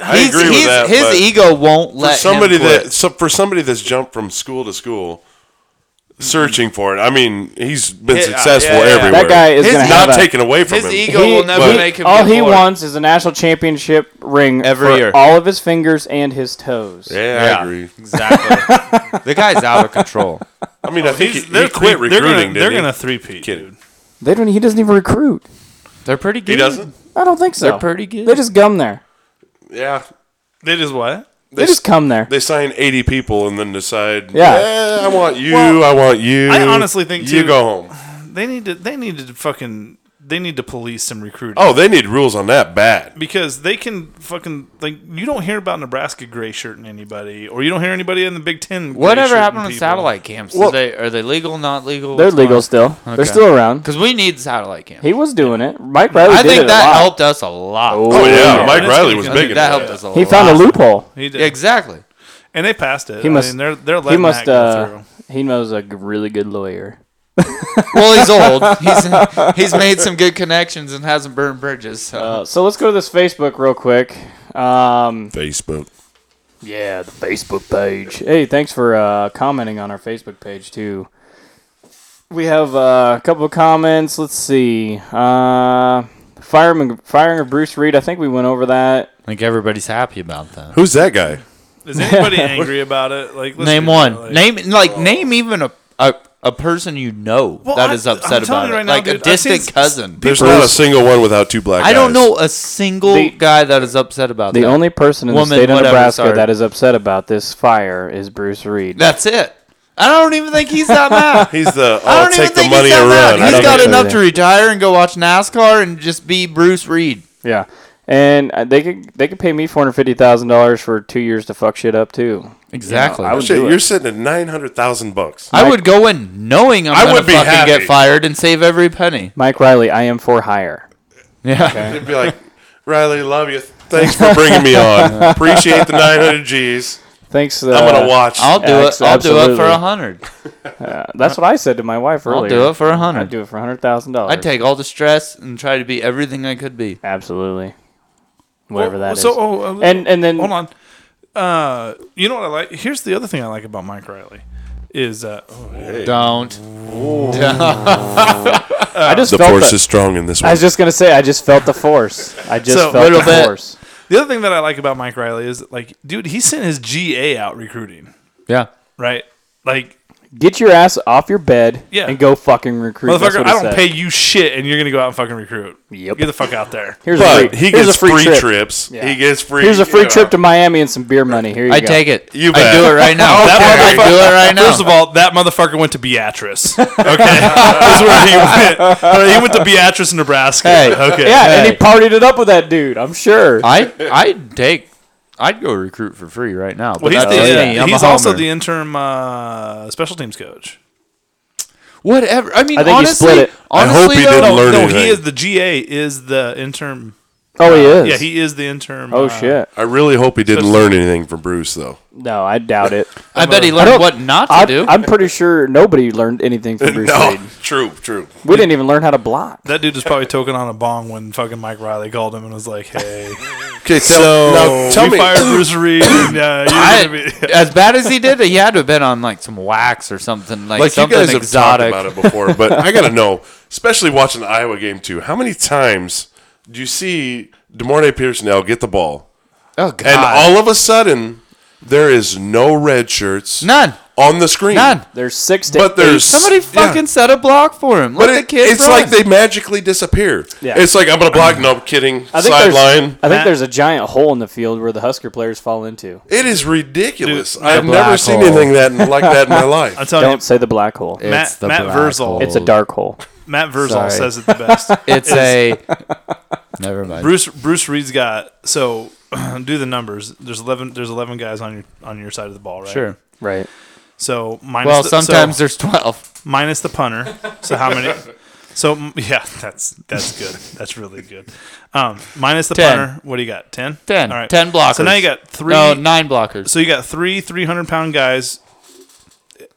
I
He's-
agree with
he's-
that.
His
but
ego won't let
for
him
somebody
quit.
that (laughs) so, for somebody that's jumped from school to school, searching for it. I mean, he's been
Yeah,
successful
yeah, yeah.
everywhere.
That guy is
His-
going to have
not
a-
taken away from
his
him.
ego will never
he-
make him.
all
get
he
bored.
wants is a national championship ring
Every
for
year.
all of his fingers and his toes.
yeah, I agree.
Exactly. the guy's out of control.
I mean, I think
He's-
he, he quit
They're
recruiting.
gonna, they're
didn't
gonna
he?
three peat.
Kidding.
dude.
They don't. He doesn't even recruit.
They're pretty good.
He doesn't.
I don't think so.
They're pretty good.
They just gum there.
Yeah,
They just what?
They, just come there.
they sign 80 people and then decide,
Yeah.
yeah, I want you,
Well,
I want you.
I honestly think,
you
too-
go home.
They need to. They need to fucking. They need to police some recruiting.
Oh, they need rules on that bad.
because they can fucking like you don't hear about Nebraska gray shirting anybody, or you don't hear anybody in the Big Ten. gray
Whatever
shirting
happened with
people.
satellite camps?
Well-
are they are they legal? Not legal?
They're legal still. They're still around.
Because we need satellite camps.
He was doing it. Mike Riley
I
did
think
it
that
a lot.
helped us a lot.
Oh,
Oh, yeah.
yeah.
Mike
That's
Riley
gonna
was
be
I
big
think
in
that
that.
helped us a lot.
He found a loophole.
He did.
Exactly.
and they passed it.
He
I
must-
mean, they're they're
He
letting
must.
that go
Uh,
through.
he knows a g- really good lawyer.
Well, he's (laughs) old. He's he's made some good connections and hasn't burned bridges. So.
Uh, so let's go to this Facebook real quick. Um,
Facebook.
yeah, the Facebook page. Hey, thanks for uh, commenting on our Facebook page too. We have uh, a couple of comments. Let's see. Uh, fireman, firing of Bruce Reed. I think we went over that.
I think everybody's happy about that.
Who's that guy?
Is (laughs) anybody angry about it? Like let's
name
be real,
one.
like- uh,
name like name even a a, a person you know
Well,
that
I-
is
I'm
upset about
telling you
it,
right now,
like
dude,
a
I've seen
distant
s-
cousin.
There's not a single one without two black guys.
I don't know a single
The-
guy that is upset about
The
that.
only person in the
Woman,
state of
whatever,
Nebraska
sorry.
that is upset about this fire is Bruce Reed.
That's it. I don't even think he's
(laughs)
that mad.
He's the
I
I'll
don't even
take the
think he's
money
that
and
mad.
run. I
He's
don't
think
got
so
care.
enough
either.
to retire and go watch NASCAR and just be Bruce Reed.
Yeah, and uh, they could they could pay me four hundred fifty thousand dollars for two years to fuck shit up too.
Exactly.
I would
Shit,
do it.
you're sitting at 900,000 bucks. (laughs)
I would go in knowing I'm
I
gonna
would be
fucking get
happy.
fired and save every penny.
Mike Riley, I am for hire.
Yeah.
It'd be like, Riley, love you. Thanks for bringing me on. (laughs) Appreciate the 900 G's.
Thanks. Uh,
I'm going to
(laughs)
watch.
I'll do
Yeah,
it. I'll do it for
absolutely.
a hundred.
That's what I said to my wife
I'll
earlier.
do it for a
I'd
hundred.
do it for hundred thousand dollars.
I'd take all the stress and try to be everything I could be.
absolutely whatever
Well,
that is.
so, oh, uh,
and and then
hold on. Uh, you know what I like? Here's the other thing I like about Mike Riley is uh,
Don't. (laughs)
I just
the
felt
force
the-
is strong in this
I
one.
was just gonna say I just felt the force. I just
So,
felt
little
the
bit.
force.
the other thing that I like about Mike Riley is like, dude, he sent his GA out recruiting,
Yeah.
right? Like,
Get your ass off your bed
Yeah.
and go fucking recruit. That's
motherfucker,
what he
I don't
said.
pay you shit, and you're gonna go out and fucking recruit.
Yep.
Get the fuck out there.
Here's a
but
free,
he
here's
gets
a free, trip.
trips.
Yeah.
He gets free.
Here's a free
you know.
trip to Miami and some beer money. Here you
I
go.
take it.
You
I
bet.
do it right now. I
That
do it right now.
First of all, that motherfucker went to Beatrice. Okay, (laughs) that's where he went. All right, he went to Beatrice, Nebraska.
Hey.
okay.
Yeah, and he
Hey.
partied it up with that dude. I'm sure.
I I'd take. I'd go recruit for free right now. But
Well, he's
that's
the,
me.
yeah,
I'm a
he's also
homer.
the interim uh, special teams coach.
whatever. I mean,
I think he
honestly,
split it.
I
honestly,
hope he
though,
didn't
No,
learn
no,
anything.
he is the GA is the interim.
oh, he is.
Yeah, he is the interim.
Oh
uh,
shit.
I really hope he didn't learn anything from Bruce, though. (laughs)
No, I doubt it.
I bet he
don't-
learned what not to
I,
do.
I'm pretty sure nobody learned anything
(laughs)
from Bruce Reed.
true, true.
We didn't even learn how to block.
That dude was probably toking on a bong when fucking Mike Riley called him and was like, "Hey,
(laughs) Okay, so now tell
we
me.
fired Bruce Reed. And, uh, you're
I-
(laughs) gonna be-
as bad as he did, he had to have been on like some wax or something like,
Like you
something
guys have
exotic.
talked about it (laughs) before, but I gotta know, especially watching the Iowa game too. How many times do you see Demorne Pierce now get the ball,
Oh god,
and all of a sudden there is no red shirts,
none,
on the screen,
none.
There's six to
But there's
Somebody fucking
yeah.
set a block for him. Let
But
the
it,
kid
it's
run.
like they magically disappear.
Yeah.
It's like I'm gonna
(clears throat)
block. No, I'm kidding.
I think there's-
Sideline.
I think there's a giant hole in the field where the Husker players fall into.
It is ridiculous.
Dude,
I've
the
never
black
seen
hole.
anything that like that in my
I'm
life.
telling you,
Don't say the black hole.
It's
Matt-
the
Matt
black
Verzal.
hole.
It's a dark hole.
Matt Verzal
Sorry.
says it
(laughs)
the best.
It's a. (laughs) Never mind.
Bruce Bruce Reed's got so (clears throat) do the numbers. There's eleven. There's eleven guys on your on your side of the ball, right?
Sure.
Right.
So minus
Well,
the,
sometimes
so
there's twelve.
minus the punter. So how many? So mm, yeah, that's that's good. That's really good. Um, minus the
Ten.
punter. What do you got? Ten.
10. 10
So now
blockers.
you got three.
No, Oh, nine blockers.
So you got three 300 pound guys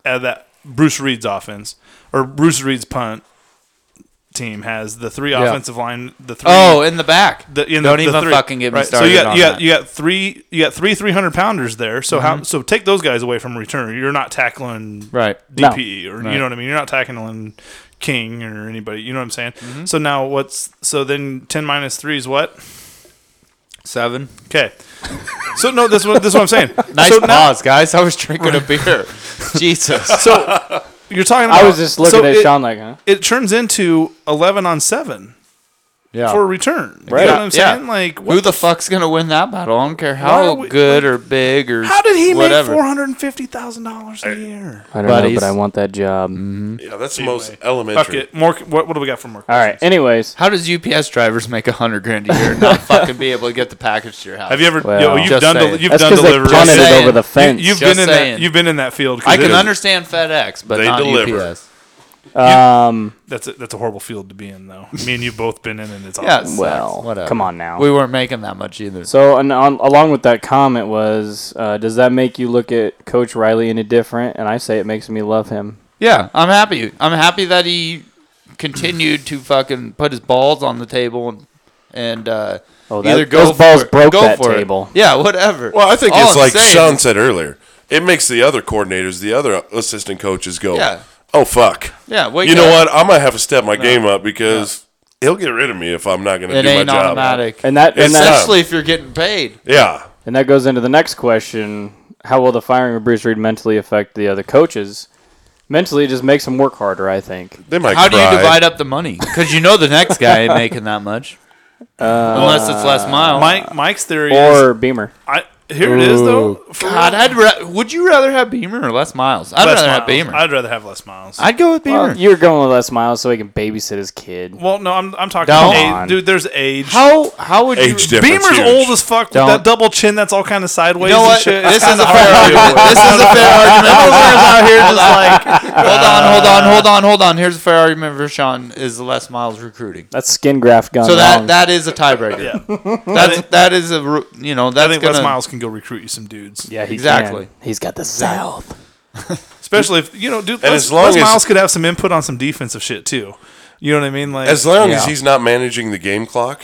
at that Bruce Reed's offense or Bruce Reed's punt team has the three offensive line, the three.
Oh, in the back.
the, in
Don't
the, the
even
three,
fucking get me
right?
started
So you got
on
you got
that. Mm-hmm.
you got three you got three 300 pounders there. So how so take those guys away from returner. You're not tackling
Right.
No.
DPE or you know what I mean. You're not tackling King or anybody. You know what I'm saying?
Mm-hmm.
So now what's so then 10 minus 3 is what?
Seven.
Okay. So no, this is what this is what I'm saying.
Nice
so now-
pause, guys. I was
(laughs)
drinking a beer. Jesus.
So
(laughs)
you're talking about
I was just looking
so
at
it,
Sean like, huh?
It turns into 11 on 7.
Yeah.
for a return. You
Right.
know what I'm
Yeah.
saying? Like,
Who
what
the fuck's gonna win that battle? I don't care
Why
how
are we-
good or big or
How did he
whatever.
make four hundred and fifty thousand dollars a year?
I don't know,
Buddies. Mm.
but I want that job.
Yeah, that's the
Anyway.
most
Fuck
elementary.
it. More. What, what do we got for more?
All right. Anyways,
How does UPS drivers make a hundred grand a year and not fucking be able to get the package to your house?
Have you ever?
Well,
yo, you've
Just
done.
saying.
Del- you've
that's
done
because they
delivery.
punted
Just
it over
saying.
the fence.
You've
Just
been in that.
saying.
You've been in that field. 'cause
I
it
can
is-
understand FedEx, but
They
not
deliver.
UPS.
Um,
That's a, that's a horrible field to be in, though. Me
(laughs)
and you've both been in, and it's
Yeah, it
awful.
sucks.
Well,
whatever.
come on now.
We weren't making that much either.
so and on, along with that comment was, uh, does that make you look at Coach Riley any different? And I say it makes me love him.
Yeah, I'm happy. I'm happy that he continued to fucking put his balls on the table and and uh,
Oh, that-
either go
those balls
for it-
broke
go
that
for it.
table.
Yeah, whatever.
Well, I think
All
it's
I'm
like
saying
Sean
is-
said earlier. It makes the other coordinators, the other assistant coaches, go,
Yeah.
"Oh fuck."
Yeah, wake
you know
up.
what? I might have to step my game up because he'll get rid of me if I'm not going to
It
do my
ain't
job.
automatic,
And that and
It's
that,
not-
especially if you're getting paid.
Yeah,
and that goes into the next question: How will the firing of Bruce Reed mentally affect the other coaches? Mentally, it just makes them work harder. I think.
they might.
How do you
cry.
divide up the money? Because you know the next
(laughs)
guy ain't making that much,
Uh,
unless it's less mile.
Mike Mike's theory is.
Or Beamer.
I, here it is, though. For
God,
real.
I'd ra- would you rather have Beamer or less miles? I'd
Less
rather
miles.
have Beamer. I'd,
I'd rather have less miles.
go with Beamer.
Well, Uh, you're going with Les Miles so he can babysit his kid.
well, no, I'm I'm talking.
Don't.
Age, dude, there's age.
how how would
Age
you?
difference
Beamer's
huge.
old as fuck
Don't.
with that double chin that's all kind of sideways
You know
and
what?
shit. (laughs)
This
It's
is a
kinda
fair
hard to
argument.
argue with.
This is a fair argument. Everyone's out here just like, (laughs) hold on, hold on, hold on, hold on. Here's a fair argument for Sean is less miles recruiting.
That's skin graft gone
So that
wrong.
that is a tiebreaker. (laughs) That's that is a ru- you know
I
that's
think
gonna
Les Miles can go recruit you some dudes.
yeah, he
exactly.
Can. He's got the South.
Especially if you know, dude.
And
Les,
as long
Les
as-
Miles could have some input on some defensive shit too. You know what I mean? Like
As long as
Yeah.
he's not managing the game clock,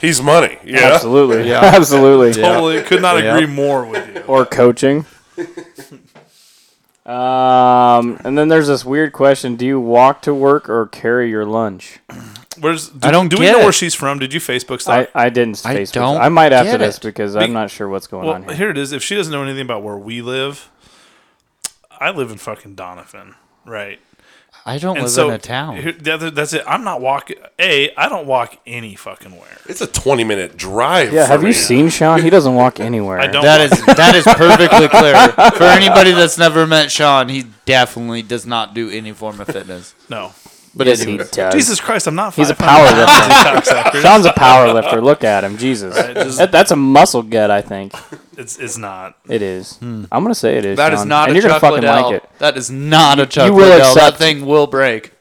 he's money. Yeah.
Absolutely.
Yeah.
(laughs) Absolutely.
totally Oh, could not
Yeah.
agree more with you.
Or coaching. um, and then there's this weird question: Do you walk to work or carry your lunch?
Where's do,
I don't
do we
get
know
it.
where she's from? Did you Facebook
I,
stalk?
I didn't.
I
Facebook.
don't
I might
get
after this
it.
because
Be-
I'm not sure what's going
well,
on
here.
here.
it is. If she doesn't know anything about where we live, I live in fucking Donovan, right?
I don't
And
live
so
in a town.
here- the other- that's it. I'm not walking. A, I don't walk any fucking where.
It's a 20 minute drive.
Yeah.
for
Have you
me.
seen Sean? He doesn't walk anywhere.
I don't.
that is that is perfectly clear for anybody that's never met Sean. He definitely does not do any form of fitness.
No.
But
Yes, he
anyway.
does.
Jesus Christ, I'm not.
He's a
five
power
hundred.
lifter.
Cocksuckers.
Sean's a power lifter. Look at him, Jesus.
just-
That- that's a muscle gut, I think.
It's, it's not.
It is. I'm gonna say it is.
(laughs) That is
Sean.
not
and
a
you're gonna
Chuck
fucking
Liddell.
like it.
That is not a Chuck
will
Liddell. That
accept-
thing will break.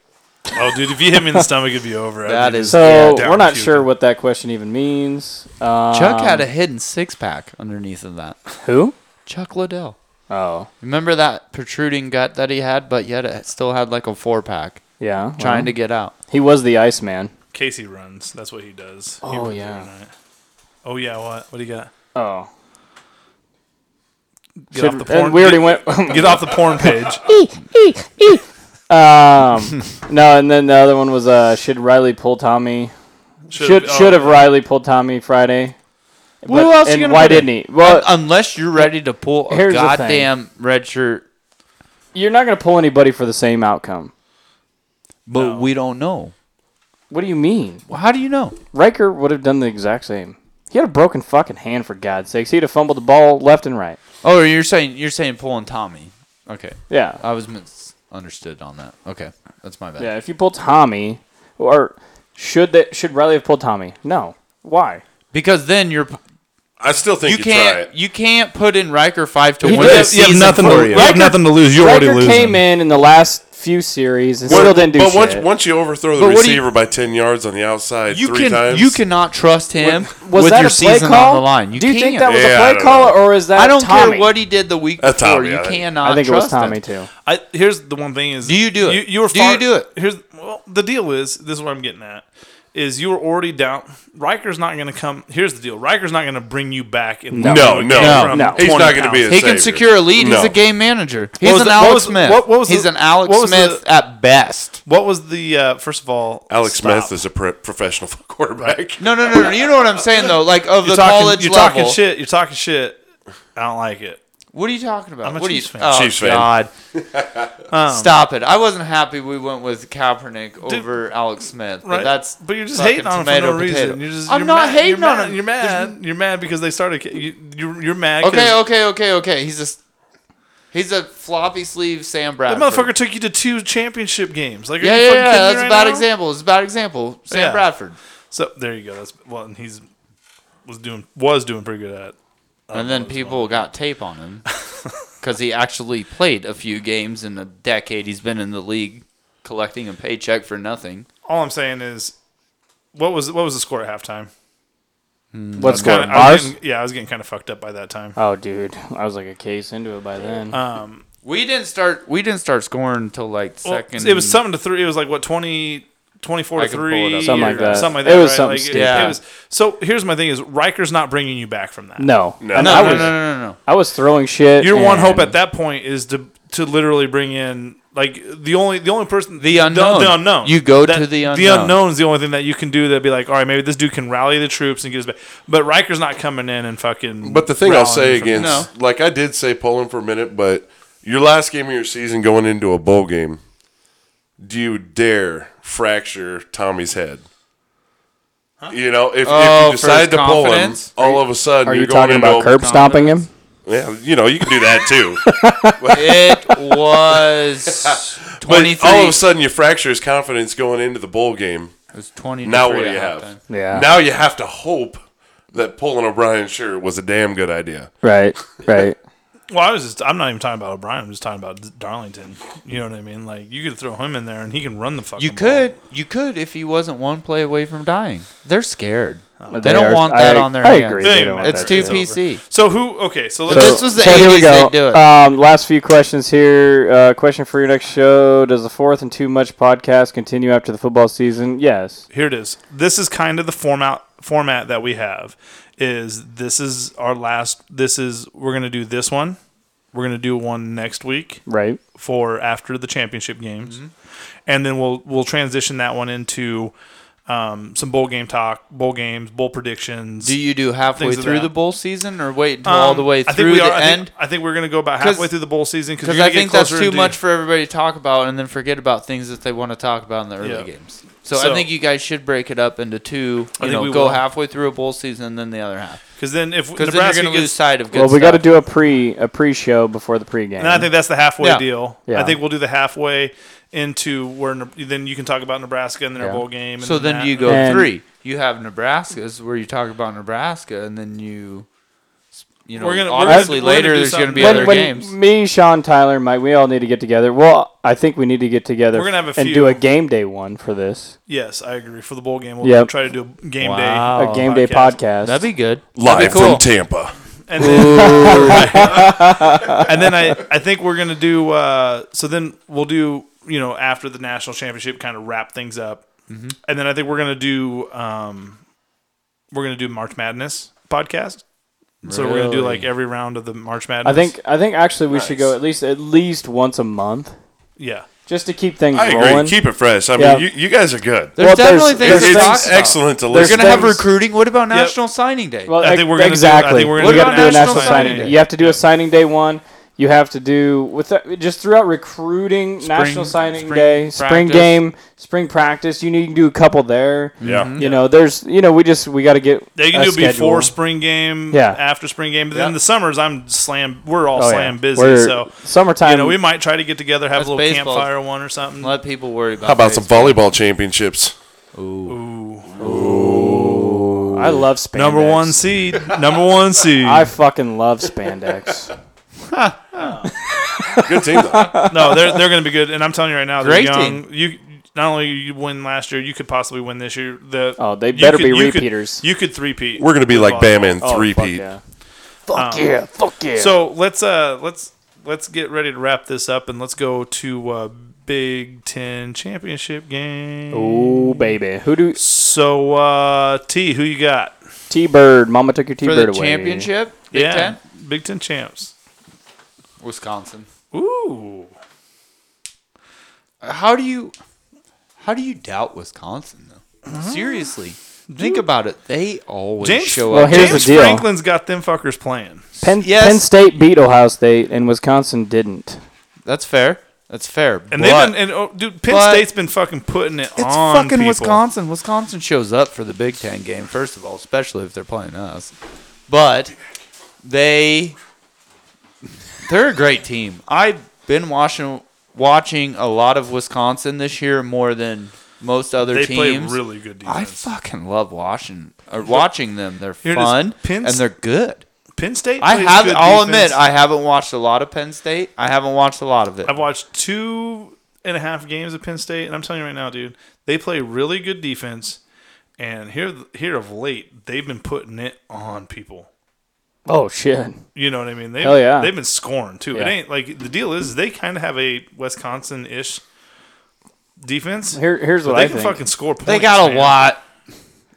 Oh, dude, if you hit me in the stomach, it'd be over. I'd
That
be-
is
So
Yeah,
we're not
down
sure
puking.
what that question even means. Um,
Chuck had a hidden six pack underneath of that.
who?
Chuck Liddell.
Oh,
Remember that protruding gut that he had, but yet it still had like a four pack
yeah. well,
trying to get out.
He was the Iceman.
Casey runs. That's what he does. He
Oh,
runs
yeah.
every night. Oh yeah. What? What do you got?
Oh,
Get
Should-
off the porn.
and we already
get,
went. (laughs)
(laughs) Get off the porn page.
um, (laughs) no, and then the other one was uh, should Riley pull Tommy? Should
oh,
should have Riley pulled Tommy Friday? But-
Who else you
and
gonna
why
put in?
didn't he? Well,
Unless you're ready to pull a
Here's the thing.
goddamn red shirt,
you're not gonna pull anybody for the same outcome.
but
No.
we don't know.
What do you mean?
Well, how do you know?
Riker would have done the exact same. He had a broken fucking hand for God's sakes. He'd have fumbled the ball left and right.
Oh, you're saying you're saying pulling Tommy. Okay,
Yeah.
I was misunderstood on that. Okay, that's my bad.
Yeah, if you pull Tommy, or should that should Riley have pulled Tommy? No. Why?
Because then you're
I still think
you
you, try
can't
it.
you can't put in Riker five to
He
win
did.
this
You have
season
nothing
for
to.
you.
You have nothing to lose. You're already
Riker
losing.
came in in the last few series and still didn't do
but
shit.
once, once you overthrow the
But what do you-
receiver by 10 yards on the outside
You
three
can
times,
you cannot trust him
was
with
that
your
a play
season
call?
on the line. You
do you
can't.
think that was
Yeah, I
a play
don't
call
know.
or is that
I don't
Tommy?
care what he did the
Uh,
week
That's
before.
Tommy,
You
I think.
cannot.
I think it was
trust him.
Tommy
Mm,
too.
I, here's the one thing is
Do you do it?
You, you were
Do you
far-
do it?
Here's well, the deal is this is what I'm getting at is you were already down. Riker's not going to come. Here's the deal. Riker's not going to bring you back. And
No.
let you
No,
get
no,
from
no.
He's
20
not gonna be
pounds.
a-
He can
Xavier.
secure a lead. He's
No.
a game manager. He's
was
an
the- what
Alex
was the-
Smith.
what- what was
He's
the-
an Alex
what was the-
Smith at best.
What was the uh, first of all?
Alex
stop.
Smith is a pro- professional (laughs) quarterback.
No, no, no, no. You know what I'm saying though. Like of
You're
the
talking,
college
You're
level.
talking shit. You're talking shit. I don't like it.
What are you talking about?
I'm a
what
Chiefs
are
fan.
you? Oh
Chiefs fan.
(laughs)
God! Stop it! I wasn't happy we went with Kaepernick over Alex Smith, but
Right.
that's
but you're just
fucking
hating on him for
tomato,
no
potato.
reason. You're just,
I'm
you're
not
mad,
hating
you're mad,
on him.
You're
There's-
mad. You're mad because they started. ca- You, you're, you're mad. 'cause
Okay, okay, okay, okay. He's just he's a floppy sleeve Sam
That
Bradford.
motherfucker took you to two championship games. Like, are
Yeah,
you
yeah,
fucking
yeah.
kidding me
That's
right
a bad
now?
example. It's a bad example. Sam
Yeah.
Bradford.
So there you go. That's well, and he's was doing was doing pretty good at. It.
and then people got tape on him because he actually played a few games in the decade he's been in the league, collecting a paycheck for nothing.
All I'm saying is, what was what was the score at halftime?
What's
Kinda-
going
I was
ours?
getting- yeah, I was getting kind of fucked up by that
Uh,
time.
Oh, dude, I was like a case into it by then.
Uh,
Um,
We didn't start. We didn't start scoring until like
well,
second.
it was something to three. It was like what 20, 24
I
to
can pull it
three,
up.
Something like
or
that.
Something like
It
that.
was
right?
something
Like,
stupid.
Yeah.
was, so here's my thing: is Riker's not bringing you back from that.
no,
No.
And
No,
I
No, no,
was,
no, no, no.
I was throwing shit.
Your one hope
and-
at that point is to to literally bring in like the only the only person
The unknown.
the, unknown.
You go to
That-
the
The
unknown.
unknown's the only thing that you can do. That be like, all right, maybe this dude can rally the troops and get us back. But Riker's not coming in and fucking.
But the thing I'll
rallying
say
from-
against,
No.
like I did say Poland for a minute, but your last game of your season going into a bowl game, do you dare fracture Tommy's head? You know, if,
Oh,
if you
for
decide
his
to pull him,
confidence?
all of a sudden
Are
you're
you
going
talking
into
about
a-
curb stomping him?
Yeah, you know, you can do that too.
It was twenty
but
three.
all of a sudden you fracture his confidence going into the bowl game.
it was twenty. to
Now
three
what do
at
you have?
halftime.
Yeah.
Now you have to hope that pulling O'Brien's shirt was a damn good idea.
Right, right.
Well, I was just. I'm not even talking about O'Brien. I'm just talking about Darlington. You know what I mean? Like you could throw him in there and he can run the fucking.
You
ball.
could, you could, if he wasn't one play away from dying. They're scared. They,
They
don't
are-
want that
I-
on their
I
hands.
agree.
They
They don't
might.
want
It's
that
too
shit.
PC.
So who? Okay, so
So,
let's.
This was the
so here we
80s,
go.
they'd do it.
Um, last few questions here. Uh, question for your next show: Does the fourth and too much podcast continue after the football season? Yes.
here it is. This is kind of the format format that we have. Is this is our last? This is we're gonna do this one. We're gonna do one next week
Right.
for after the championship games, and then we'll we'll transition that one into um, some bowl game talk, bowl games, bowl predictions.
Do you do halfway
Things of
through
that.
the bowl season, or wait until
Um,
all the way
I think
through
we
the
are- I think-
end?
I think we're gonna go about
'Cause-
halfway through the bowl season because
Because I think that's too much for everybody to talk about, and then forget about things that they want to talk about in the early
Yeah.
games. So,
So-
I think you guys should break it up into two. You
think
know,
we
go
will.
halfway through a bowl season, and then the other half.
Because then if
Because then you're
Nebraska
going to lose
gets
sight of good.
well, we got to
stuff.
do a pre a pre show before the pregame.
And I think that's the halfway
Yeah.
deal.
Yeah.
I think we'll do the halfway into where Ne- then you can talk about Nebraska and their
Yeah.
bowl game. And
So then
that.
you go
And-
three. You have Nebraska's where you talk about Nebraska, and then you, you know,
We're gonna- we're gonna-
obviously
we're gonna
later
do
there's going to
something.
be
When-
other games.
Me, Sean, Tyler, Mike, we all need to get together. Well, I think we need to get together
We're gonna have a
and
few.
do a game day one for this.
Yes, I agree. For the bowl game, we'll
Yep.
try to do a game
Wow.
day,
a
Oh,
game day podcast.
That'd be good.
Live
That'd be cool.
from Tampa.
and then, (laughs) and then I I think we're gonna do. Uh, so then we'll do you know after the national championship, kind of wrap things up,
Mm-hmm.
and then I think we're gonna do um, we're gonna do March Madness podcast. So we're gonna do like every round of the March Madness.
I think. I think actually we should
Nice.
go at least at least once a month
yeah.
just to keep things
I agree.
rolling.
Keep it fresh. I
Yeah.
mean, you, you guys are good.
There's
Well, there's-
definitely
there's
things to
things-
talk
It's
about.
excellent to
There's
We're
listen.
going to have
things-
recruiting. What about National Signing Day?
Well,
I
ex-
think we're gonna do- I
exactly.
think we're gonna
we
do
got to do a national
Signing
signing.
Day.
Day. You have to do a signing day one. You have to do with uh, just throughout recruiting national signing
spring
day, spring
practice.
game, spring practice. You need to do a couple there.
Yeah.
You know, there's you know we just we got to get.
They can
a
do it
schedule.
before spring game,
Yeah.
after spring game. But
Yeah.
then the summers, I'm slam. We're all
Oh, yeah.
slam busy,
We're-
so
summertime.
you know we might try to get together, have
That's
a little
baseball.
campfire one or something.
Let people worry about.
How about some volleyball championships?
I love spandex.
Number one seed, number one seed.
(laughs) I fucking love
(laughs)
spandex.
Good team, though.
no, they're they're going to be good, and I'm telling you right now, they're
Great
young. You not only you win last year, you could possibly win this year. The
Oh, they
you
better be
you
repeaters.
you could three peat.
(laughs) We're going to be like Bam and
Oh,
three
fuck
Pete.
yeah. Fuck yeah! Fuck yeah!
Um, So let's uh let's let's get ready to wrap this up, and let's go to uh, Big Ten championship game.
Ooh, baby, who do
So uh, T, who you got?
T Bird? Mama took your T
for
Bird
the
away.
championship? Big
yeah,
Ten?
Big Ten champs.
Wisconsin.
Ooh.
Uh,
Mm-hmm.
How do you, how do you doubt Wisconsin though? Seriously, Think about it. They always
James,
show
Well,
up.
here's
James
the deal.
Franklin's got them fuckers playing.
Penn,
Yes.
Penn State beat Ohio State, and Wisconsin didn't.
That's fair. That's fair.
And
but-
they've been, and, oh, dude, Penn
but-
State's been fucking putting it
It's
on.
fucking
people.
Wisconsin. Wisconsin shows up for the Big Ten game, first of all, especially if they're playing us. But they they're a great team. I've been watching watching a lot of Wisconsin this year more than most other
They play
teams.
really good defense.
I fucking love watching or watching them. They're
Here it is.
fun
Penn
and they're good.
Penn State.
I
plays
have.
good
I'll
defense.
admit, I haven't watched a lot of Penn State. I haven't watched a lot of it.
I've watched two and a half games of Penn State, and I'm telling you right now, dude, they play really good defense. And here, here of late, they've been putting it on people.
Oh shit!
You know what I mean? They've,
Hell yeah.
They've been scoring too. It
Yeah.
ain't like the deal is they kind of have a Wisconsin-ish defense.
Here, here's
but
what
they
I
can
think.
fucking score points.
They got a
man.
lot.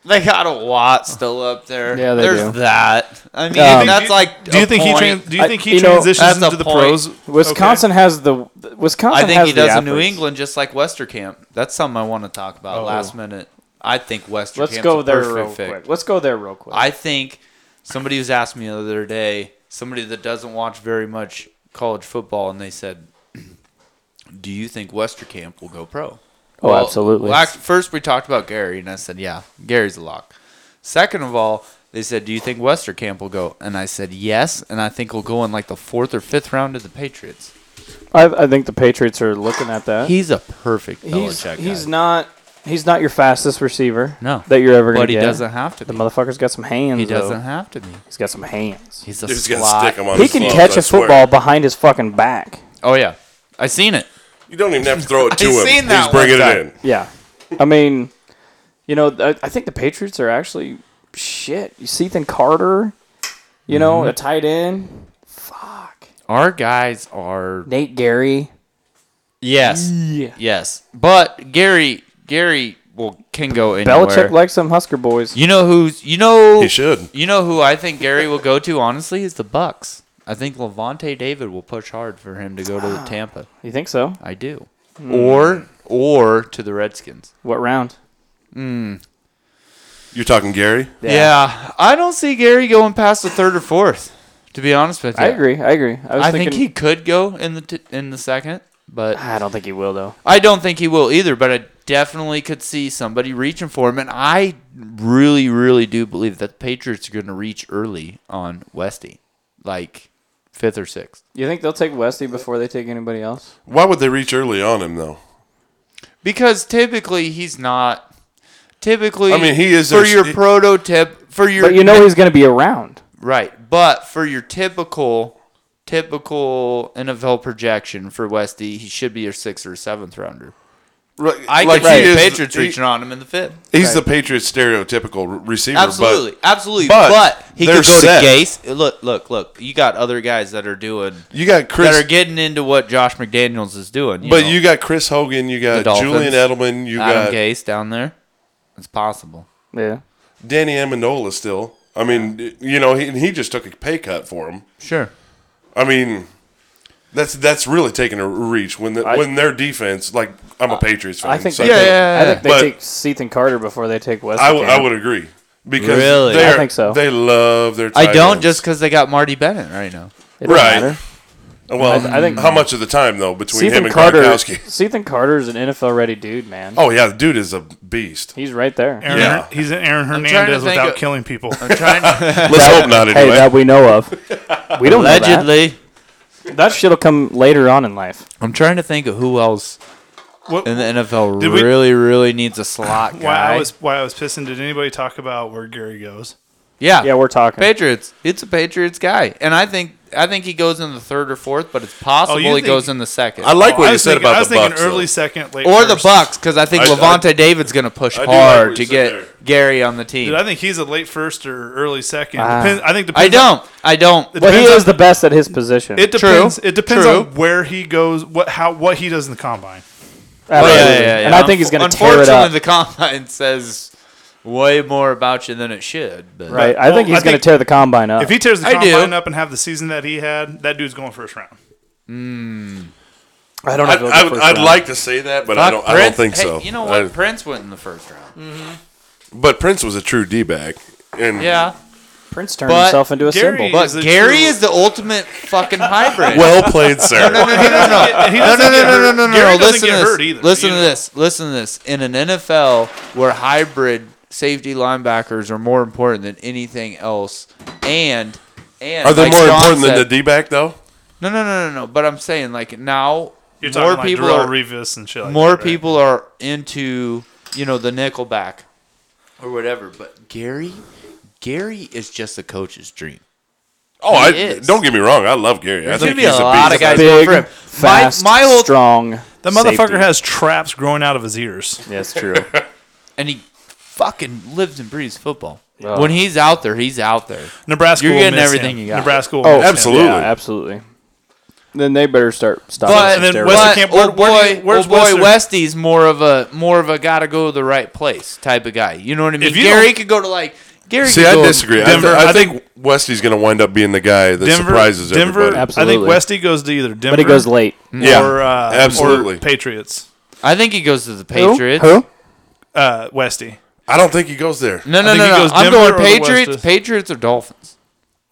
They got a lot still up there.
Yeah, they
There's
do.
that. I mean,
Um,
that's
do,
like.
Do you
a
think
point.
he? Trans, do you
I-
think he
you know,
transitions
that's a
into the
point.
pros? Okay.
Wisconsin has the Wisconsin.
I think
has
he
the
does in New
efforts.
England just like Westerkamp. That's something I want to talk about
Oh.
last minute. I think Westerkamp's
Let's go
a
there
perfect
real
fit.
quick. Let's go there real quick.
I think somebody was asked me the other day, somebody that doesn't watch very much college football, and they said, "Do you think Westerkamp will go pro?"
Oh, absolutely.
well, act- first, we talked about Gary, and I said, "Yeah, Gary's a lock." Second of all, they said, "Do you think Westerkamp will go?" And I said, "Yes," and I think he'll go in like the fourth or fifth round of the Patriots.
I, I think the Patriots are looking at that.
He's a perfect
he's
Belichick
he's
guy.
not he's not your fastest receiver.
No.
that you're ever going
but
to
he
get.
doesn't have to
The
be.
motherfucker's got some hands.
He
though.
doesn't have to be.
He's got some hands.
He's a
Dude's
slot.
gonna stick him on.
He
his
can
gloves,
catch
I
a
swear.
football behind his fucking back.
Oh yeah, I seen it.
You don't even have to throw it
(laughs)
to
I
him.
seen that
He's bringing
one
it
time.
in.
Yeah, I mean, you know, I, I think the Patriots are actually shit. You see, then Carter, you know, a tight end. Fuck,
Our guys are
Nate Gary.
yes,
Yeah.
yes. But Gary, Gary will can go anywhere.
Belichick likes some Husker boys.
you know who's you know
He should.
You know who I think Gary will go to. Honestly, is the Bucks. I think Levante David will push hard for him to go
(sighs)
to Tampa.
You think so?
I do,
Hmm.
or or to the Redskins.
What round?
You're talking Gary?
Yeah. I don't see Gary going past the third or fourth. To be honest with you,
I agree. I agree. I was
I
thinking.
think he could go in the t- in the second, but
I don't think he will though.
I don't think he will either, but I definitely could see somebody reaching for him. And I really, really do believe that the Patriots are going to reach early on Westy, like fifth or sixth.
You think they'll take Westy before they take anybody else?
Why would they reach early on him, though?
Because typically he's not. Typically,
I mean, he is
for
their-
your prototype. For your,
But you know he's going to be around.
right? But for your typical, typical NFL projection for Westy, he should be your sixth or seventh rounder.
Right,
I
like,
could see
he
the
is-
Patriots
he-
reaching on him in the fifth.
He's the Patriots stereotypical re- receiver. but-
Absolutely, absolutely.
but
But, he
they're
could go
set.
to Gase. Look, look, look. You got other guys that are doing
You got Chris,
that are getting into what Josh McDaniels is doing.
but
know.
you got Chris Hogan, you
The
got
Dolphins.
Julian Edelman, you
Adam
got
Gase down there. It's possible.
Yeah.
Danny Amendola. Still, I mean, you know, he, he just took a pay cut for him.
Sure.
I mean, that's that's really taking a reach when the, when their defense. Like, I'm a Patriots fan.
I think
so
they
Yeah,
take,
yeah, yeah.
I think they
But-
take Seathan Carter before they take Westy.
I, w- I would agree because
Really?
they're-
I think so.
They love their.
I
tight
don't
ends.
just because they got Marty Bennett right now.
It doesn't
right.
matter.
Well,
I- I think-
how much of the time though between him
Seathan
and
Carter.
Gronkowski?
Seathan Carter is an NFL ready dude, man.
Oh yeah, the dude is a beast.
He's right there.
Aaron,
Yeah.
he's an Aaron
trying to
Hernandez
think
without
of-
killing people.
I'm trying
(laughs)
to,
Let's hope not
Hey,
anyway.
that we know of. We don't know
allegedly.
that. That shit'll come later on in life.
I'm trying to think of who else
What-
in the NFL
Did we-
really, really needs a slot guy.
why I was why I was pissing. Did anybody talk about where Gary goes?
yeah,
Yeah, we're talking.
Patriots. It's a Patriots guy, and I think I think he goes in the third or fourth, but it's possible he
think-
goes in the second.
Oh, I like what
I
you
was
said
thinking, I
about
was
the
thinking
Bucks.
early
though.
second, late
or the
first.
Bucks because I think
I-
Levante David's going to push
I do like
hard
what
to
you said
get
there.
Gary on the team.
Dude,
I,
I think he's a late first or early second.
Ah.
Depend- I think depends
I
on-
don't. I don't.
It
Well, he
depends
is
on-
the best at his position.
It
True.
depends. It depends
True.
on where he goes, what how what he does in the combine.
Oh,
Absolutely. And I think he's going to tear it up.
Unfortunately, the combine (laughs) says way more about you than it should. But
right. I
Well,
think
I
he's going
think-
to tear the combine up.
If he tears the
I do.
combine up and have the season that he had, that dude's going first round.
I don't know.
I,
if he'll go
I, would-
first
I'd
round.
like to say that, but I
Fuck
don't. I
Prince.
don't think
Hey,
so.
You know
I-
what? Prince went in the first round.
But Prince was a true D bag. And
Yeah.
Prince turned
But
himself into a
Gary-
symbol.
But
He's a
Gary
true-
is the ultimate fucking hybrid.
Well played, sir.
(laughs) no, no, no, (laughs) no, no.
He
No, no, no, no,
doesn't get
no,
hurt.
no, no,
Gary
no.
doesn't
Listen
get
to this.
hurt either,
Listen
you
to
know?
this. Listen to this. In an NFL where hybrid safety linebackers are more important than anything else, and and
Are they
like
more
Sean
important than
said-
the D back though?
No, no, no, no, no. But I'm saying like now
You're talking
more
like
people
Darrell
are
Revis and shit like
more
that, right?
people are into you know the Nickelback or whatever. But Gary, Gary is just a coach's dream.
Oh, I,
He is.
don't get me wrong. I love Gary. I
There's
think
gonna be
he's
a
a,
lot
beast.
of guys going
big,
for him.
fast,
my, my whole
strong.
That motherfucker
safety.
has traps growing out of his ears.
Yes, true.
and he fucking lives and breathes football.
Oh.
When he's out there, he's out there.
Nebraska
You're
will
getting
miss
everything
him.
you got.
Nebraska will
Oh,
miss him.
absolutely.
Yeah, absolutely. Then they better start stopping.
But,
And then
steroids.
Western
but
Camp- where-
oh
where do
boy,
you- where's
oh boy,
Western?
Westy's more of a more of a gotta go to the right place type of guy. You know what I mean?
If you
Gary
don't-
could go to like Gary.
See,
could
I
go
disagree.
Denver,
I, th- I
I
think, Westy's going to wind up being the guy that
Denver,
surprises
Denver.
everybody.
I think
Absolutely.
Westy goes to either Denver
But it goes late.
Yeah,
or uh,
absolutely.
or Patriots.
I think he goes to the Patriots.
Who?
Uh, Westy.
I don't think he goes there.
No, no,
I
no,
think he
no.
goes
I'm
Denver
going
or the
Patriots.
Westies.
Patriots or Dolphins.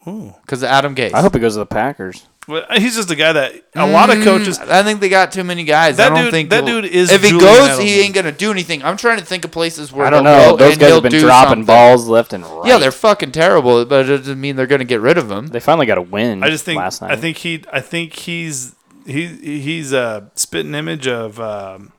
Because Adam Gase.
I hope it goes to the Packers.
Well, He's just a guy that a lot of coaches.
Mm, I think they got too many guys.
That
I don't
dude-
think
that
he'll-
dude is
If he
Julian
goes,
Edelman.
he ain't gonna do anything. I'm trying to think of places where
I don't
he'll
know.
go
Those
and
guys
he'll
have been
do
dropping
something.
balls left and right.
Yeah, they're fucking terrible, but it doesn't mean they're gonna get rid of him.
They finally got a win.
I just think.
last night.
I think he. I think he's he he's a spitting image of um,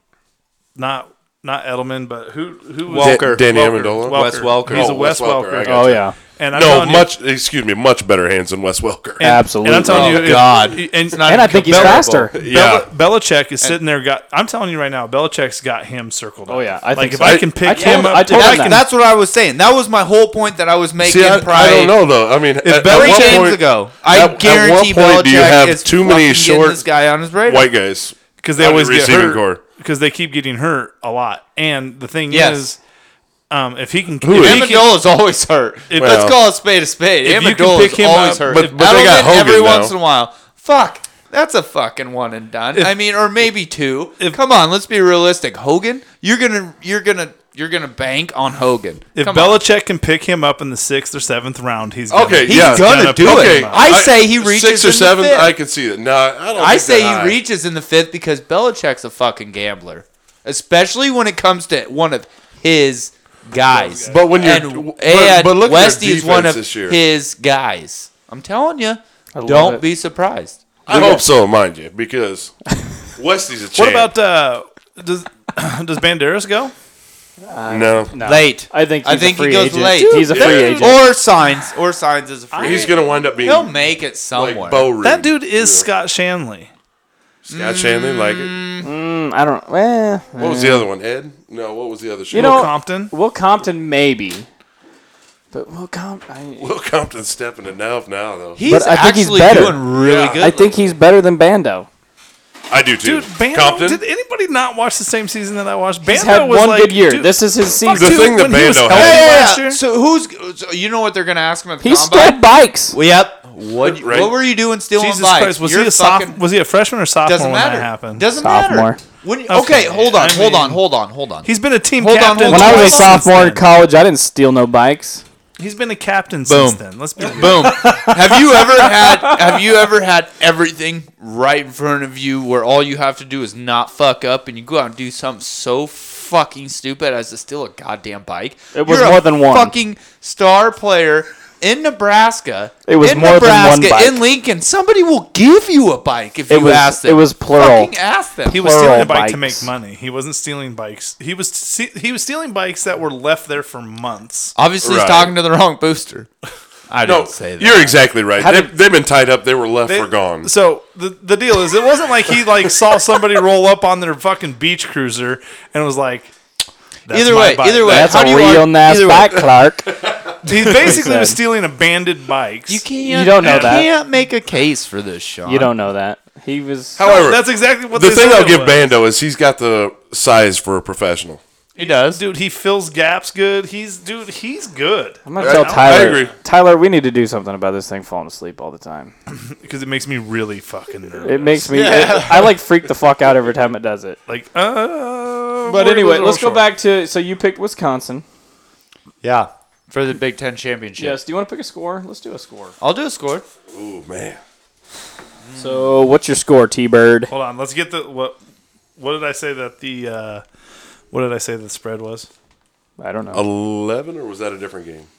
not not Edelman, but who who was
Welker. Dan- Danny Amendola?
Welker.
Wes
Welker. He's
Oh,
a Wes
Wes Welker, I
Welker.
got
Oh yeah.
And I'm
No,
telling you-
much. Excuse me, much better hands than Wes Welker.
and-
Absolutely.
And I'm telling
Oh,
you, if-
God.
and, and
And I think he's
comparable.
faster.
yeah,
Bel- Belichick is sitting there. Got I'm telling you right now, Belichick's got him circled.
Oh,
up.
yeah, I
like
think
if
so.
I,
I-
can pick
I
him
told-
up,
I told
if
him
can-
that.
That's what I was saying. That was my whole point that I was making.
See, I,
prior,
I don't know though. I mean,
If
at, at
Belichick
what
James
point-
ago, I
at- at
guarantee
what point
Belichick
do you have
is
too many
fucking getting
short
this guy on his radar.
white guys,
because they
Out of
always
your
get
receiving
hurt
core.
because they keep getting hurt a lot. And the thing
Yes.
is, um, if he can,
Who
if
is?
he can-
Amendola's always hurt. Let's
Well.
call a spade a spade.
If you can
Amendola's
pick him
always
up-
hurt.
but- but they
Edelman
got Hogan
every
now.
once in a while. Fuck. That's a fucking one and done. I mean, or maybe two.
if-
Come on, let's be realistic. Hogan, you're gonna, you're gonna, you're gonna bank on Hogan.
if
Come on.
Belichick can pick him up in the sixth or seventh round, he's gonna,
Okay,
He's
yeah,
gonna
gonna
do
pick
it.
him up.
I say he reaches
six or
in the
seven.
fifth.
I can see it. No, I don't.
I
think
say
that high.
he reaches in the fifth because Belichick's a fucking gambler, especially when it comes to one of his guys.
But when you're-
and,
but-
and
but look at their
Westy is one
defense
of
this year.
his guys. I'm telling you,
love
don't
it.
be surprised.
I hope so, mind you,
(laughs)
because Westy's a champ.
What about uh, does (coughs) does Banderas go?
no?
Late.
I think
I
he's a
think he
free
goes
agent.
late.
He's a free
Yeah.
agent.
Or signs. Or signs as a free.
He's
agent.
gonna wind up being
He'll make it
like
somewhere.
Bo Reed.
That dude is Scott Shanley.
Scott Shanley, like it.
Mm, I don't. Eh.
What was the other one? Ed? No, what was the other? Show?
You know-
Compton.
Will Compton maybe, but Will Compton.
Will Compton's stepping it now. Now though,
He's
But I think he's
actually
better.
doing really
Yeah.
good.
I think he's better than Bando.
I do too.
Dude, Bando,
Compton.
did anybody not watch the same season that I watched? Bando
He's had
was
one
like,
good year.
dude,
this is his season.
fuck
The
dude,
thing that
when he was
Bando
healthy
had-
last
Yeah.
year-
So who's? So you know what they're gonna ask him at the
He
combine?
stood bikes.
Well, yep. What,
Right.
what were you doing stealing
Jesus
bikes?
Christ, was
You're
he a
fucking-
soph- Was he a freshman or sophomore
Doesn't
when
matter.
that happened?
Doesn't
Sophomore.
matter. When you, okay,
Okay,
hold on,
I
hold on,
mean-
hold on, hold on.
He's been a team
Hold on,
captain.
hold
When I was a
twice since
sophomore in
then.
college, I didn't steal no bikes.
he's been a captain
Boom.
since then. Let's be real.
Boom. have
(laughs)
you ever had have you ever had everything right in front of you where all you have to do is not fuck up and you go out and do something so fucking stupid as to steal a goddamn bike?
It was
You're a
more than one.
fucking star player in Nebraska.
It was
in
more than
Nebraska,
one bike.
in Lincoln. Somebody will give you a bike if
It
you
was-
ask them.
it was plural.
Fucking ask them.
He was
Plural
stealing a bike to
bikes.
make money. He wasn't stealing bikes. He was se- he was stealing bikes that were left there for months.
obviously he's
Right.
talking to the wrong booster. I
no,
didn't say that.
you're exactly right. They, they've been tied up. They were left
They-
for gone.
So the the deal is, it wasn't like he
(laughs)
like saw somebody roll up on their fucking beach cruiser and was like. That's
Either
my
way,
bike.
either way.
That's
How
a
do you
real
argue-
nice
either way.
bike, Clark.
he basically was
(laughs)
said.
stealing abandoned bikes.
You
You
can't.
don't know that.
Can't make a case for this, Sean.
You
(laughs)
don't know that. He was.
However,
That's exactly what
the
they
thing
said
I'll
it
give
was.
Bando is he's got the size for a professional.
He does.
dude. He fills gaps good. He's dude. He's good
I'm gonna tell
I
Tyler.
agree.
Tyler, we need to do something about this thing falling asleep all the time.
because it makes me really fucking nervous.
It makes me. it- I like freak the fuck out every time it does it.
like, uh,
But anyway, let's go back to. So you picked Wisconsin.
Yeah, for the Big Ten championship.
Yes. Do you want to pick a score? Let's do a score.
I'll do a score.
Ooh, man.
So, what's your score, T Bird?
Hold on, let's get the what. What did I say that the uh, what did I say the spread was?
I don't
Oh,
know.
11, or was that a different game? (laughs)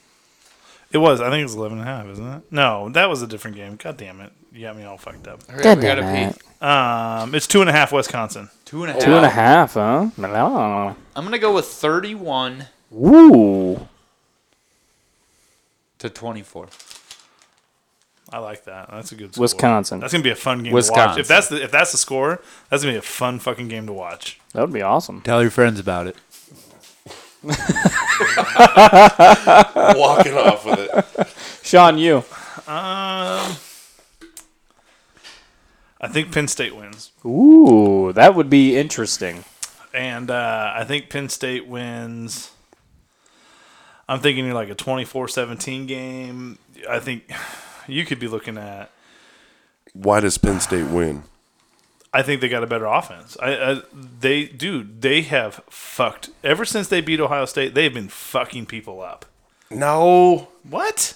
It was. I think it was 11 and a half, isn't it? No, that was a different game. God damn it. You got me all fucked up.
Hurry
God
up, we gotta
damn
pee.
Um, it's two and a half Wisconsin.
Two and a
Two and a half, huh? No.
I'm gonna go with 31
Woo.
to 24.
I like that. That's a good score.
Wisconsin.
That's gonna be a fun game to watch.
Wisconsin.
If that's the if that's the score, that's gonna be a fun fucking game to watch.
That would be awesome.
Tell your friends about it.
Walking off with it.
Sean, you.
Um, I think Penn State wins,
Ooh, that would be interesting.
and uh, I think Penn State wins. I'm thinking you're like a 24-17 game. I think (sighs) you could be looking at.
Why does Penn State win?
I think they got a better offense. I, I they dude, they have fucked ever since they beat Ohio State. They've been fucking people up.
No.
What?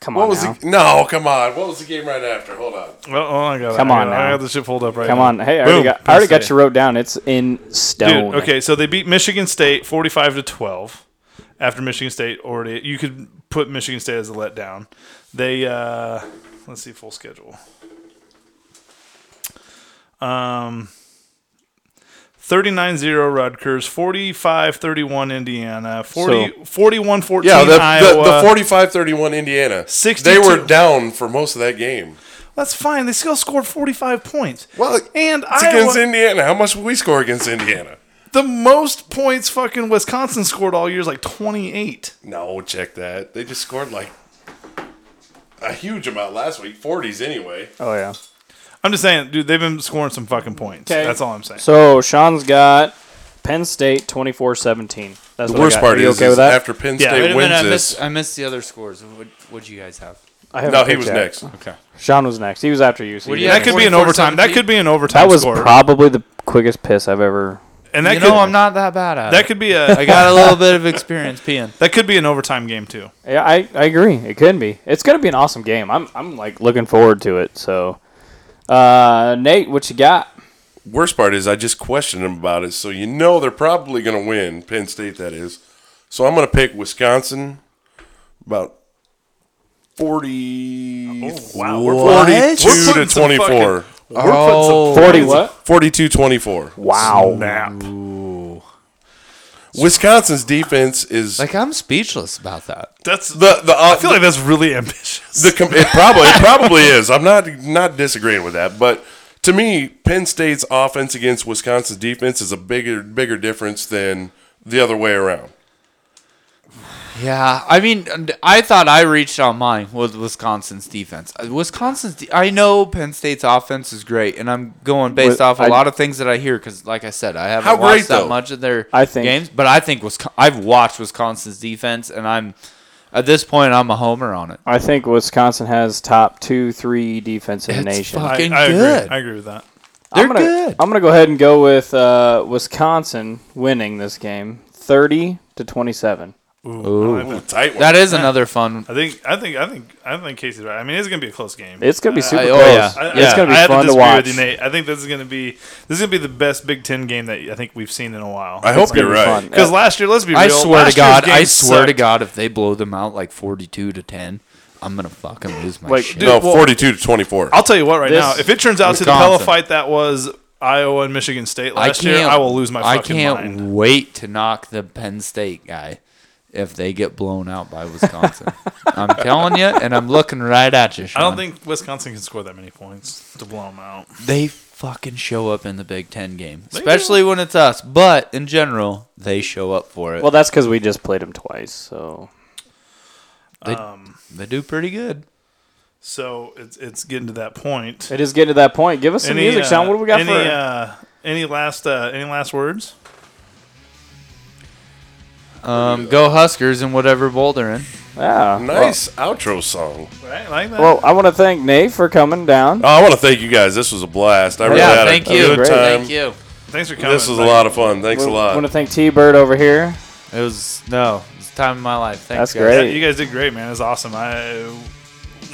Come
What
on
was (laughs)
now.
the, no, come on. What was the game right after? Hold on.
Well, oh my god!
Come
I
on
got,
now.
I got the shit pulled up right
Come
now.
on. Hey, I already,
Boom,
got,
Penn
I already got
State.
you wrote down. It's in stone.
Dude, okay, so they beat Michigan State forty-five to twelve. After Michigan State already, you could put Michigan State as a letdown. They uh, let's see full schedule. Um, 39-0 Rutgers, 45-31 Indiana, 40, 41-14
Yeah, the,
Iowa.
the, the 45 31 Indiana.
62.
They were down for most of that game.
That's fine. They still scored 45 points.
Well,
and
it's
Iowa,
against Indiana. How much will we score against Indiana?
the most points fucking Wisconsin scored all year is like 28.
No, check that. They just scored like a huge amount last week, 40s anyway.
Oh, yeah.
I'm just saying, dude, they've been scoring some fucking points.
Okay.
That's all I'm saying.
So, Sean's got Penn State 24 17. That's
The
what I
worst
got.
part
Are you
is,
okay
is
with that?
after Penn
Yeah.
State
Wait
Wait a
wins
minute, I
this.
missed, I missed the other scores. What would you guys have?
I haven't
No, he
picked
was
yet.
next.
Okay.
Sean was next. He was after you. so
What do
you-
you
that could be an
44-17.
overtime. That could be an overtime.
that was
score.
probably the quickest piss I've ever.
and that
you
could
know, I'm not that bad at
that
it.
could be a
(laughs) I got a little bit of experience peeing.
that could be an overtime game too.
Yeah, I, I agree. It could be. It's gonna be an awesome game. I'm I'm like looking forward to it. So, uh, Nate, what you got?
Worst part is, I just questioned them about it, so you know they're probably going to win. Penn State, that is. So I'm going to pick Wisconsin about 40.
Oh, wow,
we're
We're
42
putting
to
some
24.
We're
Oh.
putting some
Forty what?
(laughs)
42 24.
Wow.
nap.
Wisconsin's defense is
Like I'm speechless about that.
That's
the the uh,
I feel like that's really ambitious.
the com- it probably it probably is. I'm not not disagreeing with that, but to me, Penn State's offense against Wisconsin's defense is a bigger bigger difference than the other way around.
Yeah, I mean, and I thought I reached on mine with Wisconsin's defense. Uh, Wisconsin's, de- I know Penn State's offense is great, and I'm going based
But
off a
I-
lot of things that I hear because, like I said, I haven't
How
watched
great,
that
though?
much of their
I think-
games, but I think Wisconsin, I've watched Wisconsin's defense, and I'm at this point I'm a homer on it.
I think Wisconsin has top two, three defense in the
It's
nation.
fine.
I,
fucking
I
good.
agree. I agree with that.
I'm
They're
gonna,
good.
I'm gonna go ahead and go with uh, Wisconsin winning this game, thirty to twenty-seven.
Ooh, tight one.
That is another fun.
I think I think I think I think Casey's right. I mean, it's gonna be a close game.
It's gonna be super
I- oh,
close.
yeah.
Uh, I-
It's gonna be
I have
fun to,
disagree
watch.
With you, Nate. I think this is gonna be this is gonna be the best Big Ten game that I think we've seen in a while.
I
It's
hope
gonna
you're
be
right.
fun.
Because last year, let's be real.
I swear
last
to God,
year's game
I swear to
sucked.
God, if they blow them out like 42 to 10, I'm gonna fucking lose my
Like,
shit.
dude,
no,
well-
42 to 24.
I'll tell you what, right
This-
now, if it turns out to the
Wisconsin.
hella fight that was Iowa and Michigan State
I
last
can't.
year, I will lose my
I
fucking
can't
mind.
wait to knock the Penn State guy if they get blown out by
(laughs)
Wisconsin. I'm telling you, and I'm looking right at you.
I
Sean.
don't think Wisconsin can score that many points to blow them out.
they fucking show up in the Big Ten game, especially when it's us. But in general, they show up for it.
Well, that's because we just played them twice. So
they, they do pretty good.
So it's it's getting to that point.
it is getting to that point. Give us some music,
uh,
Sean. What do we got
any,
for?
uh, any last uh, any last words?
Um, go Huskers in whatever bowl they're in.
yeah.
nice outro song.
Right, like that.
Well, I want to thank Nate for coming down.
Oh, I want to thank you guys. This was a blast. I really
Yeah,
had
thank
a
you.
good
Great.
time.
Thank you.
Thanks for coming.
This was a
Like,
lot of fun. Thanks a
want
lot.
to thank T Bird over here.
It was no, it's the time of my life. Thanks,
That's
guys.
great.
Yeah, you guys did great, man. It's awesome. I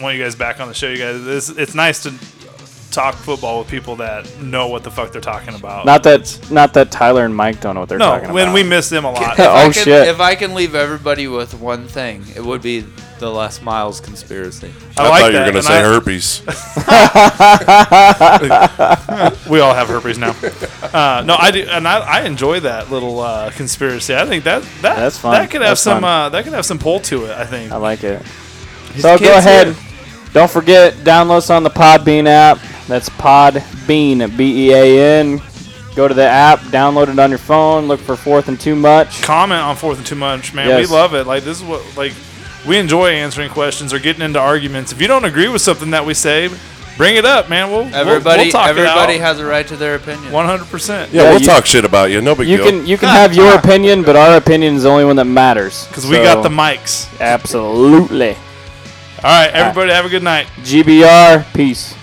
want you guys back on the show. You guys, it's, it's nice to talk football with people that know what the fuck they're talking about.
Not that not that Tyler and Mike don't know what they're
no,
talking about.
when we miss them
(laughs)
a lot.
Yeah.
If I
Oh,
can-
shit.
If I can leave everybody with one thing, it would be the Les Miles conspiracy.
I,
I
like
thought you
that.
were going to
and
say
I-
herpes.
We all have herpes now. Uh, no, I do, and I, I enjoy that little uh, conspiracy. I think that that
That's fun.
that could have
That's
some
fun.
uh, that could have some pull to it. I think.
I like it. so go
kid's
ahead.
here.
Don't forget, download us on the Podbean app. That's Podbean, B E A N. Go to the app, download it on your phone, look for Fourth and Too Much.
comment on fourth and too much, man.
Yes.
We love it. Like this is what like we enjoy answering questions or getting into arguments. If you don't agree with something that we say, bring it up, man. We'll we'll-
Everybody,
we'll, talk
everybody
it out.
has a right to their opinion.
one hundred percent.
Yeah,
Yeah,
we'll
you-
talk shit about you. No big
You
deal.
can you can have your opinion, but our opinion is the only one that matters.
because we
So,
got the mics.
absolutely.
All right, everybody, have a good night.
GBR, peace.